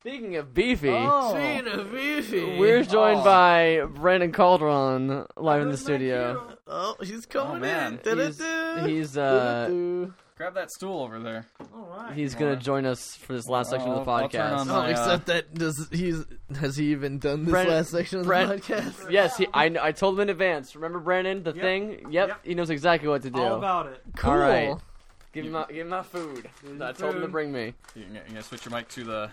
Speaker 1: Speaking of beefy.
Speaker 3: Speaking of beefy.
Speaker 1: We're joined
Speaker 2: Oh.
Speaker 1: by Brandon Calderon live in the studio.
Speaker 3: Oh, he's coming
Speaker 2: man.
Speaker 3: in.
Speaker 1: He's,
Speaker 3: Da-da-da.
Speaker 1: he's uh
Speaker 3: Da-da-da.
Speaker 2: Grab that stool over there.
Speaker 7: All right.
Speaker 1: he's gonna
Speaker 2: Alright.
Speaker 1: join us for this last section of the
Speaker 2: I'll- I'll turn
Speaker 1: podcast.
Speaker 2: on
Speaker 3: Oh,
Speaker 2: my, uh,
Speaker 3: except that does he's has he even done this
Speaker 1: Brent-
Speaker 3: last section of
Speaker 1: Brent-
Speaker 3: the podcast?
Speaker 1: Yes, he, I I told him in advance. Remember Brandon, the
Speaker 7: Yep.
Speaker 1: thing? Yep,
Speaker 7: Yep.
Speaker 1: he knows exactly what to do.
Speaker 7: All about it.
Speaker 3: Cool.
Speaker 1: All right. give him my give him my food.
Speaker 7: Here's
Speaker 1: that I
Speaker 7: the
Speaker 1: told him to
Speaker 7: food.
Speaker 1: bring me.
Speaker 2: You can, you can switch your mic to the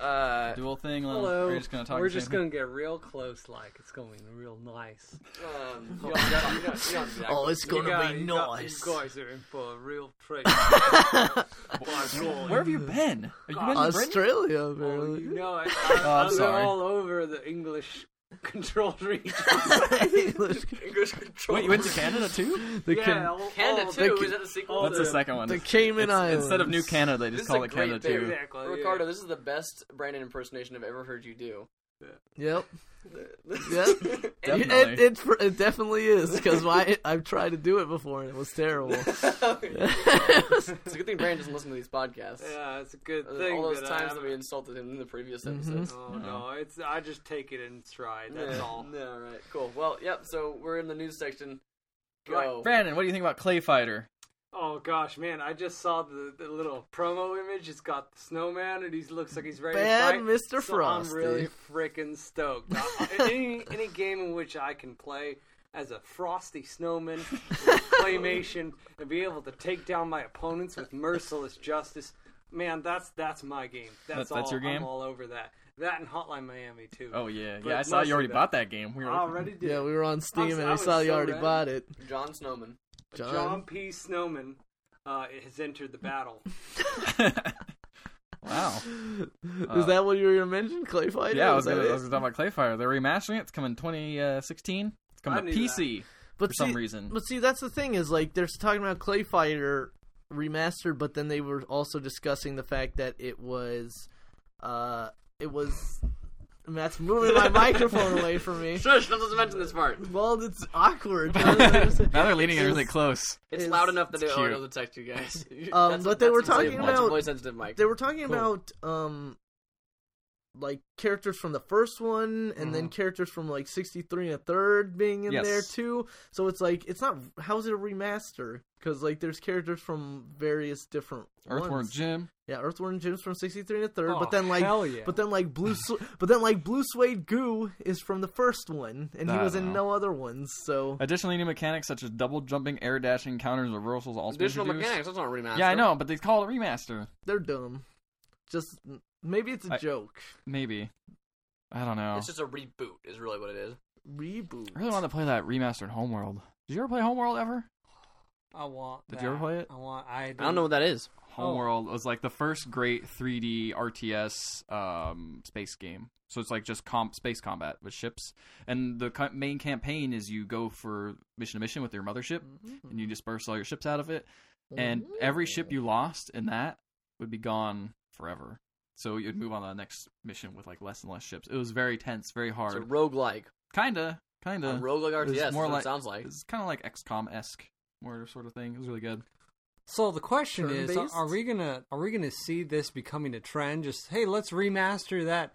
Speaker 1: Uh,
Speaker 2: dual thing. Lon?
Speaker 4: Hello.
Speaker 2: Or You're just gonna talk.
Speaker 4: We're
Speaker 2: to
Speaker 4: just
Speaker 2: Jamie?
Speaker 4: gonna get real close, like it's gonna be real (laughs) nice.
Speaker 1: um, you don't- you don't- you don't- you don't do that.
Speaker 3: Oh, it's
Speaker 4: You
Speaker 3: gonna
Speaker 4: guys-
Speaker 3: be
Speaker 4: you got-
Speaker 3: nice.
Speaker 4: You guys are in for a real
Speaker 3: (laughs)
Speaker 4: treat.
Speaker 2: Where have you been? Are you been in Britain?
Speaker 3: Australia,
Speaker 4: oh,
Speaker 3: apparently.
Speaker 4: you know it. I,
Speaker 2: Oh, I'm
Speaker 4: I'm
Speaker 2: sorry.
Speaker 4: all over the English (laughs) control region.
Speaker 3: English-
Speaker 4: English control.
Speaker 2: Wait, you went
Speaker 1: (laughs)
Speaker 2: to Canada too?
Speaker 3: the,
Speaker 4: yeah,
Speaker 3: Ca-
Speaker 4: all,
Speaker 1: Canada
Speaker 4: all
Speaker 1: too. Is
Speaker 4: The,
Speaker 1: that a sequel?
Speaker 4: all
Speaker 2: That's the second one.
Speaker 3: the Cayman
Speaker 2: It's-
Speaker 3: Islands.
Speaker 2: Instead of New Canada, they just
Speaker 1: This is
Speaker 2: call
Speaker 1: a
Speaker 2: it
Speaker 1: great
Speaker 2: Canada
Speaker 1: thing.
Speaker 2: too.
Speaker 4: Exactly. yeah.
Speaker 1: Ricardo, this is the best Brandon impersonation I've ever heard you do.
Speaker 3: Yep.
Speaker 4: yeah.
Speaker 3: Yep.
Speaker 4: (laughs)
Speaker 3: It,
Speaker 2: Definitely.
Speaker 3: it, it, fr- it definitely is because why (laughs) I've tried to do it before and it was
Speaker 2: (laughs)
Speaker 3: terrible.
Speaker 1: It's a good thing Brandon doesn't listen to these podcasts.
Speaker 4: Yeah, it's a good
Speaker 1: Uh,
Speaker 4: thing.
Speaker 1: All those
Speaker 4: that
Speaker 1: times that
Speaker 4: I
Speaker 1: we
Speaker 4: haven't-
Speaker 1: insulted him in the previous
Speaker 3: Mhm.
Speaker 1: episodes.
Speaker 4: Oh
Speaker 1: (laughs)
Speaker 4: no, it's I just take it in stride. That's
Speaker 1: Yeah.
Speaker 4: all.
Speaker 1: Yeah, all right, cool. Well, yep. So we're in the news section. Go.
Speaker 4: Right.
Speaker 2: Brandon, what do you think about Clay Fighter?
Speaker 4: Oh gosh, man! I just saw the, the little promo image. It's got the snowman, and he looks like he's ready
Speaker 3: Bad
Speaker 4: to fight.
Speaker 3: Mr.
Speaker 4: So I'm really
Speaker 3: Frosty.
Speaker 4: freaking stoked.
Speaker 1: (laughs)
Speaker 4: I- any any game in which I can play as a
Speaker 1: (laughs)
Speaker 4: frosty snowman, with claymation, and be able to take down my opponents with merciless justice. Man, that's that's my game. That's,
Speaker 2: That- that's
Speaker 4: all.
Speaker 2: your game?
Speaker 4: I'm all over that. That and Hotline Miami too.
Speaker 2: Oh yeah,
Speaker 4: But
Speaker 2: yeah. I saw you
Speaker 4: mostly
Speaker 2: already
Speaker 4: that-
Speaker 2: bought that game. We
Speaker 4: I
Speaker 2: were
Speaker 4: already did.
Speaker 3: (laughs) yeah, we were on Steam
Speaker 4: I
Speaker 3: and we
Speaker 4: was
Speaker 3: saw you
Speaker 4: so
Speaker 3: already
Speaker 4: ready.
Speaker 3: bought it.
Speaker 1: John Snowman.
Speaker 3: John,
Speaker 4: John P. Snowman uh, has entered the battle.
Speaker 2: (laughs) wow.
Speaker 3: is that what you were gonna mention? Clay fighter?
Speaker 2: Yeah, I was,
Speaker 3: Is that
Speaker 2: gonna,
Speaker 3: it?
Speaker 2: I was gonna talk about Clay Fighter. They're remastering it. It's coming 2016. It's
Speaker 4: I
Speaker 2: coming to
Speaker 4: knew
Speaker 2: PC
Speaker 3: but
Speaker 2: for some
Speaker 3: see-
Speaker 2: reason.
Speaker 3: But see, that's the thing is like they're talking about Clay Fighter remastered, but then they were also discussing the fact that it was, uh, it was. Matt's moving my microphone away from me.
Speaker 1: Shush! Don't just mention this part.
Speaker 3: Well, it's awkward.
Speaker 2: now they're leading it really close.
Speaker 1: It's,
Speaker 3: It's-
Speaker 1: loud enough that it
Speaker 2: it's
Speaker 1: will
Speaker 2: cute.
Speaker 1: detect you guys.
Speaker 3: Um,
Speaker 1: That's a-
Speaker 3: but they
Speaker 1: that's
Speaker 3: were
Speaker 1: a
Speaker 3: talking
Speaker 1: really- That's a
Speaker 3: about-
Speaker 1: voice sensitive mic.
Speaker 3: they were talking
Speaker 2: Cool.
Speaker 3: about um like characters from the first one, and then characters from like sixty three and a third being in there
Speaker 8: Yes.
Speaker 3: too. So it's like it's not how is it a remaster? Because like there's characters from various different
Speaker 2: Earthworm
Speaker 3: ones.
Speaker 2: Jim.
Speaker 3: Yeah, Earthworm Jim's from sixty three and a third,
Speaker 4: Aw,
Speaker 3: but then like
Speaker 4: Oh, hell yeah.
Speaker 3: but then like blue Su- (laughs) but then like blue suede goo is from the first one, and he
Speaker 2: I
Speaker 3: was
Speaker 2: don't
Speaker 3: in
Speaker 2: know.
Speaker 3: no other ones. So
Speaker 2: Additionally, new mechanics such as double jumping, air dashing, counters, reversals, also
Speaker 1: Additional
Speaker 2: introduced.
Speaker 1: mechanics. That's not a remaster.
Speaker 2: Yeah, I know, but they call it a remaster.
Speaker 3: they're dumb. Just maybe it's a
Speaker 2: I-
Speaker 3: joke
Speaker 2: Maybe. I don't know.
Speaker 1: It's just a reboot, is really what it is.
Speaker 3: reboot.
Speaker 2: I really want to play that remastered Homeworld. Did you ever play Homeworld ever?
Speaker 4: I want.
Speaker 2: Did you ever
Speaker 4: that.
Speaker 2: play it?
Speaker 4: I want. I,
Speaker 1: I don't know what that is.
Speaker 2: Homeworld was like the first great 3D RTS um, space game. So it's like just comp space combat with ships, and the co- main campaign is you go for mission to mission with your mothership, and you disperse all your ships out of it, and every ship you lost in that would be gone forever. So you'd move on to the next mission with like less and less ships. It was very tense, very
Speaker 1: It's a
Speaker 2: hard.
Speaker 1: roguelike.
Speaker 2: Kinda, kinda.
Speaker 1: a roguelike RTS.
Speaker 2: It's
Speaker 1: That's
Speaker 2: more
Speaker 1: what
Speaker 2: like-
Speaker 1: it sounds like.
Speaker 2: It's kind of like XCOM esque, more sort of thing. It was really good.
Speaker 4: So the question is:
Speaker 3: Turn-based?
Speaker 4: Are we gonna are we gonna see this becoming a trend? Just hey, let's remaster that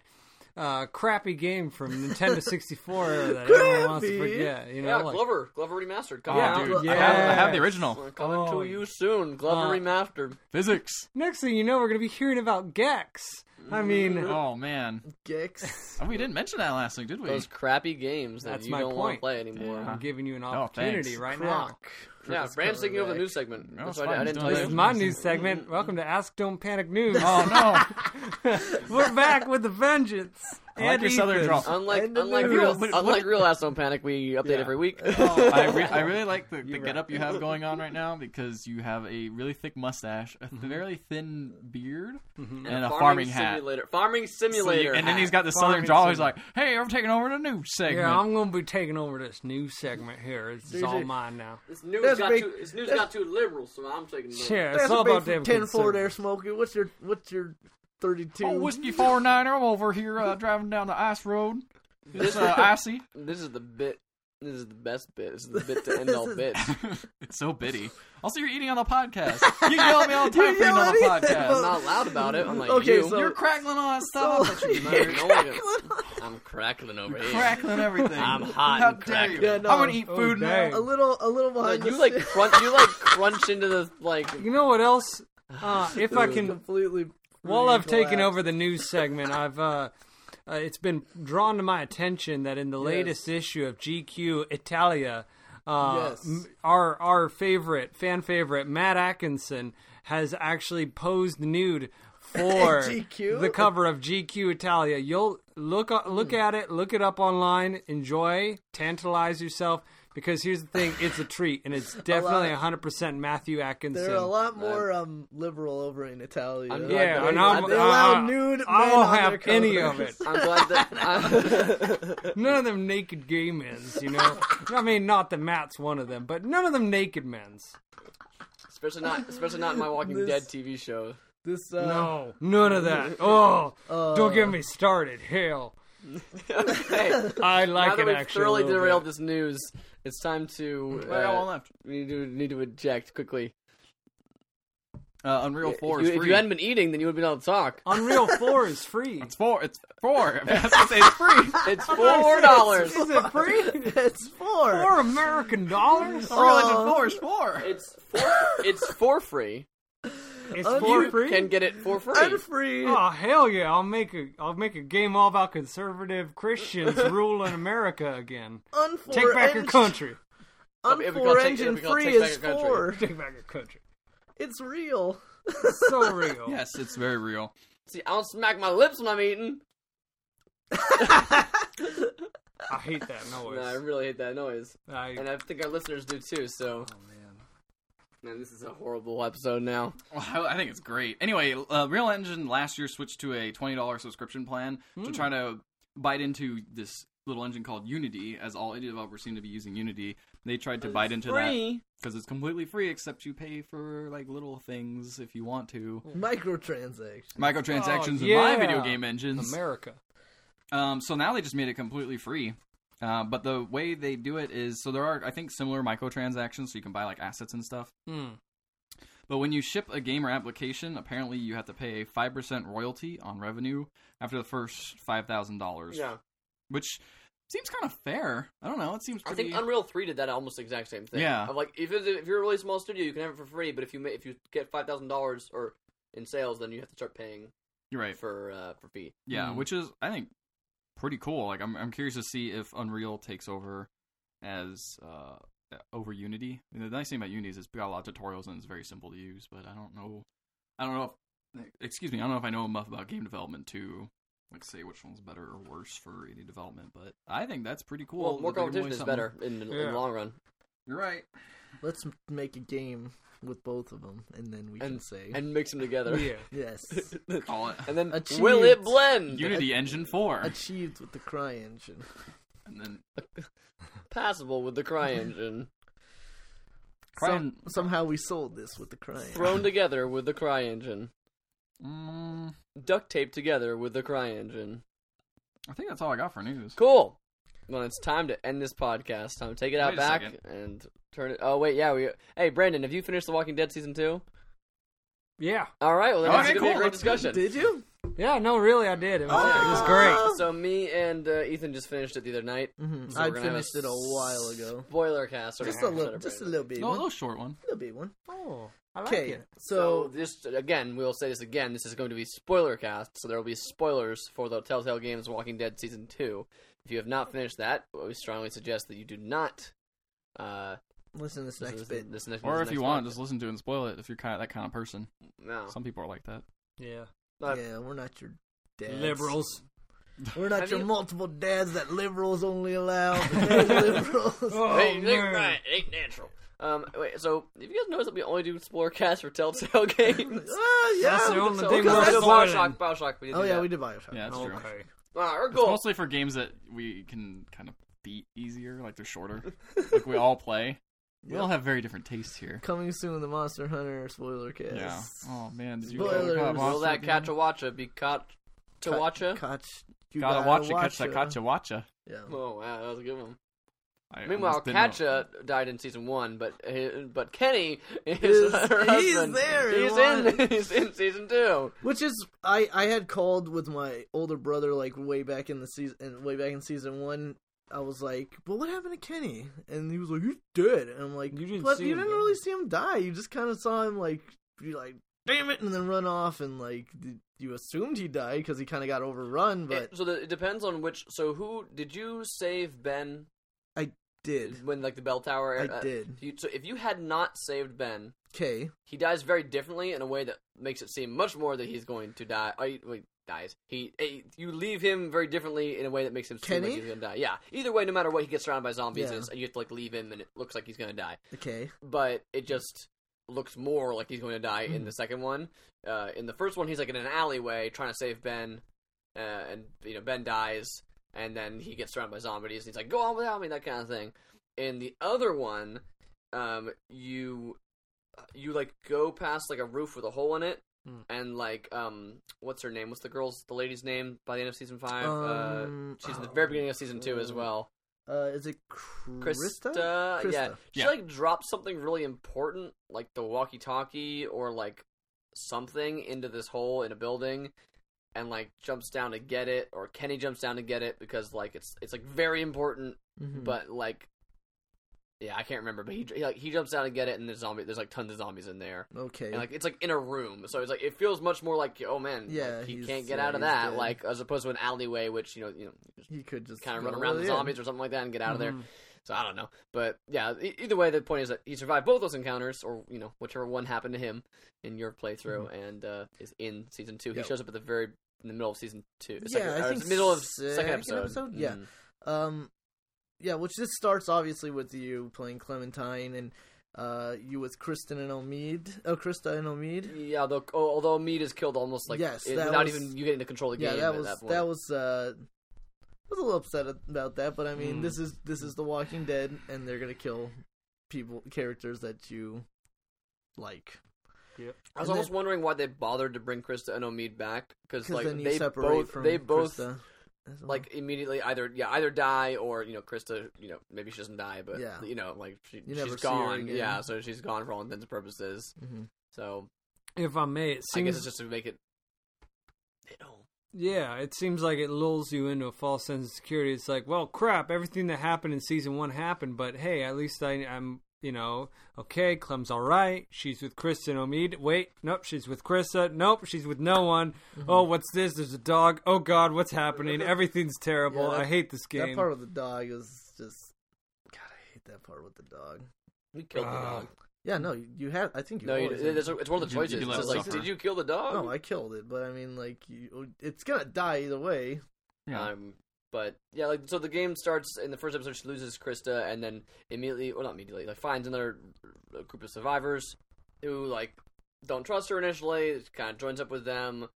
Speaker 4: uh, crappy game
Speaker 2: (laughs)
Speaker 4: from Nintendo 64 era that everyone wants to
Speaker 3: Crappy.
Speaker 4: forget. You know,
Speaker 1: Yeah,
Speaker 4: like,
Speaker 1: Glover. Glover remastered. Come
Speaker 4: Yeah,
Speaker 1: out.
Speaker 4: dude,
Speaker 2: Oh, I, have, I have the
Speaker 4: yes.
Speaker 2: original
Speaker 1: Coming
Speaker 4: Oh.
Speaker 1: to you soon. Glover
Speaker 4: Uh,
Speaker 1: remastered.
Speaker 2: physics.
Speaker 4: next thing you know, we're gonna be hearing about Gex. I mean,
Speaker 2: Oh man, (laughs)
Speaker 3: Gex. (laughs)
Speaker 2: Oh, we didn't mention that last week, did we?
Speaker 1: Those crappy games that
Speaker 4: That's
Speaker 1: you
Speaker 4: my
Speaker 1: don't want
Speaker 4: point.
Speaker 1: to play anymore.
Speaker 4: I'm giving you an
Speaker 2: Oh,
Speaker 4: opportunity
Speaker 2: thanks.
Speaker 4: right now.
Speaker 3: Croc.
Speaker 1: Yeah, Bram's taking over the news segment.
Speaker 2: That
Speaker 1: That's
Speaker 2: was
Speaker 1: why I,
Speaker 2: fun.
Speaker 1: I didn't
Speaker 2: He's doing
Speaker 1: tell
Speaker 4: This
Speaker 1: you.
Speaker 4: is my news
Speaker 2: Mm.
Speaker 4: segment. Welcome to Ask Don't Panic News.
Speaker 2: (laughs) oh
Speaker 4: (laughs) We're back with the vengeance.
Speaker 2: no! I like
Speaker 4: And
Speaker 2: your southern
Speaker 4: Ethan.
Speaker 2: drawl.
Speaker 1: Unlike
Speaker 3: And the
Speaker 1: unlike
Speaker 3: news.
Speaker 1: real
Speaker 2: But what-
Speaker 1: unlike real Ass Don't Panic, we update
Speaker 4: Yeah.
Speaker 1: every week.
Speaker 4: Oh.
Speaker 2: (laughs) I,
Speaker 1: (laughs)
Speaker 2: re- I really like the, the getup you have going on right now because you have a really thick mustache, a very thin beard,
Speaker 1: Mm-hmm.
Speaker 2: and a farming, hat.
Speaker 1: simulator. Farming simulator.
Speaker 2: and then
Speaker 1: hat.
Speaker 2: he's got the southern
Speaker 4: Farming
Speaker 2: drawl. He's like, "Hey, I'm taking over the news segment."
Speaker 4: Yeah, I'm gonna be taking over this news segment here. It's all
Speaker 3: Seriously.
Speaker 4: mine now.
Speaker 1: This news
Speaker 3: That's
Speaker 1: got
Speaker 3: big-
Speaker 1: too this news
Speaker 3: that's-
Speaker 1: got too liberal, so I'm taking. it over.
Speaker 4: Yeah, it's
Speaker 3: That's
Speaker 4: all
Speaker 3: a
Speaker 4: about
Speaker 3: big
Speaker 4: them
Speaker 3: ten Ford Air
Speaker 4: conservatives.
Speaker 3: Smoker. What's your what's your thirty two?
Speaker 2: Oh, whiskey four nine. I'm over here uh, driving down the ice road. It's
Speaker 1: This, (laughs)
Speaker 2: uh, icy. (laughs)
Speaker 1: this is the bit. This is the best bit. This is the
Speaker 2: (laughs)
Speaker 1: bit to end all
Speaker 3: This is-
Speaker 1: bits.
Speaker 2: it's so bitty. Also, you're eating on the podcast. You yell at me all the time for eating
Speaker 3: yell
Speaker 2: on the
Speaker 3: at Ethan,
Speaker 2: podcast.
Speaker 1: I'm (laughs) not loud about it. I'm like
Speaker 3: Okay,
Speaker 1: you. (laughs)
Speaker 3: so-
Speaker 2: You're crackling all that stuff.
Speaker 3: so-
Speaker 2: I bet you
Speaker 1: No,
Speaker 2: nerd.
Speaker 1: no one can- I'm crackling over here.
Speaker 2: crackling everything.
Speaker 1: I'm hot
Speaker 2: How
Speaker 1: and
Speaker 2: dare you?
Speaker 1: crackling.
Speaker 3: Yeah, no.
Speaker 2: I'm gonna eat food
Speaker 4: Oh,
Speaker 2: now.
Speaker 4: dang.
Speaker 3: a little a little
Speaker 1: No,
Speaker 3: behind.
Speaker 1: Uh, you
Speaker 3: the
Speaker 1: like (laughs)
Speaker 3: scenes.
Speaker 1: crunch. You like crunch into the like.
Speaker 4: You know what else? Uh,
Speaker 3: (laughs)
Speaker 4: if I can,
Speaker 3: completely.
Speaker 4: while I've taken
Speaker 3: collapsed.
Speaker 4: over the news segment, I've uh, uh, it's been drawn to my attention that in the latest issue of GQ Italia, uh,
Speaker 3: Yes.
Speaker 4: m- our our favorite fan favorite Matt Atkinson has actually posed nude
Speaker 3: (laughs)
Speaker 4: for
Speaker 3: GQ?
Speaker 4: the cover of GQ Italia. You'll look uh,
Speaker 3: Hmm.
Speaker 4: look at it, look it up online, enjoy, tantalize yourself. Because here's the thing, it's a treat, and it's definitely 100% Matthew Atkinson.
Speaker 3: They're a lot more um, liberal over in Italy.
Speaker 1: I'm
Speaker 3: though.
Speaker 1: glad
Speaker 4: Yeah,
Speaker 1: that
Speaker 4: and
Speaker 1: they-
Speaker 4: I'm,
Speaker 1: they
Speaker 3: allow
Speaker 4: uh,
Speaker 3: nude
Speaker 4: I
Speaker 3: men
Speaker 4: won't
Speaker 3: on
Speaker 4: have
Speaker 3: their
Speaker 4: any of
Speaker 3: covers.
Speaker 4: it.
Speaker 1: I'm glad that.
Speaker 4: (laughs) None of them naked gay men's, you know. I mean, not that Matt's one of them, but none of them naked men's.
Speaker 1: especially not. Especially not in my Walking
Speaker 3: This-
Speaker 1: Dead TV show.
Speaker 3: This uh,
Speaker 4: No, none
Speaker 1: (laughs)
Speaker 4: of that. Oh, don't
Speaker 1: Uh.
Speaker 4: get me started. Hell,
Speaker 1: (laughs) okay.
Speaker 4: I
Speaker 1: Now
Speaker 4: like
Speaker 1: that
Speaker 4: it
Speaker 1: we've
Speaker 4: actually.
Speaker 1: thoroughly derailed this news, it's time to.
Speaker 2: I got one
Speaker 1: Uh,
Speaker 2: left.
Speaker 1: we need to need to eject quickly.
Speaker 2: Uh, Unreal Four
Speaker 1: if,
Speaker 2: is
Speaker 1: you, if
Speaker 2: free.
Speaker 1: you hadn't been eating, then you would have been able to talk. (laughs)
Speaker 4: Unreal Four is free.
Speaker 2: It's four. It's four. I was gonna say it's free.
Speaker 1: (laughs) It's four dollars.
Speaker 4: Is it
Speaker 3: (laughs)
Speaker 4: free?
Speaker 1: (laughs)
Speaker 3: It's four.
Speaker 4: Four American dollars?
Speaker 2: I realized
Speaker 3: Oh.
Speaker 2: it's four is four.
Speaker 1: It's for it's for free.
Speaker 4: It's for free.
Speaker 1: Can get it for free.
Speaker 3: I'm free.
Speaker 4: Oh hell yeah! I'll make a I'll make a game all about
Speaker 1: (laughs)
Speaker 4: conservative Christians ruling America again.
Speaker 3: Unfor-
Speaker 4: Take back your
Speaker 3: eng-
Speaker 4: country.
Speaker 1: It'll be called
Speaker 3: Unfor
Speaker 1: take- it'll
Speaker 3: engine
Speaker 1: be called
Speaker 3: free
Speaker 1: take back
Speaker 3: is
Speaker 1: your country.
Speaker 3: four.
Speaker 4: Take back your country.
Speaker 3: It's real.
Speaker 4: So real.
Speaker 2: Yes, it's very real.
Speaker 1: See, I don't smack my lips when I'm eating.
Speaker 4: I hate that noise.
Speaker 1: No, I really hate that noise,
Speaker 4: I-
Speaker 1: and I think our listeners do too. So, man, this is a horrible episode now.
Speaker 2: Well, I I think it's great. Anyway, uh, Real Engine last year switched to a twenty dollars subscription plan to try to bite into this little engine called Unity, as all indie developers seem to be using Unity. They tried to bite into that
Speaker 1: Free.
Speaker 2: because it's completely free, except you pay for like little things if you want to.
Speaker 3: Microtransaction.
Speaker 2: Microtransactions
Speaker 4: Oh,
Speaker 2: in
Speaker 4: yeah.
Speaker 2: my video game engines.
Speaker 4: America.
Speaker 2: Um, so now they just made it completely free. Uh, but the way they do it is so there are I think similar microtransactions, so you can buy like assets and stuff.
Speaker 4: Mm.
Speaker 2: But when you ship a game or application, apparently you have to pay a five percent royalty on revenue after the first five thousand dollars.
Speaker 1: Yeah.
Speaker 2: Which seems kind of fair. I don't know. It seems
Speaker 1: I
Speaker 2: pretty.
Speaker 1: think Unreal Three did that almost the exact same thing.
Speaker 2: Yeah.
Speaker 1: of like if it's, if you're a really small studio, you can have it for free, but if you ma- if you get five thousand dollars or in sales, then you have to start paying
Speaker 2: You're right.
Speaker 1: for uh, for fee.
Speaker 2: Yeah,
Speaker 5: Mm.
Speaker 2: which is I think pretty cool. Like I'm I'm curious to see if Unreal takes over as uh over Unity. I mean, the nice thing about Unity is it's got a lot of tutorials and it's very simple to use, but I don't know I don't know if excuse me, I don't know if I know enough about game development to like say which one's better or worse for any development, but I think that's pretty cool.
Speaker 1: Well, more
Speaker 2: that they're doing
Speaker 1: competition is
Speaker 2: something-
Speaker 1: better in, in
Speaker 2: Yeah.
Speaker 1: the long run.
Speaker 2: You're right.
Speaker 3: Let's m- make a game with both of them, and then we can say
Speaker 1: and mix them together.
Speaker 9: Yeah.
Speaker 1: (laughs)
Speaker 3: yes.
Speaker 2: (laughs)
Speaker 3: (laughs)
Speaker 2: Call it
Speaker 1: And then
Speaker 3: Achieved.
Speaker 1: will it blend?
Speaker 2: Unity Engine 4.
Speaker 3: Achieved with the Cry Engine.
Speaker 2: And then
Speaker 1: Passable with the cry engine.
Speaker 2: Crying-
Speaker 3: Some- somehow we sold this with the Cry Engine.
Speaker 1: Thrown together with the cry engine.
Speaker 2: mm,
Speaker 1: Duct taped together with the cry engine.
Speaker 2: I think that's all I got for news.
Speaker 1: Cool. Well, it's time to end this podcast. Time to take it out
Speaker 2: Wait a
Speaker 1: back
Speaker 2: second.
Speaker 1: and turn it. Oh wait, yeah. We. Hey, Brandon, have you finished The Walking Dead season two?
Speaker 4: Yeah.
Speaker 1: All right. Well, then
Speaker 2: Okay,
Speaker 1: that's gonna be a
Speaker 2: cool.
Speaker 1: great
Speaker 2: That's
Speaker 1: discussion.
Speaker 3: Did you?
Speaker 4: Yeah, no, really, I did. It was, it was great.
Speaker 1: So me and uh, Ethan just finished it the other night.
Speaker 3: hmm
Speaker 1: So
Speaker 3: I
Speaker 1: we're gonna have
Speaker 3: finished it a while ago.
Speaker 1: Spoiler cast. or
Speaker 3: Just a
Speaker 1: whatever,
Speaker 3: little,
Speaker 1: shut up,
Speaker 3: just a
Speaker 1: Brandon.
Speaker 3: little bit,
Speaker 2: No, a
Speaker 3: one,
Speaker 2: little short one.
Speaker 3: little bit one.
Speaker 4: Oh, I like
Speaker 3: Okay,
Speaker 4: it.
Speaker 1: So
Speaker 3: so
Speaker 1: Oh, this again, we'll say this again. This is going to be spoiler cast, so there will be spoilers for the Telltale Games Walking Dead season two. If you have not finished that, we strongly suggest that you do not. Uh,
Speaker 3: listen to this
Speaker 1: listen
Speaker 3: next
Speaker 1: to this-
Speaker 3: bit.
Speaker 1: this next,
Speaker 2: Or
Speaker 1: this
Speaker 2: if you
Speaker 1: next
Speaker 2: want,
Speaker 1: podcast.
Speaker 2: just listen to it and spoil it if you're kind of that kind of person.
Speaker 1: no.
Speaker 2: Some people are like that.
Speaker 4: Yeah.
Speaker 1: Uh,
Speaker 3: yeah, we're not your dads.
Speaker 4: Liberals.
Speaker 3: We're not
Speaker 1: Have
Speaker 3: your
Speaker 1: you-
Speaker 3: multiple dads that liberals only allow.
Speaker 1: (laughs)
Speaker 3: They're
Speaker 4: (laughs)
Speaker 3: liberals.
Speaker 4: Oh,
Speaker 1: Hey, it ain't
Speaker 4: man.
Speaker 1: right, it ain't natural. Um, wait. So, if you guys notice that we only do spoiler cast for Telltale (laughs) Games,
Speaker 3: Ah, yeah.
Speaker 4: That's the only
Speaker 1: so
Speaker 4: thing
Speaker 1: we
Speaker 4: we're
Speaker 1: did Bioshock,
Speaker 4: spoiling.
Speaker 1: Bioshock. We did
Speaker 3: Oh
Speaker 1: do
Speaker 3: yeah,
Speaker 1: that.
Speaker 3: we did Bioshock.
Speaker 2: Yeah, that's true.
Speaker 4: Okay.
Speaker 1: Ah, we're
Speaker 2: It's
Speaker 1: cool.
Speaker 2: mostly for games that we can kind of beat easier, like they're shorter. like we all
Speaker 1: (laughs)
Speaker 2: play. We all
Speaker 3: Yep.
Speaker 2: have very different tastes here.
Speaker 3: Coming soon, the Monster Hunter spoiler cast.
Speaker 2: Yeah. Oh man, did you
Speaker 3: Spoilers.
Speaker 2: Got
Speaker 1: Will
Speaker 2: Monster
Speaker 1: that
Speaker 2: Hunter?
Speaker 1: catch a watcha be caught to
Speaker 3: Ca-
Speaker 1: watcha?
Speaker 3: Catch. You
Speaker 2: Gotta, watch it, catch that, catch it, watch it.
Speaker 3: Yeah.
Speaker 1: Oh wow, that was a good one.
Speaker 2: I
Speaker 1: Meanwhile,
Speaker 2: almost didn't know.
Speaker 1: Katja died in season one, but uh, but Kenny is
Speaker 3: Is-
Speaker 1: her
Speaker 3: he's
Speaker 1: husband.
Speaker 3: there in
Speaker 1: He's
Speaker 3: one.
Speaker 1: in. (laughs) He's in season two.
Speaker 3: Which is, I I had called with my older brother like way back in the season, and way back in season one. I was like, "But what happened to Kenny?" And he was like, "He's dead." And I'm like,
Speaker 4: You didn't
Speaker 3: "But
Speaker 4: see
Speaker 3: you
Speaker 4: him
Speaker 3: didn't
Speaker 4: die."
Speaker 3: really see him die. You just kind of saw him like be like, damn it,' and then run off, and like th- you assumed he died because he kind of got overrun, but
Speaker 1: It- so the, it depends on which. So who did you save Ben
Speaker 3: did
Speaker 1: when like the bell tower?
Speaker 3: I
Speaker 1: uh,
Speaker 3: did.
Speaker 1: You, so if you had not saved Ben,
Speaker 3: okay?
Speaker 1: he dies very differently in a way that makes it seem much more that he's going to die. Oh, he, wait, dies. He eh, you leave him very differently in a way that makes him seem
Speaker 3: Kenny?
Speaker 1: like he's going to die. Yeah. Either way, no matter what, he gets surrounded by zombies,
Speaker 3: Yeah.
Speaker 1: and it's, you have to like leave him, and it looks like he's going to die.
Speaker 3: Okay,
Speaker 1: but it just looks more like he's going to die
Speaker 3: Hmm.
Speaker 1: in the second one. Uh, in the first one, he's like in an alleyway trying to save Ben, uh, and you know Ben dies, and then he gets surrounded by zombies. And he's like, "Go on without me," that kind of thing. In the other one, um, you you like go past like a roof with a hole in it.
Speaker 3: Hmm.
Speaker 4: Mm.
Speaker 1: And like, um, what's her name? What's the girl's, the lady's name? By the end of season five,
Speaker 3: um,
Speaker 1: uh, she's in the
Speaker 3: oh,
Speaker 1: very beginning of season two as
Speaker 3: uh,
Speaker 1: well.
Speaker 3: Uh, is it Krista?
Speaker 1: Krista, yeah,
Speaker 3: Krista.
Speaker 1: she
Speaker 2: Yeah.
Speaker 1: like dropped something really important, like the walkie-talkie or like something into this hole in a building, and like jumps down to get it, or Kenny jumps down to get it because like it's it's like very important,
Speaker 3: Mhm.
Speaker 1: but like yeah, I can't remember, but he, he like he jumps down to get it, and there's zombie, there's like tons of zombies in there,
Speaker 3: okay,
Speaker 1: and like it's like in a room, so it's like it feels much more like oh man,
Speaker 3: Yeah,
Speaker 1: like, he
Speaker 3: he's-
Speaker 1: can't get
Speaker 3: yeah,
Speaker 1: out of
Speaker 3: he's
Speaker 1: that,
Speaker 3: dead.
Speaker 1: like as opposed to an alleyway, which you know you know
Speaker 3: he could just
Speaker 1: kind of
Speaker 3: go,
Speaker 1: run around the
Speaker 3: yeah.
Speaker 1: zombies or something like that and get out of there.
Speaker 3: Mm-hmm.
Speaker 1: So I don't know, but yeah. e- Either way, the point is that he survived both those encounters, or you know, whichever one happened to him in your playthrough, and uh, is in season two.
Speaker 3: Mm-hmm. Yep.
Speaker 1: He shows up at the very in the middle of season two.
Speaker 3: Yeah,
Speaker 1: second,
Speaker 3: I
Speaker 1: or
Speaker 3: think
Speaker 1: the middle of
Speaker 3: second
Speaker 1: second episode.
Speaker 3: episode? Yeah.
Speaker 1: Mm.
Speaker 3: Um, yeah, which this starts obviously with you playing Clementine and uh, you with Kristen and Omid. Oh, Krista and Omid.
Speaker 1: yeah. Although, oh, although Mead is killed almost like
Speaker 3: Yes,
Speaker 1: it-
Speaker 3: that
Speaker 1: without
Speaker 3: was-
Speaker 1: even you getting to control the
Speaker 3: Yeah,
Speaker 1: game.
Speaker 3: that
Speaker 1: at
Speaker 3: was
Speaker 1: that,
Speaker 3: that,
Speaker 1: point.
Speaker 3: was. Uh, I was a little upset about that, but I mean,
Speaker 1: Hmm.
Speaker 3: this is this is The Walking Dead, and they're gonna kill people characters that you like.
Speaker 1: I was
Speaker 3: and
Speaker 1: almost wondering why they bothered to bring Krista and Omid back because
Speaker 3: Because
Speaker 1: like
Speaker 3: then you
Speaker 1: they
Speaker 3: separate
Speaker 1: both
Speaker 3: from
Speaker 1: they both
Speaker 3: Krista. That's all.
Speaker 1: like immediately either yeah either die or you know Krista you know maybe she doesn't die but
Speaker 3: Yeah.
Speaker 1: you know like she,
Speaker 3: You never
Speaker 1: she's
Speaker 3: see her
Speaker 1: gone
Speaker 3: again.
Speaker 1: yeah so she's gone for all intents and purposes
Speaker 3: Mhm.
Speaker 1: So
Speaker 4: If I may, it
Speaker 1: I
Speaker 4: seems
Speaker 1: guess it's just to make it hit home.
Speaker 4: Yeah, it seems like it lulls you into a false sense of security. It's like, well, crap, everything that happened in season one happened, but hey, at least I, I'm, you know, okay, Clem's all right. She's with Kristen Omid. Wait, nope, she's with Krista. Nope, she's with no one. Oh, what's this? There's a dog. Oh, God, what's happening? Everything's terrible.
Speaker 3: Yeah, that-
Speaker 4: I hate this game.
Speaker 3: That part with the dog is just. God, I hate that part with the dog.
Speaker 1: We killed the
Speaker 4: Ah,
Speaker 1: dog.
Speaker 3: Yeah, no, you, you have. I think you.
Speaker 1: No, you,
Speaker 3: always
Speaker 1: it's, it's one of the
Speaker 2: You- you
Speaker 1: choices.
Speaker 2: can let
Speaker 1: it's
Speaker 2: it
Speaker 1: like,
Speaker 2: suffer.
Speaker 1: did you kill the dog?
Speaker 3: No, I killed it, but I mean, like, you, it's gonna die either way.
Speaker 2: Yeah.
Speaker 1: Um, but yeah, like so the game starts in the first episode. She loses Krista, and then immediately, well, not immediately, like finds another uh, group of survivors who like don't trust her initially. Kind of joins up with them.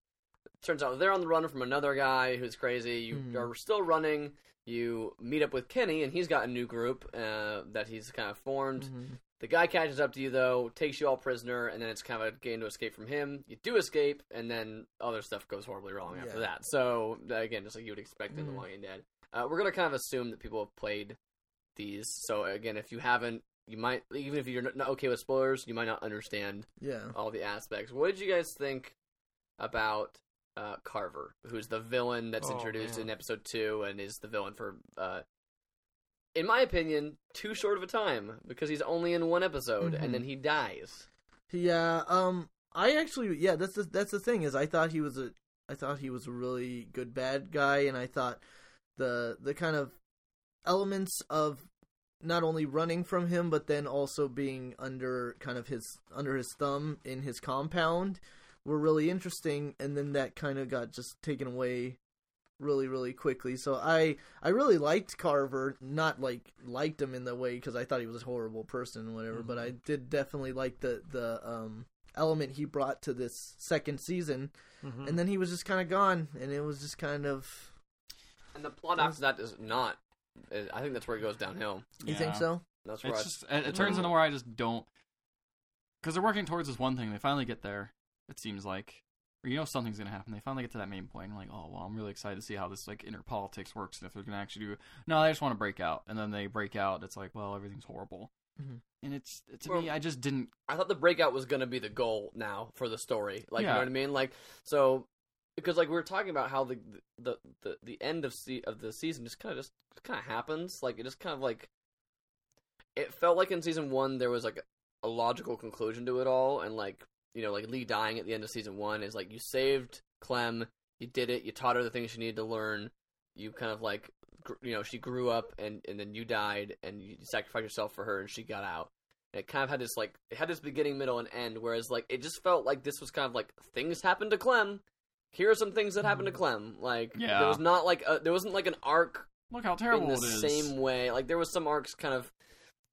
Speaker 1: Turns out they're on the run from another guy who's crazy. You
Speaker 3: Mhm.
Speaker 1: are still running. You meet up with Kenny, and he's got a new group uh, that he's kind of formed.
Speaker 3: Hmm.
Speaker 1: The guy catches up to you though, takes you all prisoner, and then it's kind of a game to escape from him. You do escape, and then other stuff goes horribly wrong after
Speaker 3: Yeah.
Speaker 1: that. So uh, again, just like you would expect in The
Speaker 3: Mm.
Speaker 1: Walking Dead, uh, we're gonna kind of assume that people have played these. So again, if you haven't, you might even if you're not- not okay with spoilers, you might not understand
Speaker 3: Yeah.
Speaker 1: all the aspects. What did you guys think about uh, Carver, who's the villain that's
Speaker 4: Oh,
Speaker 1: introduced
Speaker 4: man.
Speaker 1: in episode two and is the villain for, uh, in my opinion, too short of a time because he's only in one episode
Speaker 3: Mhm.
Speaker 1: and then he dies.
Speaker 3: Yeah. Um. I actually. Yeah. That's the, that's the thing is I thought he was a. I thought he was a really good bad guy, and I thought the the kind of elements of not only running from him, but then also being under kind of his under his thumb in his compound were really interesting, and then that kind of got just taken away really really quickly. So I I really liked Carver, not like liked him in the way because I thought he was a horrible person and whatever, but I
Speaker 1: Mm-hmm.
Speaker 3: did definitely like the the um element he brought to this second season
Speaker 1: Mm-hmm.
Speaker 4: Mhm.
Speaker 3: and then he was just kind of gone and it was just kind of
Speaker 1: And the plot after that is not. I think that's where it goes downhill.
Speaker 3: you think
Speaker 2: Yeah.
Speaker 3: so
Speaker 1: That's where I,
Speaker 2: It's just it, it turns into where I just don't because they're working towards this one thing. They finally get there. It seems like, or you know, something's gonna happen. They finally get to that main point. and like, oh well, I'm really excited to see how this like inner politics works and if they're gonna actually do. No, they just want to break out, and then they break out. It's like, well, everything's horrible.
Speaker 3: Mhm.
Speaker 2: And it's to
Speaker 1: Well-
Speaker 2: me, I just didn't.
Speaker 1: I thought the breakout was gonna be the goal now for the story. Like you know
Speaker 2: Yeah.
Speaker 1: what I mean? Like so because like we were talking about how the the the, the end of se- of the season just kind of just kind of happens. Like it just kind of like it felt like in season one there was like a logical conclusion to it all, and like you know like Lee dying at the end of season one is like you saved Clem, you did it, you taught her the things she needed to learn, you kind of like gr- you know she grew up and and then you died and you sacrificed yourself for her and she got out and it kind of had this like it had this beginning, middle, and end. Whereas like it just felt like this was kind of like things happened to Clem. Here are some things that happened to Clem. Like
Speaker 2: Mm. Yeah.
Speaker 1: there was not like a, there wasn't like an arc
Speaker 2: Look how terrible
Speaker 1: in the
Speaker 2: it is.
Speaker 1: same way. Like there was some arcs kind of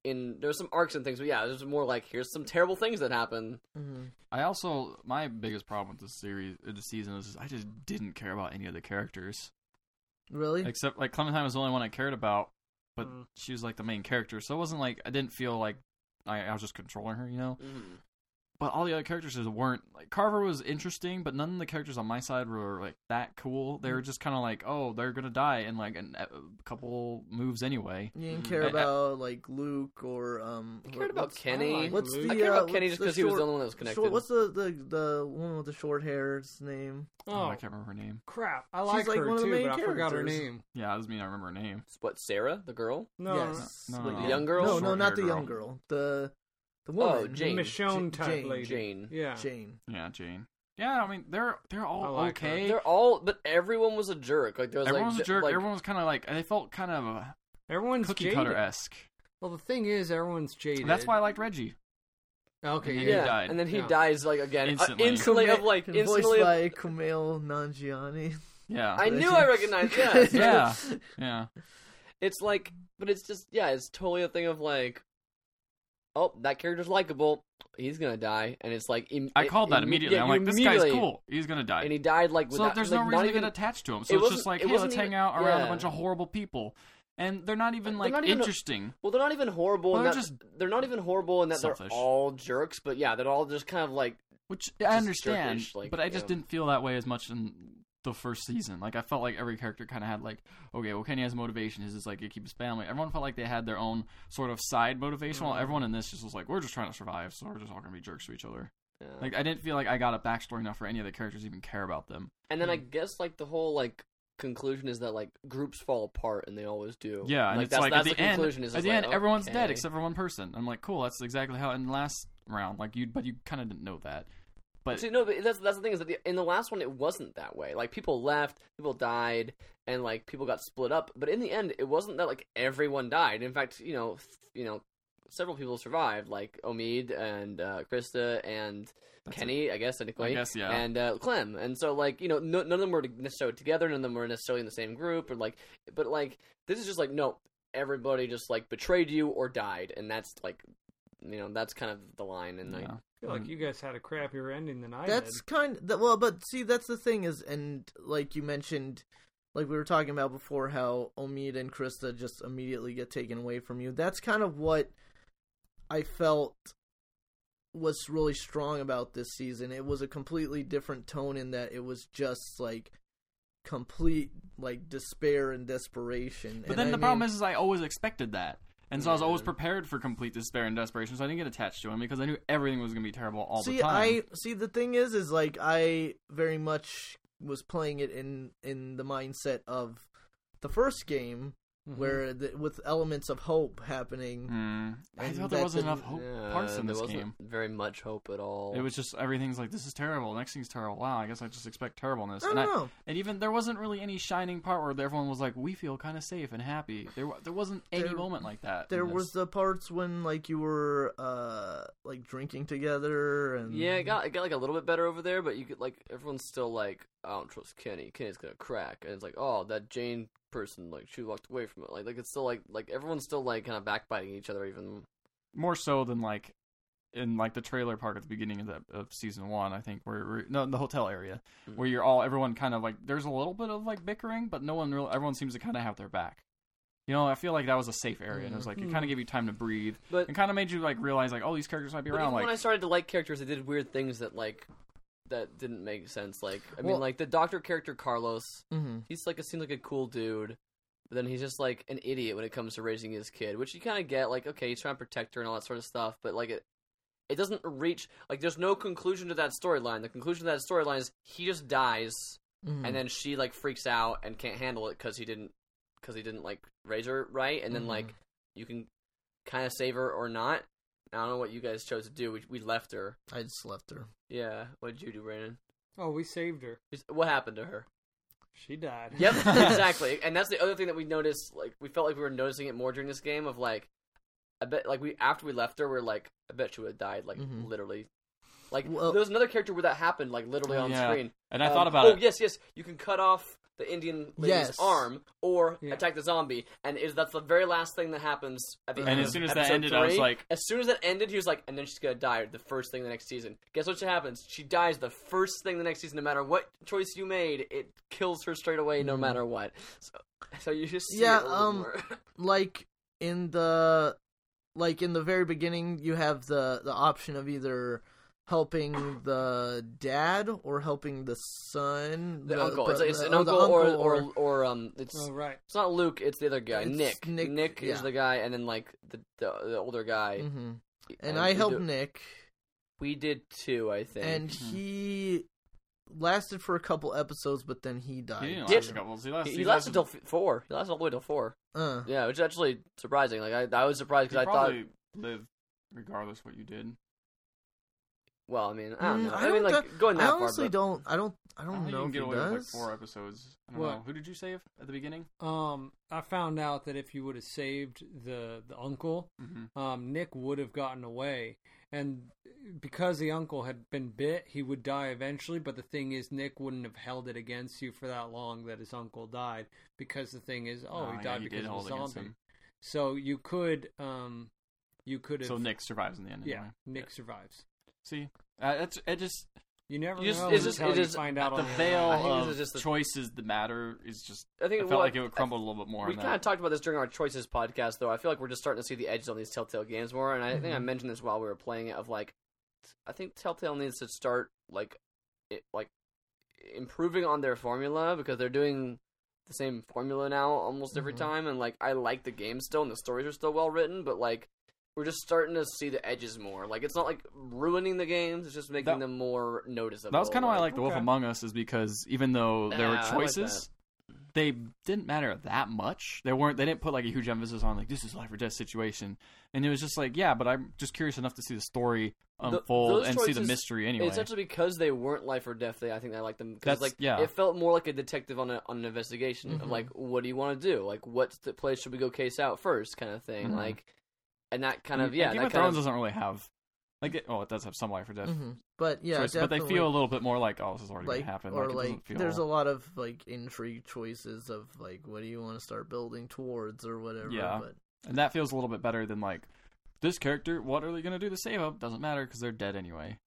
Speaker 1: in there was some arcs and things, but yeah, there's more like here's some terrible things that happen.
Speaker 3: mm-hmm.
Speaker 2: I also my biggest problem with this series, uh, this season, is I just didn't care about any of the characters.
Speaker 3: really
Speaker 2: Except like Clementine was the only one I cared about, but
Speaker 4: Mm.
Speaker 2: she was like the main character, so it wasn't like I didn't feel like I, I was just controlling her, you know. But all the other characters just weren't like Carver was interesting, but none of the characters on my side were like that cool. They were
Speaker 4: Mm.
Speaker 2: just kind of like, oh, they're gonna die in like an, a couple moves anyway.
Speaker 3: you didn't
Speaker 1: Mhm.
Speaker 3: care
Speaker 2: I- I-
Speaker 3: about like luke or um
Speaker 1: I
Speaker 3: what-
Speaker 1: cared about
Speaker 3: what's-
Speaker 1: Kenny.
Speaker 4: I like-
Speaker 3: what's
Speaker 4: Luke.
Speaker 3: the
Speaker 1: I cared
Speaker 3: uh,
Speaker 1: about Kenny
Speaker 3: what's
Speaker 1: just because he was the
Speaker 3: short-
Speaker 1: only one that was connected.
Speaker 3: short- what's the, the the woman with the short hair's name
Speaker 2: Oh, I
Speaker 4: oh,
Speaker 2: can't remember her name.
Speaker 4: crap. I
Speaker 3: She's
Speaker 4: like,
Speaker 3: like
Speaker 4: her
Speaker 3: one of the
Speaker 4: too,
Speaker 3: main
Speaker 4: but I forgot her
Speaker 3: characters.
Speaker 4: name.
Speaker 2: Yeah, that doesn't mean I remember her name.
Speaker 1: what Sarah, the girl?
Speaker 4: No,
Speaker 3: yes
Speaker 2: no, no,
Speaker 3: Wait,
Speaker 2: no.
Speaker 1: The young girl?
Speaker 3: no no not
Speaker 2: Short-haired
Speaker 3: the young
Speaker 2: girl.
Speaker 3: girl the the woman
Speaker 1: Oh, Jane.
Speaker 4: Michonne
Speaker 3: J-
Speaker 4: type
Speaker 3: Jane.
Speaker 4: lady.
Speaker 1: Jane.
Speaker 4: Yeah.
Speaker 3: jane
Speaker 2: Yeah, Jane. Yeah, I mean they're they're
Speaker 4: I
Speaker 2: all
Speaker 4: like her.
Speaker 2: okay.
Speaker 1: They're all, but everyone was a jerk. Like there was
Speaker 2: Everyone was
Speaker 1: like,
Speaker 2: a jerk.
Speaker 1: like-
Speaker 2: Everyone was kind of like they felt kind of uh,
Speaker 4: Everyone's
Speaker 2: cookie
Speaker 4: jaded.
Speaker 2: cutter esque.
Speaker 4: Well, the thing is, everyone's jaded.
Speaker 2: That's why I liked Reggie.
Speaker 4: Okay,
Speaker 2: And
Speaker 4: yeah.
Speaker 2: then he
Speaker 1: yeah,
Speaker 2: died.
Speaker 1: and then he
Speaker 4: Yeah.
Speaker 1: dies like again,
Speaker 2: Instantly.
Speaker 1: instantly, instantly of
Speaker 3: Kumail-
Speaker 1: like
Speaker 3: voiced
Speaker 1: instantly. of-
Speaker 3: by kumail nanjiani
Speaker 2: Yeah,
Speaker 1: (laughs) I knew I
Speaker 3: (laughs)
Speaker 1: recognized. Yeah,
Speaker 2: yeah, yeah.
Speaker 1: It's like, but it's just, yeah, it's totally a thing of like, oh, that character's likable. He's gonna die, and it's like im-
Speaker 2: I
Speaker 1: it-
Speaker 2: called that
Speaker 1: imme-
Speaker 2: immediately.
Speaker 1: yeah,
Speaker 2: I'm
Speaker 1: you
Speaker 2: like, this
Speaker 1: immediately-
Speaker 2: guy's cool. He's gonna die.
Speaker 1: And he died like
Speaker 2: so
Speaker 1: without,
Speaker 2: there's
Speaker 1: like,
Speaker 2: no
Speaker 1: not
Speaker 2: reason
Speaker 1: even,
Speaker 2: to get attached to him.
Speaker 1: it
Speaker 2: So it's just
Speaker 1: wasn't-
Speaker 2: like,
Speaker 1: it
Speaker 2: hey,
Speaker 1: wasn't
Speaker 2: let's
Speaker 1: even-
Speaker 2: hang out around a
Speaker 1: yeah.
Speaker 2: bunch of horrible people, and they're not even
Speaker 1: They're
Speaker 2: like
Speaker 1: not even-
Speaker 2: interesting.
Speaker 1: Well, they're not even horrible.
Speaker 2: Well,
Speaker 1: in
Speaker 2: they're
Speaker 1: that,
Speaker 2: just
Speaker 1: they're not even horrible in that they're
Speaker 2: selfish.
Speaker 1: all jerks. But yeah, they're all just kind of like
Speaker 2: Which I
Speaker 1: just
Speaker 2: understand,
Speaker 1: jerkish, like,
Speaker 2: but I just
Speaker 1: yeah.
Speaker 2: didn't feel that way as much in the first season. Like I felt like every character kind of had like, okay, well Kenny has motivation. His is like it keeps his family. Everyone felt like they had their
Speaker 1: Mm-hmm.
Speaker 2: own sort of side motivation. While everyone in this just was like, we're just trying to survive, so we're just all gonna be jerks to each other.
Speaker 1: Yeah.
Speaker 2: Like I didn't feel like I got a backstory enough for any of the characters to even care about them.
Speaker 1: And then I
Speaker 2: Hmm.
Speaker 1: guess like the whole like conclusion is that like groups fall apart and they always do.
Speaker 2: Yeah, and
Speaker 1: like
Speaker 2: it's
Speaker 1: that's,
Speaker 2: like
Speaker 1: that's
Speaker 2: at the, end,
Speaker 1: conclusion is
Speaker 2: at
Speaker 1: it's
Speaker 2: the
Speaker 1: like,
Speaker 2: end, everyone's dead
Speaker 1: okay.
Speaker 2: except for one person. I'm like, cool, that's exactly how. And last round, like you, but you kind of didn't know that. But
Speaker 1: See, no, but that's that's the thing is that the, in the last one it wasn't that way. Like people left, people died, and like people got split up. But in the end, it wasn't that like everyone died. In fact, you know, th- you know, several people survived, like Omid and uh, Krista and
Speaker 2: That's
Speaker 1: Kenny, I guess technically,
Speaker 2: I guess, yeah.
Speaker 1: and uh, Clem. And so like you know, no, none of them were necessarily together. None of them were necessarily in the same group, or like, but like this is just like no, everybody just like betrayed you or died, and that's like, you know, that's kind of the line. And like,
Speaker 2: yeah.
Speaker 4: I feel like you guys had a crappier ending than I
Speaker 3: that's kind that well but see that's the thing is and like you mentioned like we were talking about before how omid and krista just immediately get taken away from you that's kind of what i felt was really strong about this season it was a completely different tone in that it was just like complete like despair and desperation
Speaker 2: But
Speaker 3: And
Speaker 2: then
Speaker 3: I
Speaker 2: the problem
Speaker 3: mean-
Speaker 2: is, is I always expected that. And so I was always
Speaker 1: Yeah.
Speaker 2: prepared for complete despair and desperation, so I didn't get attached to him because I knew everything was going to be terrible all
Speaker 3: see,
Speaker 2: the time.
Speaker 3: I see. The thing is, is like I very much was playing it in in the mindset of the first game,
Speaker 4: did.
Speaker 3: where the, with elements of hope happening.
Speaker 2: Mm-hmm. Mm. I
Speaker 3: And
Speaker 2: thought there
Speaker 3: that
Speaker 2: wasn't enough
Speaker 3: didn't-
Speaker 2: hope
Speaker 1: Yeah,
Speaker 2: parts in
Speaker 1: there
Speaker 2: this
Speaker 1: wasn't
Speaker 2: game.
Speaker 1: Very much hope at all.
Speaker 2: It was just everything's like this is terrible. Next thing's terrible. Wow, I guess I just expect terribleness.
Speaker 3: I don't
Speaker 2: and,
Speaker 3: know.
Speaker 2: and even there wasn't really any shining part where everyone was like, "We feel kind of safe and happy." There, wa- there wasn't any
Speaker 3: There-
Speaker 2: moment like that. in
Speaker 3: There
Speaker 2: this.
Speaker 3: was the parts when like you were uh like drinking together and
Speaker 1: yeah, it got it got like a little bit better over there, but you could like everyone's still like, I don't trust Kenny. Kenny's gonna crack, and it's like, oh, that Jane person like she walked away from it. Like like it's still like like everyone's still like kind of backbiting each other. Even
Speaker 2: more so than like in like the trailer part at the beginning of, the, of season one i think where where- no the hotel area
Speaker 1: Mhm.
Speaker 2: where you're all everyone kind of like there's a little bit of like bickering but no one really everyone seems to kind of have their back you know i feel like that was a safe area and it was like it kind of gave you time to breathe
Speaker 1: Mm-hmm. but,
Speaker 2: it kind of made you like realize like oh these characters might be
Speaker 1: but even
Speaker 2: around like
Speaker 1: when I started to like characters, they did weird things that like that didn't make sense. Like I
Speaker 3: Well-
Speaker 1: mean, like the doctor character Carlos,
Speaker 3: hmm
Speaker 1: he's like a seems like a cool dude. But then he's just like an idiot when it comes to raising his kid, which you kind of get. Like, okay, he's trying to protect her and all that sort of stuff, but like it, it doesn't reach. Like, there's no conclusion to that storyline. The conclusion to that storyline is he just dies,
Speaker 3: Mm-hmm. Hmm.
Speaker 1: and then she like freaks out and can't handle it because he didn't, because he didn't like raise her right. And then
Speaker 3: Mhm.
Speaker 1: like you can kind of save her or not. I don't know what you guys chose to do. We we left her.
Speaker 3: I just left her.
Speaker 1: Yeah. What did you do, Brandon?
Speaker 4: Oh, we saved her.
Speaker 1: Just- What happened to her?
Speaker 4: She died. (laughs)
Speaker 1: Yep, exactly. And that's the other thing that we noticed. Like we felt like we were noticing it more during this game. Of like, I bet like we after we left her, we're like, I bet she would have died. Like
Speaker 3: Mhm.
Speaker 1: literally. Like
Speaker 3: Well-
Speaker 1: there was another character where that happened. Like literally on
Speaker 2: Yeah.
Speaker 1: screen.
Speaker 2: and i
Speaker 1: Um,
Speaker 2: thought about
Speaker 1: oh,
Speaker 2: it
Speaker 1: yes, yes. You can cut off the Indian lady's
Speaker 3: Yes.
Speaker 1: arm or
Speaker 4: Yeah.
Speaker 1: attack the zombie, and is that's the very last thing that happens at the
Speaker 2: And
Speaker 1: end.
Speaker 2: as
Speaker 1: of
Speaker 2: soon as that
Speaker 1: episode
Speaker 2: ended, I was
Speaker 1: three.
Speaker 2: like-
Speaker 1: as soon as that ended, he was like, and then she's gonna die the first thing the next season. Guess what happens? She dies the first thing the next season, no matter what choice you made. It kills her straight away, no matter what. So, (laughs) so you just see
Speaker 3: Hmm. Yeah,
Speaker 1: it a little
Speaker 3: um,
Speaker 1: more. (laughs)
Speaker 3: like in the like in the very beginning you have the the option of either helping the dad or helping the son
Speaker 1: the uncle.
Speaker 3: bro-
Speaker 1: It's, it's
Speaker 3: the- oh,
Speaker 1: an
Speaker 3: the
Speaker 1: uncle, or, or or um, it's
Speaker 4: Oh, right.
Speaker 1: it's not Luke. It's the other guy,
Speaker 3: It's
Speaker 1: Nick.
Speaker 3: Nick,
Speaker 1: Nick.
Speaker 3: yeah.
Speaker 1: is the guy, and then like the the, the older guy.
Speaker 3: Mhm. and i
Speaker 1: we
Speaker 3: helped
Speaker 1: do-
Speaker 3: nick
Speaker 1: We did too, I think.
Speaker 3: and
Speaker 2: Mhm.
Speaker 3: he lasted for a couple episodes but then he died
Speaker 2: he didn't
Speaker 1: did-
Speaker 2: last a couple. He lasted,
Speaker 1: He, he lasted till f- four. He lasted all the way till four.
Speaker 3: uh,
Speaker 1: Yeah, which is actually surprising. Like I, I was surprised
Speaker 2: he
Speaker 1: because I thought,
Speaker 2: probably lived regardless what you did.
Speaker 1: well, I mean, I don't
Speaker 3: Mm,
Speaker 1: know.
Speaker 3: I
Speaker 1: I, mean,
Speaker 3: don't
Speaker 1: like going
Speaker 3: i
Speaker 1: that
Speaker 3: honestly
Speaker 1: far. but-
Speaker 3: don't i don't i don't
Speaker 2: think you
Speaker 3: know
Speaker 2: can
Speaker 3: if
Speaker 2: get
Speaker 3: he
Speaker 2: away
Speaker 3: does
Speaker 2: with like four episodes. I don't
Speaker 4: What?
Speaker 2: know. Who did you save at the beginning?
Speaker 4: Um, I found out that if you would have saved the the uncle,
Speaker 2: Mm-hmm.
Speaker 4: um, Nick would have gotten away. And because the uncle had been bit, he would die eventually. But the thing is, Nick wouldn't have held it against you for that long that his uncle died. Because the thing is, oh,
Speaker 2: Uh,
Speaker 4: he died because of a zombie. So you could, um, you could have.
Speaker 2: So Nick survives in the end.
Speaker 4: yeah,
Speaker 2: Anyway.
Speaker 4: Nick survives.
Speaker 2: See, uh, that's it. Just
Speaker 4: You never
Speaker 2: You just-
Speaker 4: know
Speaker 1: it's just-
Speaker 4: until
Speaker 1: it
Speaker 4: you
Speaker 1: is-
Speaker 4: find out
Speaker 2: the
Speaker 4: on the
Speaker 2: veil
Speaker 4: other
Speaker 1: I think
Speaker 2: of
Speaker 1: this is just the-
Speaker 2: uh, choices that matter is just.
Speaker 1: I
Speaker 2: I
Speaker 1: think
Speaker 2: felt
Speaker 1: well,
Speaker 2: like it would crumble a little bit more.
Speaker 1: We
Speaker 2: on
Speaker 1: kind of
Speaker 2: that.
Speaker 1: talked about this during our choices podcast, though. I feel like we're just starting to see the edges on these Telltale games more, and I think I
Speaker 2: Mm-hmm.
Speaker 1: mentioned this while we were playing it. Of like, I think Telltale needs to start like, it, like, improving on their formula because they're doing the same formula now almost every
Speaker 3: Mhm.
Speaker 2: Mm-hmm.
Speaker 1: time. And like, I like the game still, and the stories are still well written, but like, we're just starting to see the edges more. Like it's not like ruining the games; it's just making
Speaker 2: That-
Speaker 1: them more noticeable.
Speaker 2: That was kind of why I
Speaker 1: like
Speaker 2: liked The Wolf
Speaker 4: Okay.
Speaker 2: Among Us, is because even though there
Speaker 1: Yeah, I
Speaker 2: were
Speaker 1: like
Speaker 2: choices, they didn't matter that much. They weren't. They didn't put like a huge emphasis on like this is life or death situation. And it was just like, yeah, but I'm just curious enough to see the story unfold
Speaker 1: those
Speaker 2: and see the
Speaker 1: choices-
Speaker 2: mystery anyway.
Speaker 1: It's actually because they weren't life or death. They, I think I liked them because
Speaker 2: That's-
Speaker 1: like
Speaker 2: yeah. Mm-hmm.
Speaker 1: it felt more like a detective on, a, on an investigation of like what do you want to do, like what's the place should we go case out first, kind of thing.
Speaker 2: Mhm.
Speaker 1: Like, and that kind
Speaker 2: And
Speaker 1: of yeah,
Speaker 2: Game
Speaker 1: that
Speaker 2: of
Speaker 1: kind
Speaker 2: Thrones
Speaker 1: of
Speaker 2: doesn't really have like it, oh, it does have some life or death.
Speaker 3: hmm But yeah,
Speaker 2: choices, but they
Speaker 3: definitely,
Speaker 2: feel a little bit more like oh, this is already
Speaker 3: like
Speaker 2: gonna happen.
Speaker 3: or
Speaker 2: like, it
Speaker 3: like,
Speaker 2: doesn't feel...
Speaker 3: there's a lot of like intrigue choices of like what do you want to start building towards or whatever.
Speaker 2: Yeah.
Speaker 3: But
Speaker 2: and that feels a little bit better than like this character. What are they gonna do to save up? Doesn't matter because they're dead anyway.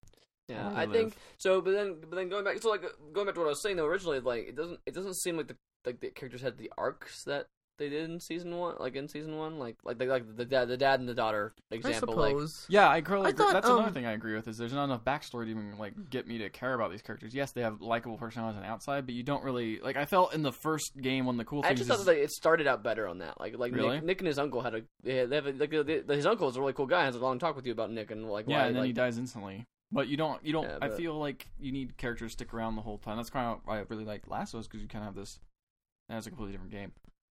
Speaker 1: Yeah,
Speaker 2: Or
Speaker 1: I
Speaker 2: they
Speaker 1: think
Speaker 2: live.
Speaker 1: so. But then, but then going back, so like going back to what I was saying though originally, like it doesn't it doesn't seem like the like the characters had the arcs that they did in season one, like in season one, like like like, like the dad, the dad and the daughter example,
Speaker 3: I
Speaker 1: like
Speaker 3: suppose.
Speaker 2: Yeah, I currently
Speaker 3: I
Speaker 2: agree.
Speaker 3: thought,
Speaker 2: that's
Speaker 3: um,
Speaker 2: another thing I agree with is there's not enough backstory to even like get me to care about these characters. Yes, they have likable personalities on the outside, but you don't really like. I felt in the first game one of the cool
Speaker 1: I
Speaker 2: things.
Speaker 1: just thought
Speaker 2: is-
Speaker 1: that like, it started out better on that. Like, like
Speaker 2: Really?
Speaker 1: Nick, Nick and his uncle had a they had- they have a, like the, the- his uncle is a really cool guy. Has a long talk with you about Nick and like
Speaker 2: yeah,
Speaker 1: why
Speaker 2: and then
Speaker 1: like,
Speaker 2: he dies instantly. But you don't. You don't.
Speaker 1: Yeah,
Speaker 2: I
Speaker 1: but-
Speaker 2: feel like you need characters to stick around the whole time. That's kind of why I really like Last of Us because you kind of have this. That's a completely different game,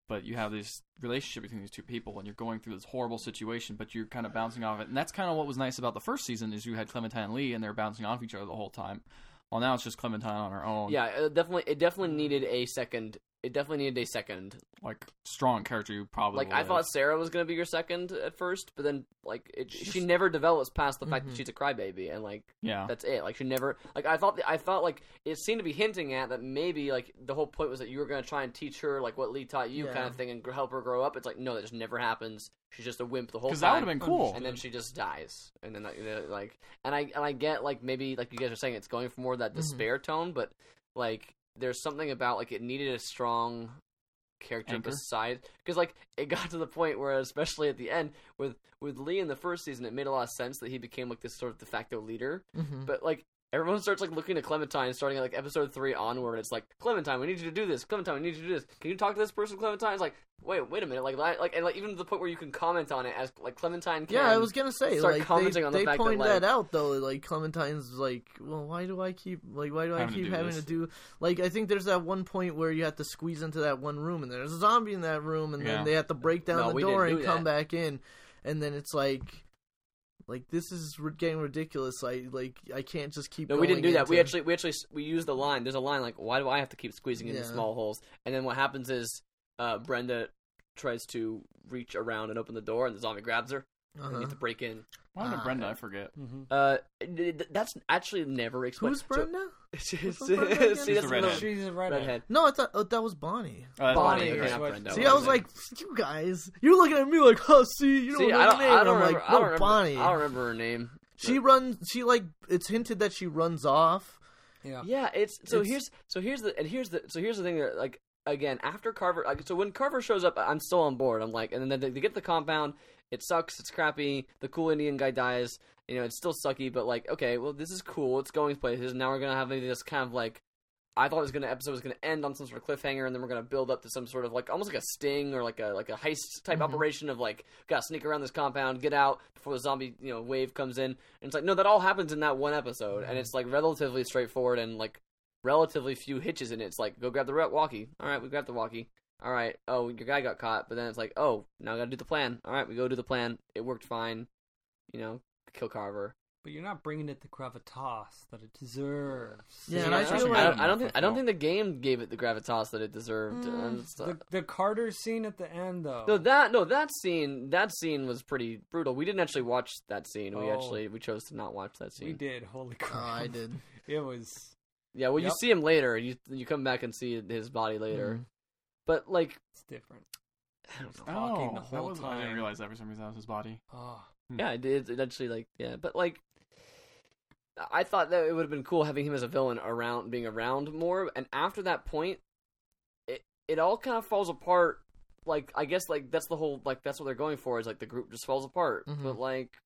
Speaker 2: but you have this relationship between these two people, and you're going through this horrible situation, but you're kind of bouncing off it. And that's kind of what was nice about the first season is you had Clementine and Lee, and they're bouncing off each other the whole time. Well, now it's just Clementine on her own.
Speaker 1: yeah, it definitely it definitely needed a second. It definitely needed a second.
Speaker 2: like strong character you probably
Speaker 1: Like
Speaker 2: will
Speaker 1: I
Speaker 2: live.
Speaker 1: thought Sarah was gonna be your second at first, but then like it, she never develops past the
Speaker 2: Mm-hmm.
Speaker 1: fact that she's a crybaby, and like
Speaker 2: Yeah,
Speaker 1: that's it. Like she never like I thought I thought like it seemed to be hinting at that maybe like the whole point was that you were gonna try and teach her like what Lee taught you
Speaker 3: Yeah.
Speaker 1: kind of thing and gr- help her grow up. It's like no, that just never happens. She's just a wimp the whole time.
Speaker 2: because that would have been cool.
Speaker 1: and then she just dies and then that, you know, like and i and i get like maybe like you guys are saying it's going for more of that despair tone but like there's something about like it needed a strong character
Speaker 2: Anchor?
Speaker 1: beside because like it (laughs) got to the point where especially at the end with with lee in the first season it made a lot of sense that he became like this sort of de facto leader
Speaker 3: Mhm.
Speaker 1: but like Everyone starts like looking to Clementine, starting at like episode three onward. It's like Clementine, we need you to do this. Clementine, we need you to do this. Can you talk to this person, Clementine? It's like, wait, wait a minute. Like, li- like, and like even to the point where you can comment on it as like Clementine. Can
Speaker 3: Yeah, I was gonna say
Speaker 1: start
Speaker 3: like they,
Speaker 1: commenting on the
Speaker 3: they
Speaker 1: fact that,
Speaker 3: pointed
Speaker 1: like-
Speaker 3: that out though. Like Clementine's like, well, why do I keep like why do I
Speaker 2: Having to
Speaker 3: keep
Speaker 2: do
Speaker 3: having
Speaker 2: this.
Speaker 3: to do like I think there's that one point where you have to squeeze into that one room and there's a zombie in that room and
Speaker 2: Yeah.
Speaker 3: then they have to break down
Speaker 1: No,
Speaker 3: the
Speaker 1: we
Speaker 3: door
Speaker 1: didn't
Speaker 3: and
Speaker 1: do
Speaker 3: come
Speaker 1: that.
Speaker 3: back in, and then it's like. Like this is ri- getting ridiculous. I like I can't just keep.
Speaker 1: No, we didn't do
Speaker 3: going
Speaker 1: that. We
Speaker 3: into-
Speaker 1: actually, we actually, s- we used the line. There's a line like, "Why do I have to keep squeezing into
Speaker 3: Yeah.
Speaker 1: small holes?" And then what happens is, uh, Brenda tries to reach around and open the door, and the zombie grabs her and
Speaker 3: Uh-huh.
Speaker 1: gets to break in.
Speaker 2: Why did
Speaker 3: Ah.
Speaker 2: Brenda? I forget.
Speaker 1: Uh, th- th- that's actually never explained. (laughs)
Speaker 3: Who's Brenda?
Speaker 1: So, (laughs)
Speaker 3: Brenda again?
Speaker 1: see, that's
Speaker 2: the redhead.
Speaker 1: another-
Speaker 4: She's a redhead.
Speaker 1: redhead.
Speaker 3: No, I thought oh, that was Bonnie.
Speaker 2: Oh, that's
Speaker 1: Bonnie,
Speaker 2: Bonnie,
Speaker 1: okay,
Speaker 2: right.
Speaker 1: not Brenda.
Speaker 3: see,
Speaker 1: what
Speaker 3: I
Speaker 1: am
Speaker 3: was like, you guys, you're looking at me like, huh? See, you don't
Speaker 1: See,
Speaker 3: know
Speaker 1: I don't,
Speaker 3: the name.
Speaker 1: I
Speaker 3: and
Speaker 1: don't
Speaker 3: I'm
Speaker 1: remember,
Speaker 3: like,
Speaker 1: I
Speaker 3: no,
Speaker 1: don't remember,
Speaker 3: Bonnie.
Speaker 1: I don't remember her name.
Speaker 3: She runs. She like it's hinted that she
Speaker 1: (laughs)
Speaker 3: runs off.
Speaker 4: Yeah.
Speaker 1: Yeah, it's so
Speaker 3: It's-
Speaker 1: here's so here's the and here's the so here's the thing that like again after Carver like so when Carver shows up I'm still on board I'm like and then they, they get to the compound it sucks it's crappy the cool Indian guy dies you know it's still sucky but like okay well this is cool it's going places now we're gonna have maybe this kind of like I thought it was gonna episode was gonna end on some sort of cliffhanger, and then we're gonna build up to some sort of like almost like a sting or like a like a heist type operation of like gotta sneak around this compound, get out before the zombie you know wave comes in. And it's like no, that all happens in that one episode, and it's like relatively straightforward and like relatively few hitches in it. It's like go grab the re- walkie. All right, we grabbed the walkie. All right, oh your guy got caught, but then it's like oh now I gotta do the plan. All right, we go do the plan. It worked fine, you know, kill Carver.
Speaker 4: But you're not bringing it the gravitas that it deserves.
Speaker 3: Yeah,
Speaker 1: I,
Speaker 3: and I feel
Speaker 1: don't,
Speaker 3: like-
Speaker 1: I don't- I don't think I
Speaker 4: Oh.
Speaker 1: don't think the game gave it the gravitas that it deserved.
Speaker 3: Mm,
Speaker 1: and it's-
Speaker 4: The, the Carter scene at the end, though.
Speaker 1: No, that no, that scene, that scene was pretty brutal. We didn't actually watch that scene. We
Speaker 4: Oh.
Speaker 1: actually we chose to not watch that scene.
Speaker 4: we did. Holy
Speaker 3: Oh,
Speaker 4: crap!
Speaker 3: I did.
Speaker 4: (laughs) It was.
Speaker 1: Yeah, well,
Speaker 4: Yep. Mm-hmm.
Speaker 1: you see him later. You you come back and see his body later. But like,
Speaker 4: It's different.
Speaker 1: I don't know.
Speaker 4: talking the
Speaker 2: Oh, that
Speaker 4: whole
Speaker 2: was, I didn't
Speaker 4: time.
Speaker 2: realize that for some reason that was his body.
Speaker 4: Oh,
Speaker 1: yeah, it did it actually like yeah. But like, I thought that it would have been cool having him as a villain around, being around more. And after that point, it it all kind of falls apart. Like I guess like that's the whole like that's what they're going for is like the group just falls apart.
Speaker 3: Mhm.
Speaker 1: But like,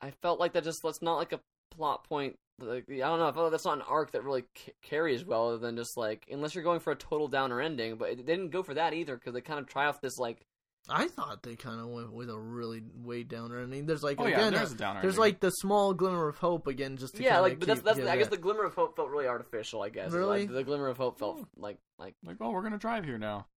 Speaker 1: I felt like that just that's not like a plot point. Like I don't know, I felt like that's not an arc that really c- carries well, other than just like unless you're going for a total downer ending. But it, they didn't go for that either because they kind of try off this like
Speaker 3: I thought they kind of went with a really way downer ending. There's like
Speaker 2: Oh, yeah,
Speaker 3: again,
Speaker 2: there's
Speaker 3: a-
Speaker 2: a downer
Speaker 3: There's
Speaker 2: ending.
Speaker 3: like the small glimmer of hope again, just to
Speaker 1: yeah,
Speaker 3: kinda
Speaker 1: like but that's
Speaker 3: keep-
Speaker 1: that's
Speaker 3: yeah,
Speaker 1: I guess
Speaker 3: that-
Speaker 1: the glimmer of hope felt really artificial. I guess Like,
Speaker 3: Really? Hmm.
Speaker 1: the glimmer of hope felt like like
Speaker 2: Like, oh, we're gonna drive here now.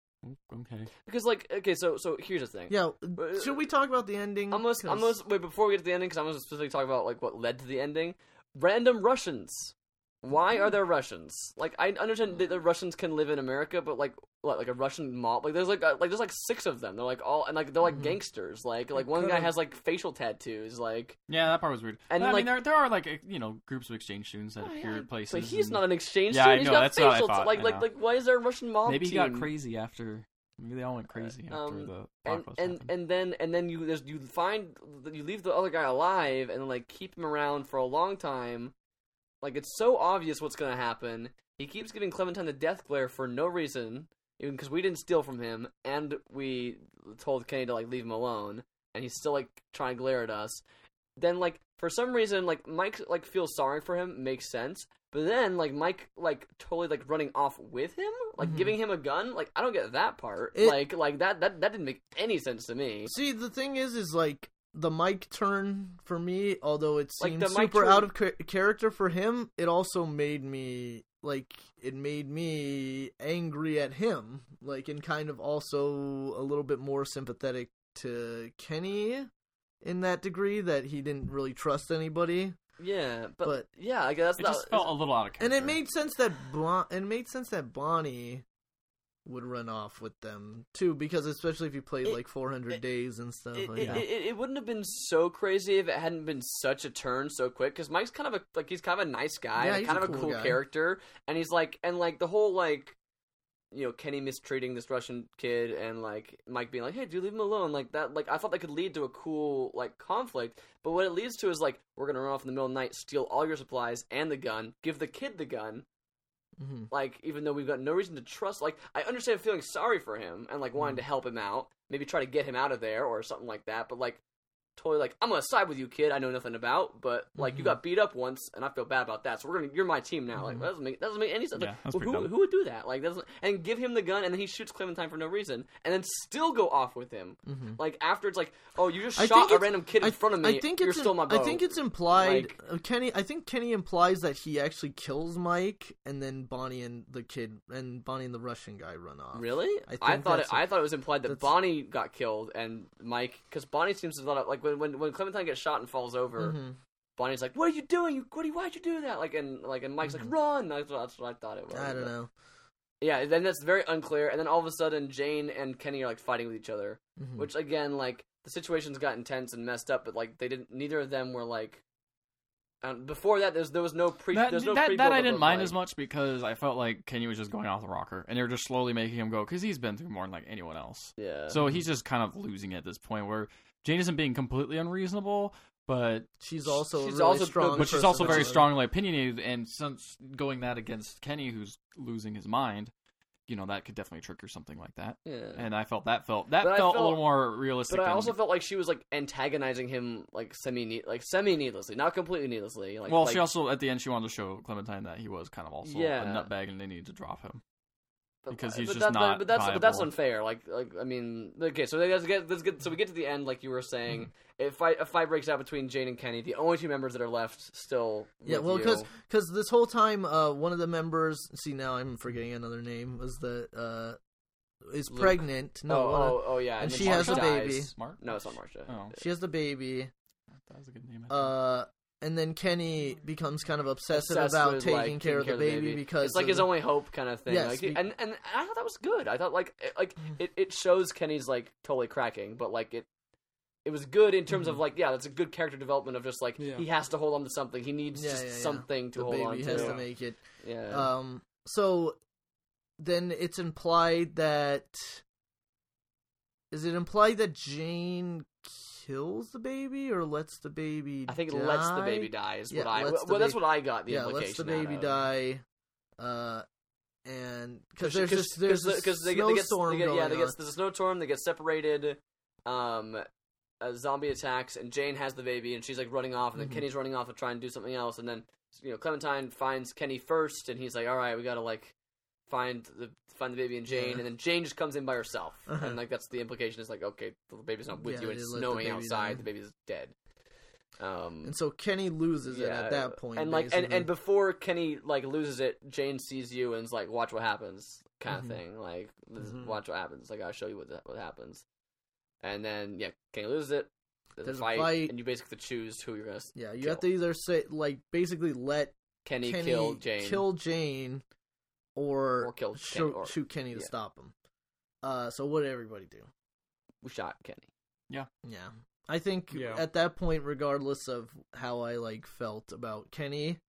Speaker 2: Okay.
Speaker 1: because like okay, so so here's the thing.
Speaker 3: yeah.
Speaker 1: uh,
Speaker 3: Should we talk about the ending?
Speaker 1: Almost,
Speaker 3: 'Cause-
Speaker 1: almost. Wait, before we get to the ending, because I'm going to specifically talk about like what led to the ending. Random Russians. Why
Speaker 3: Hmm.
Speaker 1: are there Russians? Like, I understand that the Russians can live in America, but like, what, like a Russian mob. Like, there's like, uh, like there's like six of them. They're like all, and like they're like gangsters. Like, like one guy
Speaker 3: Mm-hmm. could've-
Speaker 1: has like facial tattoos. Like,
Speaker 2: Yeah, that part was weird.
Speaker 1: And,
Speaker 2: I
Speaker 1: like- Oh,
Speaker 2: mean, there, there are like ex- you know groups of exchange students that appear at places.
Speaker 1: but he's
Speaker 3: Mm-hmm.
Speaker 2: and
Speaker 1: not an exchange.
Speaker 2: Yeah, I
Speaker 1: student. He's
Speaker 2: know,
Speaker 1: got
Speaker 2: that's what I
Speaker 1: facial. t-
Speaker 2: thought,
Speaker 1: like,
Speaker 2: I
Speaker 1: like,
Speaker 2: know.
Speaker 1: like, why is there a Russian mob?
Speaker 2: Maybe he
Speaker 1: team?
Speaker 2: got crazy after. Maybe they all went crazy after
Speaker 1: Um,
Speaker 2: the
Speaker 1: and
Speaker 2: apocalypse
Speaker 1: and,
Speaker 2: happened.
Speaker 1: and then and then you there's you find you leave the other guy alive and like keep him around for a long time like it's so obvious what's gonna happen he keeps giving clementine the death glare for no reason even because we didn't steal from him and we told kenny to like leave him alone and he's still like trying to glare at us then like for some reason like mike like feels sorry for him makes sense but then like mike like totally like running off with him like giving him a gun like i don't get that part
Speaker 3: It-
Speaker 1: like like that that that didn't make any sense to me
Speaker 3: See, the thing is, is like the mic turn for me. Although it
Speaker 1: Like,
Speaker 3: seemed
Speaker 1: the mic
Speaker 3: super
Speaker 1: turn-
Speaker 3: out of cha- character for him, it also made me like it made me angry at him. Like, and kind of also a little bit more sympathetic to Kenny in that degree that he didn't really trust anybody.
Speaker 1: yeah but,
Speaker 3: But-
Speaker 1: yeah i guess
Speaker 2: it
Speaker 1: that's
Speaker 2: just felt a little out of
Speaker 3: And
Speaker 2: character.
Speaker 3: it made sense that Blon- it made sense that Bonnie would run off with them too, because especially if you played
Speaker 1: It-
Speaker 3: like 400
Speaker 1: it-
Speaker 3: days and stuff.
Speaker 1: it,
Speaker 3: like
Speaker 1: it,
Speaker 3: that.
Speaker 1: it, it wouldn't have been so crazy if it hadn't been such a turn so quick because mike's kind of a like he's kind of a nice guy
Speaker 3: Yeah,
Speaker 1: and
Speaker 3: he's
Speaker 1: kind
Speaker 3: a
Speaker 1: of a
Speaker 3: cool
Speaker 1: cool
Speaker 3: guy.
Speaker 1: character and he's like and like the whole like you know kenny mistreating this russian kid and like mike being like hey do leave him alone like that like i thought that could lead to a cool like conflict but what it leads to is like we're gonna run off in the middle of the night steal all your supplies and the gun give the kid the gun
Speaker 3: Mhm.
Speaker 1: like even though we've got no reason to trust like i understand feeling sorry for him and like
Speaker 3: Mm-hmm.
Speaker 1: wanting to help him out maybe try to get him out of there or something like that but like totally like i'm gonna side with you kid i know nothing about but like
Speaker 3: Mm-hmm.
Speaker 1: you got beat up once and i feel bad about that so we're gonna you're my team now like that doesn't make that doesn't make any sense
Speaker 2: Yeah,
Speaker 1: Like,
Speaker 2: that's
Speaker 1: well,
Speaker 2: pretty
Speaker 1: who,
Speaker 2: dumb.
Speaker 1: who would do that like that doesn't and give him the gun and then he shoots clementine for no reason and then still go off with him like after it's like oh you just
Speaker 3: Mm-hmm. I
Speaker 1: shot
Speaker 3: think
Speaker 1: a
Speaker 3: it's-
Speaker 1: random kid in front of me you're
Speaker 3: im-
Speaker 1: still my beau.
Speaker 3: I think it's implied.
Speaker 1: Like-
Speaker 3: uh, Kenny, I think Kenny implies that he actually kills Mike, and then Bonnie and the kid and Bonnie and the Russian guy run off.
Speaker 1: Really?
Speaker 3: I
Speaker 1: I,
Speaker 3: think
Speaker 1: thought it,
Speaker 3: that's a-
Speaker 1: I thought it was implied that
Speaker 3: that's-
Speaker 1: Bonnie got killed and Mike, because Bonnie seems to thought like when, when when Clementine gets shot and falls over,
Speaker 3: Mm-hmm.
Speaker 1: Bonnie's like, "What are you doing? You, what? do you- Why'd you do that?" Like and like and Mike's like, "Run!" That's what, that's what I thought it was.
Speaker 3: Mm-hmm. I don't
Speaker 1: but-
Speaker 3: know.
Speaker 1: Yeah, then that's very unclear, and then all of a sudden Jane and Kenny are like fighting with each other,
Speaker 3: Mhm.
Speaker 1: which again like the situations got intense and messed up, but like they didn't. Neither of them were like. Um, before that, there's there was no pre.
Speaker 2: that,
Speaker 1: there's no
Speaker 2: that, that
Speaker 1: prequel
Speaker 2: I
Speaker 1: of,
Speaker 2: didn't mind
Speaker 1: like-
Speaker 2: as much because I felt like Kenny was just going off the rocker, and they were just slowly making him go because he's been through more than like anyone else.
Speaker 1: Yeah.
Speaker 2: So he's just kind of losing it at this point where Jane isn't being completely unreasonable, but
Speaker 3: She's also
Speaker 1: she's
Speaker 3: a really
Speaker 1: also-
Speaker 3: strong,
Speaker 2: but she's also
Speaker 3: person.
Speaker 2: very strongly opinionated, and since going that against Kenny, who's losing his mind, you know that could definitely trigger something like that.
Speaker 1: Yeah.
Speaker 2: And I felt that felt that
Speaker 1: But I
Speaker 2: felt, a
Speaker 1: felt-
Speaker 2: little more realistic.
Speaker 1: But I
Speaker 2: than-
Speaker 1: also felt like she was like antagonizing him like semi like semi needlessly, not completely needlessly. Like,
Speaker 2: well,
Speaker 1: like,
Speaker 2: she also at the end she wanted to show Clementine that he was kind of also
Speaker 1: Yeah.
Speaker 2: a nutbag, and they needed to drop him.
Speaker 1: but-
Speaker 2: because he's
Speaker 1: but
Speaker 2: just not
Speaker 1: But that's but that's
Speaker 2: viable.
Speaker 1: unfair. Like like I mean, okay, so let's get let's get so we get to the end. Like you were saying,
Speaker 2: Hmm.
Speaker 1: if fight a fight breaks out between Jane and Kenny, the only two members that are left still.
Speaker 3: Yeah,
Speaker 1: with
Speaker 3: well,
Speaker 1: you.
Speaker 3: because this whole time, uh, one of the members. See, now I'm forgetting another name. Was the uh, is
Speaker 1: Luke.
Speaker 3: pregnant?
Speaker 1: oh,
Speaker 3: No, one of-
Speaker 1: oh oh yeah,
Speaker 3: and
Speaker 1: then
Speaker 3: she has
Speaker 2: a
Speaker 1: dies.
Speaker 3: baby.
Speaker 2: Smart?
Speaker 1: No, it's not Marsha.
Speaker 2: Oh,
Speaker 3: she has the baby.
Speaker 2: that was a good name. I think.
Speaker 3: Uh, and then Kenny becomes kind of obsessive
Speaker 1: Obsessed
Speaker 3: about
Speaker 1: with,
Speaker 3: taking
Speaker 1: like,
Speaker 3: care of the baby, because
Speaker 1: it's like
Speaker 3: of-
Speaker 1: his only hope kind of thing.
Speaker 3: Yes,
Speaker 1: like,
Speaker 3: be- Mm-hmm.
Speaker 1: and and I thought that was good. I thought like it, like it, it shows Kenny's like totally cracking, but like it it was good in terms
Speaker 3: Mm-hmm.
Speaker 1: of like yeah, that's a good character development of just like
Speaker 4: Yeah.
Speaker 1: he has to hold on to something. He needs
Speaker 3: Yeah,
Speaker 1: just
Speaker 3: yeah, yeah.
Speaker 1: something to
Speaker 3: the
Speaker 1: hold
Speaker 3: baby
Speaker 1: on to.
Speaker 3: has
Speaker 2: Yeah.
Speaker 3: to make it.
Speaker 1: yeah.
Speaker 3: Um, so then it's implied that is it implied that Jane kills the baby or lets the baby?
Speaker 1: I think it lets the
Speaker 3: die?
Speaker 1: baby die is
Speaker 3: Yeah,
Speaker 1: what I
Speaker 3: lets the
Speaker 1: well that's
Speaker 3: baby-
Speaker 1: what I got the
Speaker 3: Yeah,
Speaker 1: implication.
Speaker 3: lets the
Speaker 1: out
Speaker 3: baby
Speaker 1: of.
Speaker 3: die. Uh, and because
Speaker 1: she-
Speaker 3: there's this there's
Speaker 1: the-
Speaker 3: this
Speaker 1: 'cause they, get- they get,
Speaker 3: snowstorm
Speaker 1: they get,
Speaker 3: going
Speaker 1: yeah, they
Speaker 3: on.
Speaker 1: get there's a snowstorm. They get separated. Um, a zombie attacks, and Jane has the baby, and she's like running off, and then
Speaker 3: Mm-hmm.
Speaker 1: Kenny's running off to try and do something else, and then you know Clementine finds Kenny first, and he's like, "All right, we gotta like find the find the baby and Jane,
Speaker 3: Uh-huh.
Speaker 1: and then Jane just comes in by herself, and like that's the implication is like okay, the baby's not with
Speaker 3: Yeah,
Speaker 1: you, and
Speaker 3: they
Speaker 1: it's
Speaker 3: let the
Speaker 1: snowing
Speaker 3: baby
Speaker 1: outside,
Speaker 3: down.
Speaker 1: the baby's dead. Um,
Speaker 3: And so Kenny loses it
Speaker 1: yeah,
Speaker 3: at that point,
Speaker 1: and like and,
Speaker 3: basically.
Speaker 1: and before Kenny like loses it, Jane sees you and is like, "Watch what happens," kind
Speaker 3: Mhm.
Speaker 1: of thing. Like, this-
Speaker 3: Mhm.
Speaker 1: watch what happens. Like, I'll show you what what happens. And then yeah, Kenny loses it. There's, a, fight, and you basically choose who you're gonna s-
Speaker 3: yeah, you have to
Speaker 1: kill.
Speaker 3: either say like basically let
Speaker 1: Kenny,
Speaker 3: Kenny
Speaker 1: kill Jane.
Speaker 3: kill Jane, or,
Speaker 1: Or kill Ken-
Speaker 3: shoot,
Speaker 1: or-
Speaker 3: shoot Kenny to
Speaker 1: yeah.
Speaker 3: stop him. Uh, so what did everybody do?
Speaker 1: We shot Kenny.
Speaker 3: Yeah. I think
Speaker 4: Yeah.
Speaker 3: at that point, regardless of how I like felt about Kenny,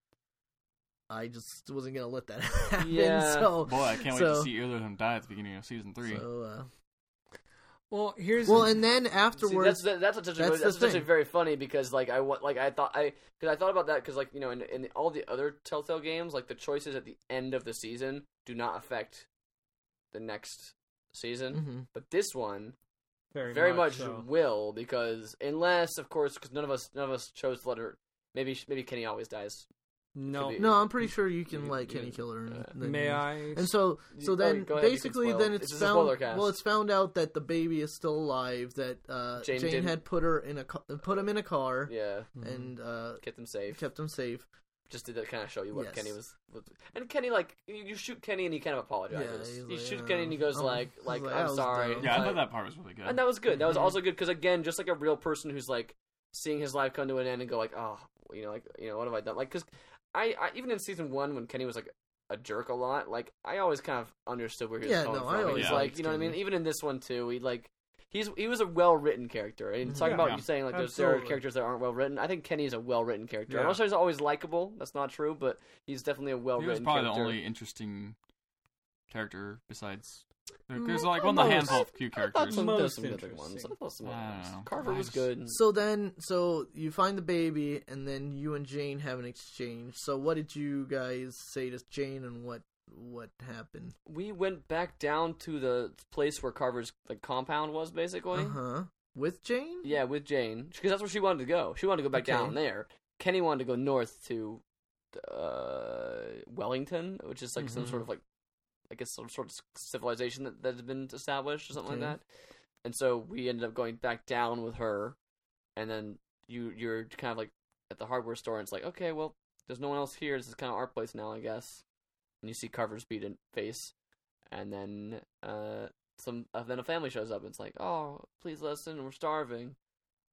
Speaker 3: I just wasn't gonna let that (laughs) happen.
Speaker 1: Yeah.
Speaker 3: So,
Speaker 2: Boy, I can't wait
Speaker 3: So-
Speaker 2: to see either of them die at the beginning of season three.
Speaker 3: so, uh,
Speaker 4: Well, here's
Speaker 3: well, and then
Speaker 1: See,
Speaker 3: afterwards,
Speaker 1: that's that's such a,
Speaker 3: that's
Speaker 1: that's,
Speaker 3: the
Speaker 1: actually
Speaker 3: thing.
Speaker 1: very funny because like I wa- like I thought I because I thought about that because like you know in, in all the other Telltale games like the choices at the end of the season do not affect the next season,
Speaker 3: Mhm.
Speaker 1: but this one
Speaker 4: very,
Speaker 1: very much,
Speaker 4: so.
Speaker 1: will because unless of course because none of us none of us chose to let her maybe sh- maybe Kenny always dies.
Speaker 4: No,
Speaker 1: be-
Speaker 3: no, I'm pretty sure you can
Speaker 1: you-
Speaker 3: like
Speaker 1: you-
Speaker 3: Kenny Killer. And,
Speaker 1: uh,
Speaker 3: then-
Speaker 4: may I?
Speaker 3: And so, so
Speaker 1: Oh,
Speaker 3: then
Speaker 1: go ahead, you can
Speaker 3: basically,
Speaker 1: spoil.
Speaker 3: then it's,
Speaker 1: This is a
Speaker 3: found.
Speaker 1: spoiler cast.
Speaker 3: Well, it's found out that the baby is still alive. That uh,
Speaker 1: Jane
Speaker 3: Jane,
Speaker 1: didn't-
Speaker 3: had put her in a ca- put him in a car
Speaker 1: Yeah,
Speaker 3: and uh,
Speaker 1: kept them safe. Mm-hmm.
Speaker 3: kept him safe.
Speaker 1: Just to kind of show you what
Speaker 3: Yes.
Speaker 1: Kenny was, was. And Kenny like you, you shoot Kenny and he kind of apologizes.
Speaker 3: Yeah, he's
Speaker 1: you
Speaker 3: like,
Speaker 1: shoot
Speaker 3: "Oh,
Speaker 1: Kenny and he goes
Speaker 3: I'm-
Speaker 1: like
Speaker 3: (laughs) he's
Speaker 1: like
Speaker 3: like, "I
Speaker 1: I'm
Speaker 3: was
Speaker 1: sorry.
Speaker 3: dumb."
Speaker 2: yeah, I
Speaker 1: Like-
Speaker 2: thought that part was really good.
Speaker 1: and that was good. That was
Speaker 3: Mhm.
Speaker 1: also good because again, just like a real person who's like seeing his life come to an end and go like, oh, you know, like you know, what have I done? Like, because I, I even in season one when Kenny was like a jerk a lot, like I always kind of understood where he was
Speaker 3: Yeah,
Speaker 1: coming
Speaker 3: no, I
Speaker 1: from.
Speaker 3: always
Speaker 1: He's
Speaker 2: Yeah.
Speaker 1: like, you know what I mean?
Speaker 3: Kenny.
Speaker 1: Even in this one too, he like. He's, he was a well written character, and
Speaker 3: Mm-hmm.
Speaker 1: talking
Speaker 4: Yeah.
Speaker 1: about you saying like there's, there are
Speaker 4: Absolutely.
Speaker 1: characters that aren't well written. I think Kenny is a well written character.
Speaker 4: Yeah.
Speaker 1: I'm not sure he's always likable. That's not true, but he's definitely a well
Speaker 2: he was
Speaker 1: written
Speaker 2: probably
Speaker 1: character.
Speaker 2: the only interesting character besides. there- There's like one of the handful of cute
Speaker 1: Mm, I thought
Speaker 2: characters.
Speaker 1: some, there was
Speaker 4: Most
Speaker 1: some other ones.
Speaker 4: interesting.
Speaker 1: I thought some
Speaker 2: I
Speaker 1: other
Speaker 2: don't
Speaker 1: ones.
Speaker 2: know.
Speaker 1: Carver
Speaker 2: I
Speaker 1: was
Speaker 2: just-
Speaker 1: good.
Speaker 3: So then, so you find the baby, and then you and Jane have an exchange. So what did you guys say to Jane, and what what happened?
Speaker 1: we went back down to the place where Carver's like compound was basically.
Speaker 3: Uh huh. With Jane?
Speaker 1: Yeah, with Jane because that's where she wanted to go. She wanted to go back
Speaker 3: Okay.
Speaker 1: down there. Kenny wanted to go north to uh, Wellington, which is like some
Speaker 3: Mhm.
Speaker 1: sort of like I guess some sort of civilization that that's been established or something
Speaker 3: Okay.
Speaker 1: like that. And so we ended up going back down with her, and then you you're kind of like at the hardware store, and it's like okay, well, there's no one else here. This is kind of our place now, I guess. And you see Carver's beaten face, and then uh, some uh, then a family shows up and it's like, oh, please let us in, we're starving.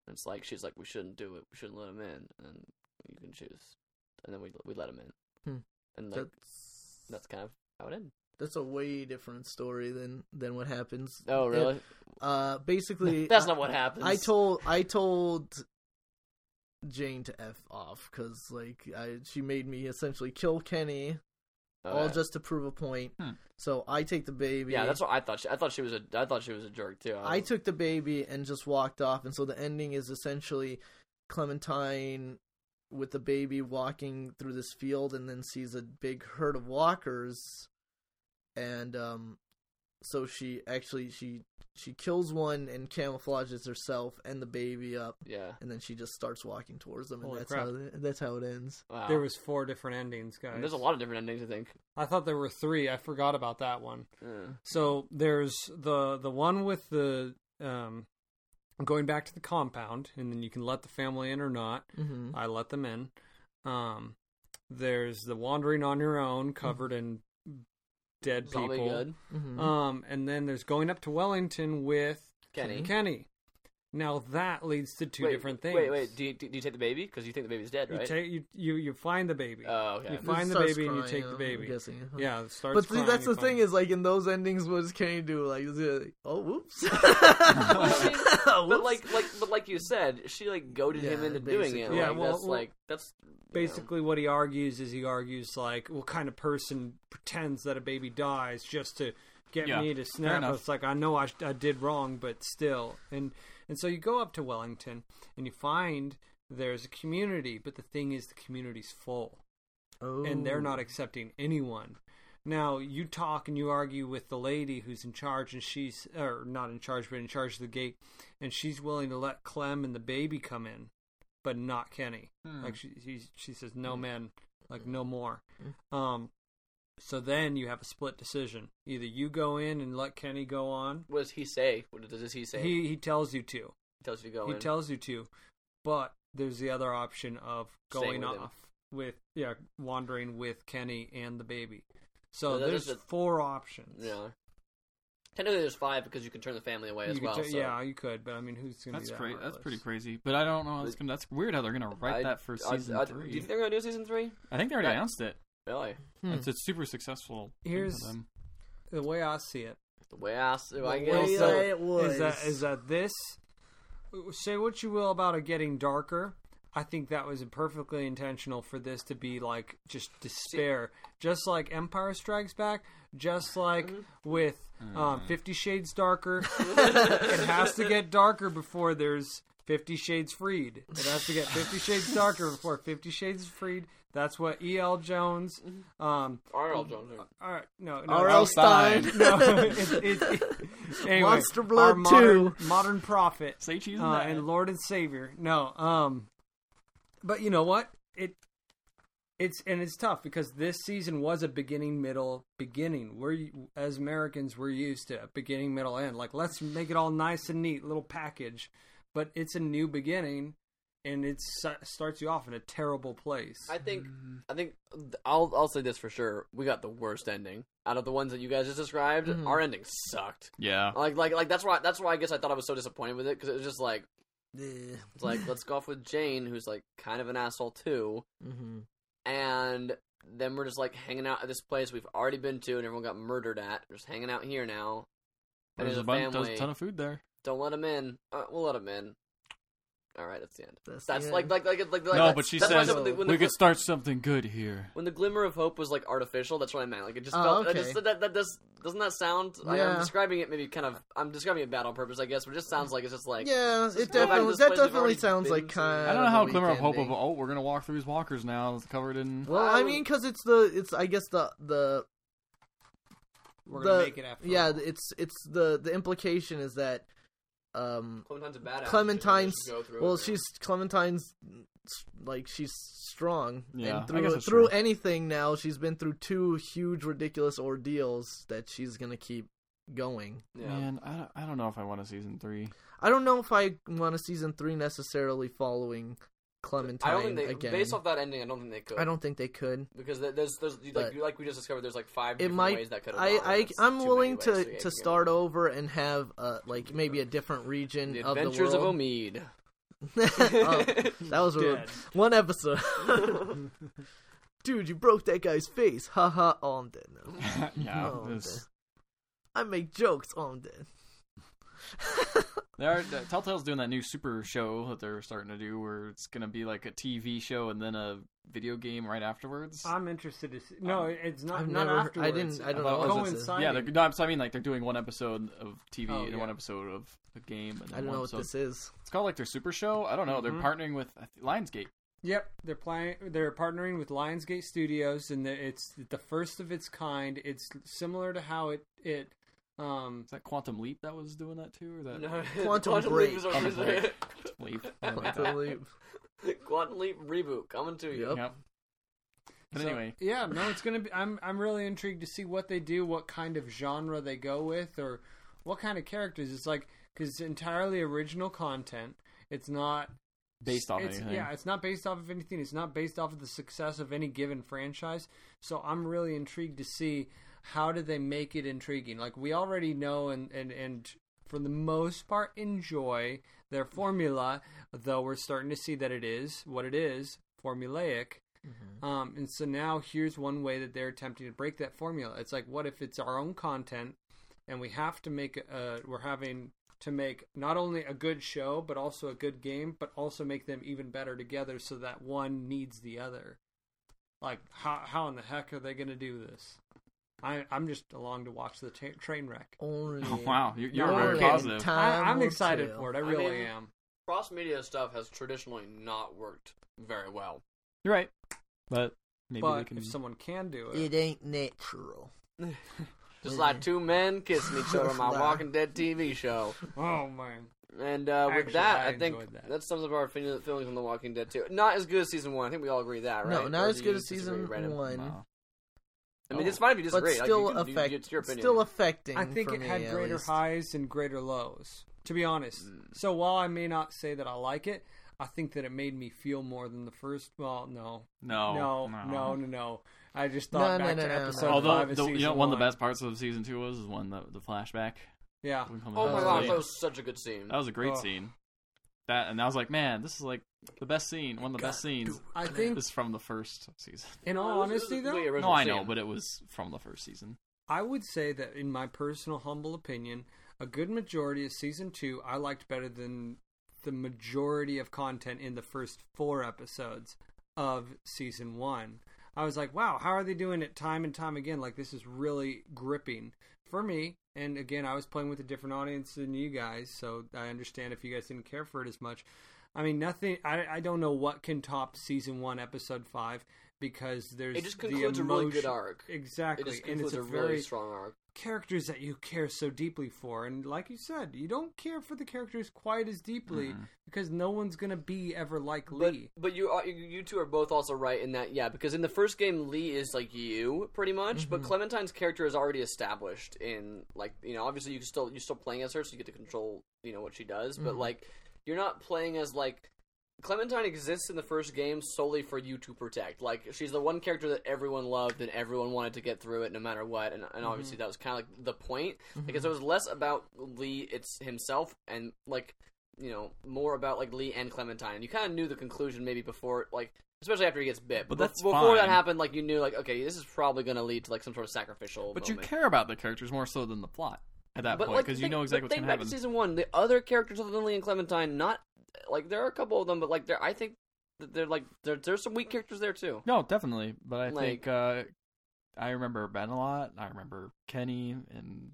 Speaker 1: And it's like she's like, we shouldn't do it, we shouldn't let him in, and you can choose, and then we we let him in,
Speaker 3: Hmm.
Speaker 1: and like
Speaker 3: That's
Speaker 1: that's kind of how it ended.
Speaker 3: that's a way different story than than what happens.
Speaker 1: Oh,
Speaker 3: Yeah. (laughs)
Speaker 1: really?
Speaker 3: Uh,
Speaker 1: (laughs)
Speaker 3: basically,
Speaker 1: that's
Speaker 3: I-
Speaker 1: not what happens.
Speaker 3: I told I told Jane to f off because like I she made me essentially kill Kenny
Speaker 1: Oh,
Speaker 3: all
Speaker 1: yeah.
Speaker 3: just to prove a point.
Speaker 2: Hmm.
Speaker 3: So I take the baby.
Speaker 1: yeah, that's what I thought. She, I thought she was a I thought she was a jerk too.
Speaker 3: I
Speaker 1: was-
Speaker 3: took the baby and just walked off, and so the ending is essentially Clementine with the baby walking through this field, and then sees a big herd of walkers, and um, so she actually she she kills one and camouflages herself and the baby up,
Speaker 1: yeah.
Speaker 3: and then she just starts walking towards them, and
Speaker 4: Holy
Speaker 3: that's
Speaker 4: crap.
Speaker 3: how it, that's how it ends.
Speaker 1: Wow.
Speaker 4: there was four different endings, guys.
Speaker 1: And there's a lot of different endings. I think.
Speaker 4: I thought there were three. I forgot about that one.
Speaker 1: Yeah.
Speaker 4: So there's the the one with the um, going back to the compound, and then you can let the family in or not.
Speaker 3: Mm-hmm.
Speaker 4: I let them in. Um, there's the wandering on your own, covered in dead
Speaker 1: Zombie
Speaker 4: people.
Speaker 1: good.
Speaker 3: Mm-hmm.
Speaker 4: Um, and then there's going up to Wellington with
Speaker 1: Kenny.
Speaker 4: Kenny. Now that leads to two
Speaker 1: Wait,
Speaker 4: different things.
Speaker 1: Wait, wait. Do you, do you take the baby? Because you think the baby's dead,
Speaker 4: You
Speaker 1: right?
Speaker 4: take you you, you find the baby.
Speaker 1: oh, okay.
Speaker 4: you find the baby and you take the baby.
Speaker 3: I'm guessing. uh-huh.
Speaker 4: yeah, it starts.
Speaker 3: But see,
Speaker 4: crying,
Speaker 3: that's
Speaker 4: you
Speaker 3: the
Speaker 4: find-
Speaker 3: thing is like in those endings, what does Kenny do? Like, is it like,
Speaker 1: (laughs)
Speaker 3: oh, whoops. (laughs)
Speaker 1: but
Speaker 3: Whoops.
Speaker 1: like, like, but like you said, she like goaded him
Speaker 3: Yeah,
Speaker 1: into doing it.
Speaker 3: basically.
Speaker 4: Yeah,
Speaker 1: like,
Speaker 4: well-
Speaker 1: that's
Speaker 4: well,
Speaker 1: like that's you know.
Speaker 4: Basically, what he argues is he argues like, what kind of person pretends that a baby dies just to get
Speaker 2: Yeah,
Speaker 4: me to
Speaker 2: fair
Speaker 4: snap?
Speaker 2: enough.
Speaker 4: It's like I know I, I did wrong, but still, and and so you go up to Wellington and you find there's a community, but the thing is the community's full.
Speaker 3: Oh.
Speaker 4: and they're not accepting anyone. Now you talk and you argue with the lady who's in charge, and she's or not in charge, but in charge of the gate, and she's willing to let Clem and the baby come in, but
Speaker 2: Hmm.
Speaker 1: Mm. Mm.
Speaker 4: not Kenny. Like she, she she says, no man, like no more. Um, So then you have a split decision. Either you go in and let Kenny go on.
Speaker 1: What does he say? What does he say?
Speaker 4: He he tells you to.
Speaker 1: He tells you to go
Speaker 4: he
Speaker 1: in.
Speaker 4: tells you to but there's the other option of
Speaker 1: Staying
Speaker 4: going
Speaker 1: with him.
Speaker 4: off with yeah wandering with kenny and the baby so,
Speaker 1: So that
Speaker 4: there's
Speaker 1: is a-
Speaker 4: four options
Speaker 1: yeah. Technically, there's five because you can turn the family away
Speaker 4: You
Speaker 1: as
Speaker 4: could
Speaker 1: well.
Speaker 4: ta-
Speaker 1: so.
Speaker 4: yeah you could but i mean who's gonna
Speaker 2: That's
Speaker 4: be that
Speaker 2: crazy. That's pretty
Speaker 4: heartless?
Speaker 2: crazy. But I don't know. How that's, gonna, that's weird how they're gonna write
Speaker 1: I-
Speaker 2: that for
Speaker 1: I-
Speaker 2: season
Speaker 1: I-
Speaker 2: three.
Speaker 1: Do you think Hmm. they're gonna do season three?
Speaker 2: I think they already
Speaker 1: I-
Speaker 2: announced it.
Speaker 1: Really?
Speaker 2: It's a super successful. thing for
Speaker 4: Here's-
Speaker 2: them.
Speaker 1: uh,
Speaker 4: the way i see it
Speaker 1: The way I, s- I
Speaker 3: The
Speaker 1: guess
Speaker 3: way
Speaker 1: so.
Speaker 3: I- It was.
Speaker 4: is that is that this say what you will about it getting darker i think that was perfectly intentional for this to be like just despair just like empire strikes back just like with um, 50 shades darker it has to get darker before there's 50 shades freed it has to get 50 shades darker before 50 shades freed that's what el jones um
Speaker 1: R.L. Jones.
Speaker 4: all right no, no
Speaker 3: R.L. Stein. (laughs)
Speaker 4: no, it, it, it, anyway,
Speaker 3: Monster Blood
Speaker 4: our modern,
Speaker 3: 2.
Speaker 4: modern prophet,
Speaker 2: Say cheese and
Speaker 4: uh,
Speaker 2: that.
Speaker 4: and Lord and Savior. No, um, but you know what? It it's and it's tough because this season was a beginning, middle, beginning. We're as Americans, we're used to beginning, middle, end. Like let's make it all nice and neat, little package. But it's a new beginning, and it starts you off in a terrible place.
Speaker 1: I think.
Speaker 4: mm.
Speaker 1: I think. I'll I'll say this for sure. We got the worst ending out of the ones that you guys just described.
Speaker 4: Mm-hmm.
Speaker 1: Our ending sucked.
Speaker 2: yeah.
Speaker 1: Like like like that's why that's why I guess I thought I was so disappointed with it because it was just like
Speaker 3: Eh.
Speaker 1: it's (laughs) like let's go off with Jane who's like kind of an asshole too,
Speaker 3: Mhm.
Speaker 1: and then we're just like hanging out at this place we've already been to and everyone got murdered at. We're just hanging out here now. And
Speaker 2: There's
Speaker 1: there's
Speaker 2: a
Speaker 1: a
Speaker 2: bun- there's
Speaker 1: family.
Speaker 2: a ton of food there.
Speaker 1: Don't let him in. Uh, we'll let him in. All right, that's the end.
Speaker 3: That's
Speaker 1: That's,
Speaker 3: the
Speaker 1: like
Speaker 3: end.
Speaker 1: like like like. like
Speaker 2: no,
Speaker 1: that's-
Speaker 2: but she
Speaker 1: that's why I
Speaker 2: says
Speaker 1: said when the- when
Speaker 2: we
Speaker 1: the-
Speaker 2: could start something good here.
Speaker 1: when the glimmer of hope was like artificial, that's what I meant. Like it just
Speaker 3: Oh,
Speaker 1: felt. I
Speaker 3: okay.
Speaker 1: just, that that does doesn't that sound? I, am
Speaker 3: Yeah.
Speaker 1: describing it maybe kind of. I'm describing it bad on purpose, I guess. But it just sounds like it's just like
Speaker 3: yeah,
Speaker 1: Let's
Speaker 3: it
Speaker 1: go back to
Speaker 3: definitely
Speaker 1: this
Speaker 3: that
Speaker 1: place we've
Speaker 3: definitely
Speaker 1: already
Speaker 3: sounds
Speaker 1: been
Speaker 3: like
Speaker 1: to.
Speaker 3: kind.
Speaker 2: I don't know
Speaker 3: of
Speaker 2: how
Speaker 3: a
Speaker 2: Glimmer of
Speaker 3: weak
Speaker 2: Hope.
Speaker 3: ending.
Speaker 2: Of, oh, we're gonna walk through these walkers now. It's covered in.
Speaker 3: Well,
Speaker 1: I
Speaker 3: I
Speaker 1: would-
Speaker 3: mean, because it's the it's I guess the the
Speaker 4: We're
Speaker 3: the
Speaker 4: gonna make it after.
Speaker 3: yeah it's it's the the implication is that um
Speaker 1: Clementine's a badass.
Speaker 3: Clementine's
Speaker 1: She should go through
Speaker 3: well
Speaker 1: it,
Speaker 3: she's Clementine's like she's strong
Speaker 2: Yeah, I
Speaker 3: and through
Speaker 2: guess that's
Speaker 3: through
Speaker 2: true.
Speaker 3: anything now she's been through two huge ridiculous ordeals that she's gonna keep going.
Speaker 1: yeah. Yeah.
Speaker 2: Man, I don't, I don't know if I want a season
Speaker 1: (laughs)
Speaker 2: three. (laughs)
Speaker 3: I don't know if I want a season three necessarily following Clementine
Speaker 1: I don't think they
Speaker 3: again.
Speaker 1: based off that ending. I don't think they could.
Speaker 3: I don't think they could.
Speaker 1: because there- there's there's you-
Speaker 3: But-
Speaker 1: like you- like we just discovered. There's like five
Speaker 3: It
Speaker 1: different
Speaker 3: might.
Speaker 1: ways that could. have
Speaker 3: I,
Speaker 1: gone, and
Speaker 3: I
Speaker 1: it's too
Speaker 3: I'm
Speaker 1: many
Speaker 3: willing
Speaker 1: ways
Speaker 3: to
Speaker 1: get-
Speaker 3: to
Speaker 1: get-
Speaker 3: start over and have uh like maybe a different region
Speaker 1: The
Speaker 3: of the world.
Speaker 1: Adventures of
Speaker 3: (laughs)
Speaker 1: Omid.
Speaker 3: Oh, that was a,
Speaker 4: Dead.
Speaker 3: one episode. (laughs) Dude, you broke that guy's face. Ha ha. Oh, I'm dead now.
Speaker 2: (laughs) yeah,
Speaker 3: Oh,
Speaker 2: this-
Speaker 3: I make jokes. Oh, I'm dead.
Speaker 2: they are, the- Telltale's doing that new super show that they're starting to do, where it's gonna be like a TV show and then a video game right afterwards.
Speaker 4: I'm interested to see. No, it's not.
Speaker 3: Um, I've
Speaker 4: not
Speaker 3: never- I
Speaker 4: Afterwards.
Speaker 3: didn't- I don't
Speaker 2: know what
Speaker 4: Go
Speaker 2: this
Speaker 3: is.
Speaker 4: inside.
Speaker 2: yeah, they're, no, I'm- so I mean like they're doing one episode of TV
Speaker 4: Oh,
Speaker 2: and
Speaker 4: yeah.
Speaker 2: one episode of a game. And
Speaker 3: I don't
Speaker 2: one
Speaker 3: know what
Speaker 2: episode- (laughs)
Speaker 3: this is.
Speaker 2: It's called like their super show. I don't know.
Speaker 4: Mhm.
Speaker 2: They're partnering with I think, Lionsgate.
Speaker 4: Yep, they're playing. They're partnering with Lionsgate Studios, and the- it's the first of its kind. It's similar to how it it um
Speaker 2: Is that Quantum Leap that was doing that too, or that
Speaker 1: (laughs)
Speaker 3: Quantum Oh,
Speaker 1: Leap is
Speaker 3: Break.
Speaker 1: over
Speaker 2: Quantum
Speaker 1: there.
Speaker 3: (laughs)
Speaker 2: Leap?
Speaker 3: Totally.
Speaker 1: (laughs) Quantum Leap reboot coming to you.
Speaker 3: Yep.
Speaker 2: Yep. But
Speaker 4: so-
Speaker 2: anyway,
Speaker 4: Yeah, no, it's gonna be. I'm I'm really intrigued to see what they do, what kind of genre they go with, or what kind of characters. It's like because it's entirely original content. It's not
Speaker 2: based off
Speaker 4: it's,
Speaker 2: anything. (laughs)
Speaker 4: Yeah, it's not based off of anything. It's not based off of the success of any given franchise. So I'm really intrigued to see how do they make it intriguing. Like we already know and and and for the most part enjoy their formula, though we're starting to see that it is what it is, formulaic. Um, and so now here's one way that they're attempting to break that formula. It's like, what if it's our own content, and we have to make uh we're having to make not only a good show but also a good game, but also make them even better together so that one needs the other. Like, how how in the heck are they going to do this? I I'm just along to watch the ta train wreck.
Speaker 3: Only.
Speaker 2: (laughs) wow, you're, you're
Speaker 3: Only
Speaker 2: very
Speaker 3: in
Speaker 2: positive.
Speaker 3: time
Speaker 4: I, I'm
Speaker 3: will
Speaker 4: excited
Speaker 3: tell.
Speaker 4: for it. I
Speaker 1: I
Speaker 4: really
Speaker 1: mean-
Speaker 4: am.
Speaker 1: Cross media stuff has traditionally not worked very well.
Speaker 2: You're right, but maybe they
Speaker 4: But
Speaker 2: can.
Speaker 4: if someone can do it,
Speaker 3: It ain't natural.
Speaker 1: Just like two men kissing
Speaker 3: (laughs)
Speaker 1: each other on my
Speaker 3: Nah.
Speaker 1: Walking Dead TV show.
Speaker 4: oh man,
Speaker 1: And uh, with
Speaker 4: Actually,
Speaker 1: that,
Speaker 4: I
Speaker 1: I, think
Speaker 4: enjoyed that.
Speaker 1: that. sums up our opinion- feelings on The Walking Dead too. Not as good as season one. I think we all agree with that, right?
Speaker 3: No, not
Speaker 1: Or
Speaker 3: as
Speaker 1: do
Speaker 3: good
Speaker 1: you
Speaker 3: as
Speaker 1: disagree,
Speaker 3: season
Speaker 1: Brandon?
Speaker 3: one.
Speaker 2: Wow.
Speaker 1: I mean, this might be just
Speaker 3: Oh. but
Speaker 1: great.
Speaker 3: still
Speaker 1: like, you can- you-
Speaker 3: affect,
Speaker 1: it's your opinion.
Speaker 3: still affecting.
Speaker 4: I think
Speaker 3: for
Speaker 4: it
Speaker 3: me,
Speaker 4: had
Speaker 3: at
Speaker 4: greater
Speaker 3: least.
Speaker 4: highs and greater lows, to be honest. So while I may not say that I like it, I think that it made me feel more than the first. Well, no,
Speaker 2: Oh, No,
Speaker 4: no, no, no, no. I just
Speaker 3: No,
Speaker 4: thought
Speaker 3: no,
Speaker 4: back
Speaker 3: no,
Speaker 4: to
Speaker 3: no, no.
Speaker 4: episode
Speaker 2: Although
Speaker 4: five of
Speaker 2: the,
Speaker 4: season
Speaker 2: you know, one of the
Speaker 4: one.
Speaker 2: best parts of season two was is when the the flashback.
Speaker 4: Yeah,
Speaker 2: would come
Speaker 1: Oh my
Speaker 2: out.
Speaker 1: gosh,
Speaker 2: Like,
Speaker 1: that was such a good scene.
Speaker 2: that was a great
Speaker 4: Oh.
Speaker 2: scene. That and I was like, man, this is like the best scene, one of the best scenes.
Speaker 4: I think,
Speaker 2: This is from the first season.
Speaker 4: in all honesty, though,
Speaker 2: No, I know, but it was from the first season.
Speaker 4: I would say that, in my personal humble opinion, a good majority of season two I liked better than the majority of content in the first four episodes of season one. I was like, wow, how are they doing it time and time again? Like, this is really gripping for me. And again, I was playing with a different audience than you guys, so I understand if you guys didn't care for it as much. I mean, nothing, I, I don't know what can top season one, episode five, because there's.
Speaker 1: It just
Speaker 4: the
Speaker 1: concludes a really good
Speaker 4: emotion-
Speaker 1: arc.
Speaker 4: Exactly.
Speaker 1: It just
Speaker 4: and it's
Speaker 1: concludes
Speaker 4: a,
Speaker 1: a
Speaker 4: very
Speaker 1: really strong arc.
Speaker 4: characters that you care so deeply for and like you said you don't care for the characters quite as deeply because no one's gonna be ever like
Speaker 1: Mm-hmm. But,
Speaker 4: lee
Speaker 1: but you are, you- you two are both also right in that yeah because in the first game Lee is like you pretty much
Speaker 4: Mm-hmm.
Speaker 1: but Clementine's character is already established in like you know obviously you can still you're still playing as her so you get to control you know what she does
Speaker 4: Mm-hmm.
Speaker 1: but like you're not playing as like Clementine exists in the first game solely for you to protect like she's the one character that everyone loved and everyone wanted to get through it no matter what and, and
Speaker 4: Mm-hmm.
Speaker 1: obviously that was kind of like the point because it was less about Lee it's himself and like you know more about like Lee and Clementine. And you kind of knew the conclusion maybe before, like especially after he gets bit.
Speaker 2: But
Speaker 1: Bef-
Speaker 2: that's
Speaker 1: before
Speaker 2: fine.
Speaker 1: that happened. Like you knew, like okay, this is probably going to lead to like some sort of sacrificial.
Speaker 2: But you
Speaker 1: moment.
Speaker 2: care about the characters more so than the plot at that
Speaker 1: But
Speaker 2: point
Speaker 1: like,
Speaker 2: because you
Speaker 1: think-
Speaker 2: know
Speaker 1: but
Speaker 2: exactly what's going to
Speaker 1: think back
Speaker 2: happen.
Speaker 1: to season one, the other characters other than Lee and Clementine, not like there are a couple of them, but like there, I think that they're like there, there's some weak characters there too.
Speaker 2: No, definitely. But I
Speaker 1: Like-
Speaker 2: think uh, I remember Ben a lot. I remember Kenny and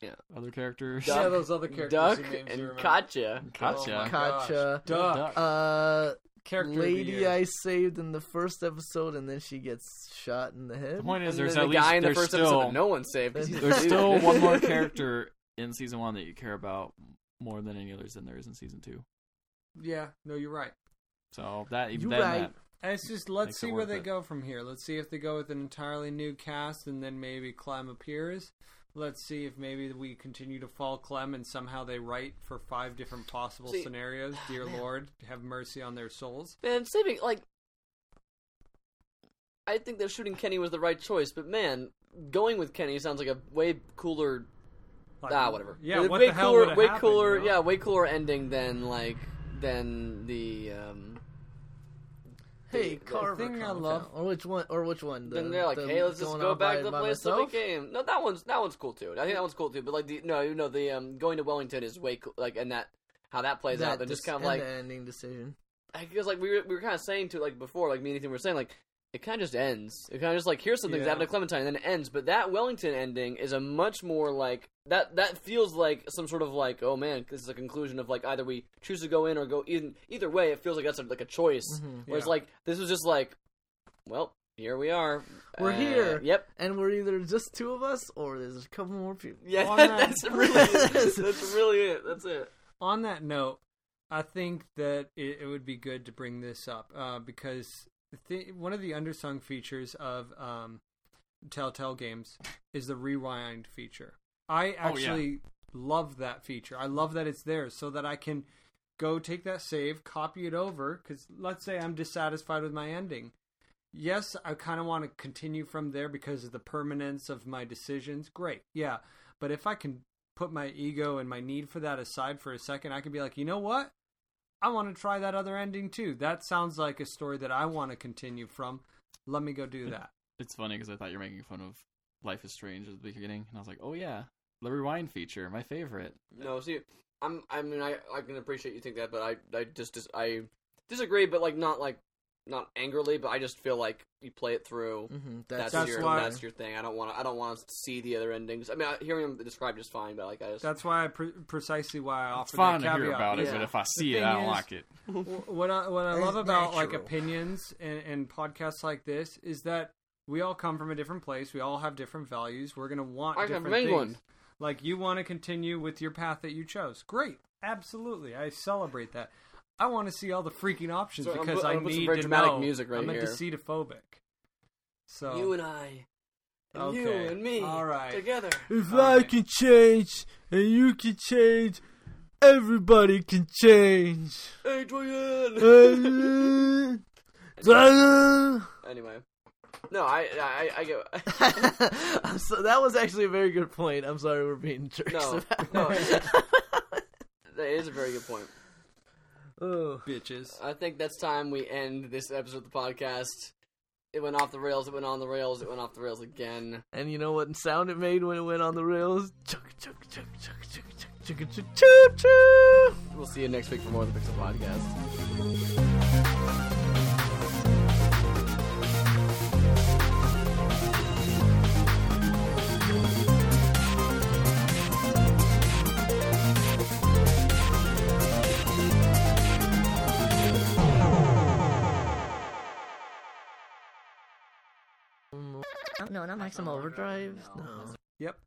Speaker 1: Yeah.
Speaker 2: other characters.
Speaker 1: Duck.
Speaker 4: yeah those other characters
Speaker 1: Duck
Speaker 4: whose names you
Speaker 1: and
Speaker 4: remember.
Speaker 1: Katya.
Speaker 2: Gotcha.
Speaker 4: Oh my gosh.
Speaker 3: Katya.
Speaker 4: Duck.
Speaker 2: Duck.
Speaker 3: Uh,
Speaker 4: character of the
Speaker 3: lady
Speaker 4: year.
Speaker 3: I saved in the first episode, and then she gets shot in the
Speaker 2: the
Speaker 3: head.
Speaker 2: point is,
Speaker 1: And
Speaker 2: there's
Speaker 1: the
Speaker 2: at least
Speaker 1: guy in the
Speaker 2: there's
Speaker 1: first
Speaker 2: still
Speaker 1: episode that no one saved. 'cause he's a
Speaker 2: there's
Speaker 1: dude.
Speaker 2: still one more
Speaker 1: (laughs)
Speaker 2: character in season one that you care about more than any others than there is in season two.
Speaker 4: yeah no you're right
Speaker 2: So that even
Speaker 3: You
Speaker 2: then,
Speaker 3: right.
Speaker 2: that-
Speaker 4: And it's just let's
Speaker 2: Makes it
Speaker 4: see where
Speaker 2: worth
Speaker 4: they
Speaker 2: it.
Speaker 4: go from here let's see if they go with an entirely new cast and then maybe clem appears let's see if maybe we continue to fall clem and somehow they write for five different possible
Speaker 1: See- oh,
Speaker 4: scenarios dear lord have mercy on their souls
Speaker 1: Man, saving like I think that shooting Kenny was the right choice, but man, going with Kenny sounds like a way cooler
Speaker 4: Like,
Speaker 1: ah whatever.
Speaker 4: yeah
Speaker 1: way,
Speaker 4: what
Speaker 1: way
Speaker 4: the
Speaker 1: cooler,
Speaker 4: hell would've
Speaker 1: way
Speaker 4: happened,
Speaker 1: cooler,
Speaker 4: you know?
Speaker 1: yeah, way cooler ending than like than the um
Speaker 3: Hey,
Speaker 1: The
Speaker 3: Carver.
Speaker 4: thing I
Speaker 3: Compound.
Speaker 4: love-
Speaker 3: or which one, or which one? The,
Speaker 1: then they're like,
Speaker 3: the
Speaker 1: hey, let's just
Speaker 3: going
Speaker 1: go
Speaker 3: all
Speaker 1: back
Speaker 3: by-
Speaker 1: to the
Speaker 3: by
Speaker 1: place that we
Speaker 3: myself?
Speaker 1: came. No, that one's that one's cool too. I think that one's cool too. But like the no, you know the um going to Wellington is way cool, like and that how that plays out.
Speaker 3: That
Speaker 1: They're
Speaker 3: dis-
Speaker 1: just kind of
Speaker 3: and
Speaker 1: like
Speaker 3: the ending decision.
Speaker 1: I guess like we were we were kind of saying to like before like me and Ethan were saying like it kind of just ends. It kind of just like here's something
Speaker 4: Yeah.
Speaker 1: that happened to Clementine and then it ends. But that Wellington ending is a much more like that that feels like some sort of like oh man this is a conclusion of like either we choose to go in or go in. Either way, it feels like that's a, like a choice. Whereas
Speaker 4: Yeah.
Speaker 1: like this was just like well here we are
Speaker 3: We're
Speaker 1: Uh,
Speaker 3: here.
Speaker 1: Yep. (laughs)
Speaker 3: And we're either just two of us, or there's a couple more people.
Speaker 1: Yeah,
Speaker 4: On that-
Speaker 1: that's really it. that's really it. That's it.
Speaker 4: on that note, I think that it, it would be good to bring this up uh, because the thi- one of the undersung features of um, Telltale games is the rewind feature. I actually love that feature. I love that it's there so that I can go take that save, copy it over. Because let's say I'm dissatisfied with my ending. Yes, I kind of want to continue from there because of the permanence of my decisions. Great. Yeah. But if I can put my ego and my need for that aside for a second, I can be like, you know what? I want to try that other ending too. That sounds like a story that I want to continue from. Let me go do that.
Speaker 2: it's funny because I thought you were making fun of Life is Strange at the beginning, and I was like, oh yeah, the rewind feature, my favorite.
Speaker 1: No, see, I'm. I mean, I I can appreciate you think that, but I I just dis- I disagree, but like not like not angrily, but I just feel like you play it through.
Speaker 3: Mm-hmm.
Speaker 1: That's,
Speaker 3: That's,
Speaker 4: That's
Speaker 1: your
Speaker 4: why-
Speaker 1: that's your thing. I don't want to I don't want to see the other endings. I mean, I, hearing them described is fine, but like I just
Speaker 4: That's why I pre- precisely why I
Speaker 2: It's
Speaker 4: offered
Speaker 2: fun
Speaker 4: that
Speaker 2: to
Speaker 4: caveat.
Speaker 2: hear about it,
Speaker 4: Yeah.
Speaker 2: but if I see it,
Speaker 4: thing
Speaker 2: I don't
Speaker 4: is-
Speaker 2: like it.
Speaker 4: Wh- what I, what I
Speaker 3: It's
Speaker 4: love about like
Speaker 3: natural.
Speaker 4: opinions and, and podcasts like this is that we all come from a different place. We all have different values. We're gonna want
Speaker 1: I come
Speaker 4: different
Speaker 1: from
Speaker 4: things.
Speaker 1: England.
Speaker 4: Like you want to continue with your path that you chose. Great, absolutely. I celebrate that. I want to see all the freaking options
Speaker 1: So I'm
Speaker 4: because
Speaker 1: gonna
Speaker 4: I
Speaker 1: put some
Speaker 4: need
Speaker 1: very
Speaker 4: to
Speaker 1: dramatic
Speaker 4: know.
Speaker 1: music right
Speaker 4: I'm a
Speaker 1: here.
Speaker 4: decidophobic. So
Speaker 10: You and I. And you
Speaker 4: Okay.
Speaker 10: and me.
Speaker 4: All right.
Speaker 10: Together.
Speaker 3: If
Speaker 4: All
Speaker 3: I
Speaker 4: right.
Speaker 3: can change and you can change, everybody can change.
Speaker 1: (laughs)
Speaker 4: (laughs)
Speaker 3: Adrian.
Speaker 1: Anyway, no, I I, I get.
Speaker 3: I'm (laughs) so, that was actually a very good point. I'm sorry we're being jerks.
Speaker 1: No,
Speaker 3: about
Speaker 1: no,
Speaker 3: it.
Speaker 1: (laughs) that is a very good point.
Speaker 3: Ugh.
Speaker 4: bitches.
Speaker 1: I think that's time we end this episode of the podcast. It went off the rails. It went on the rails. It went off the rails again.
Speaker 3: And you know what sound it made when it went on the rails? Chug, chug, chug, chug, chug, chug, chug, chug, choo, choo.
Speaker 1: We'll see you next week for more of the Pixel Podcast.
Speaker 11: No, not Maximum Overdrive.
Speaker 3: No.
Speaker 4: Yep.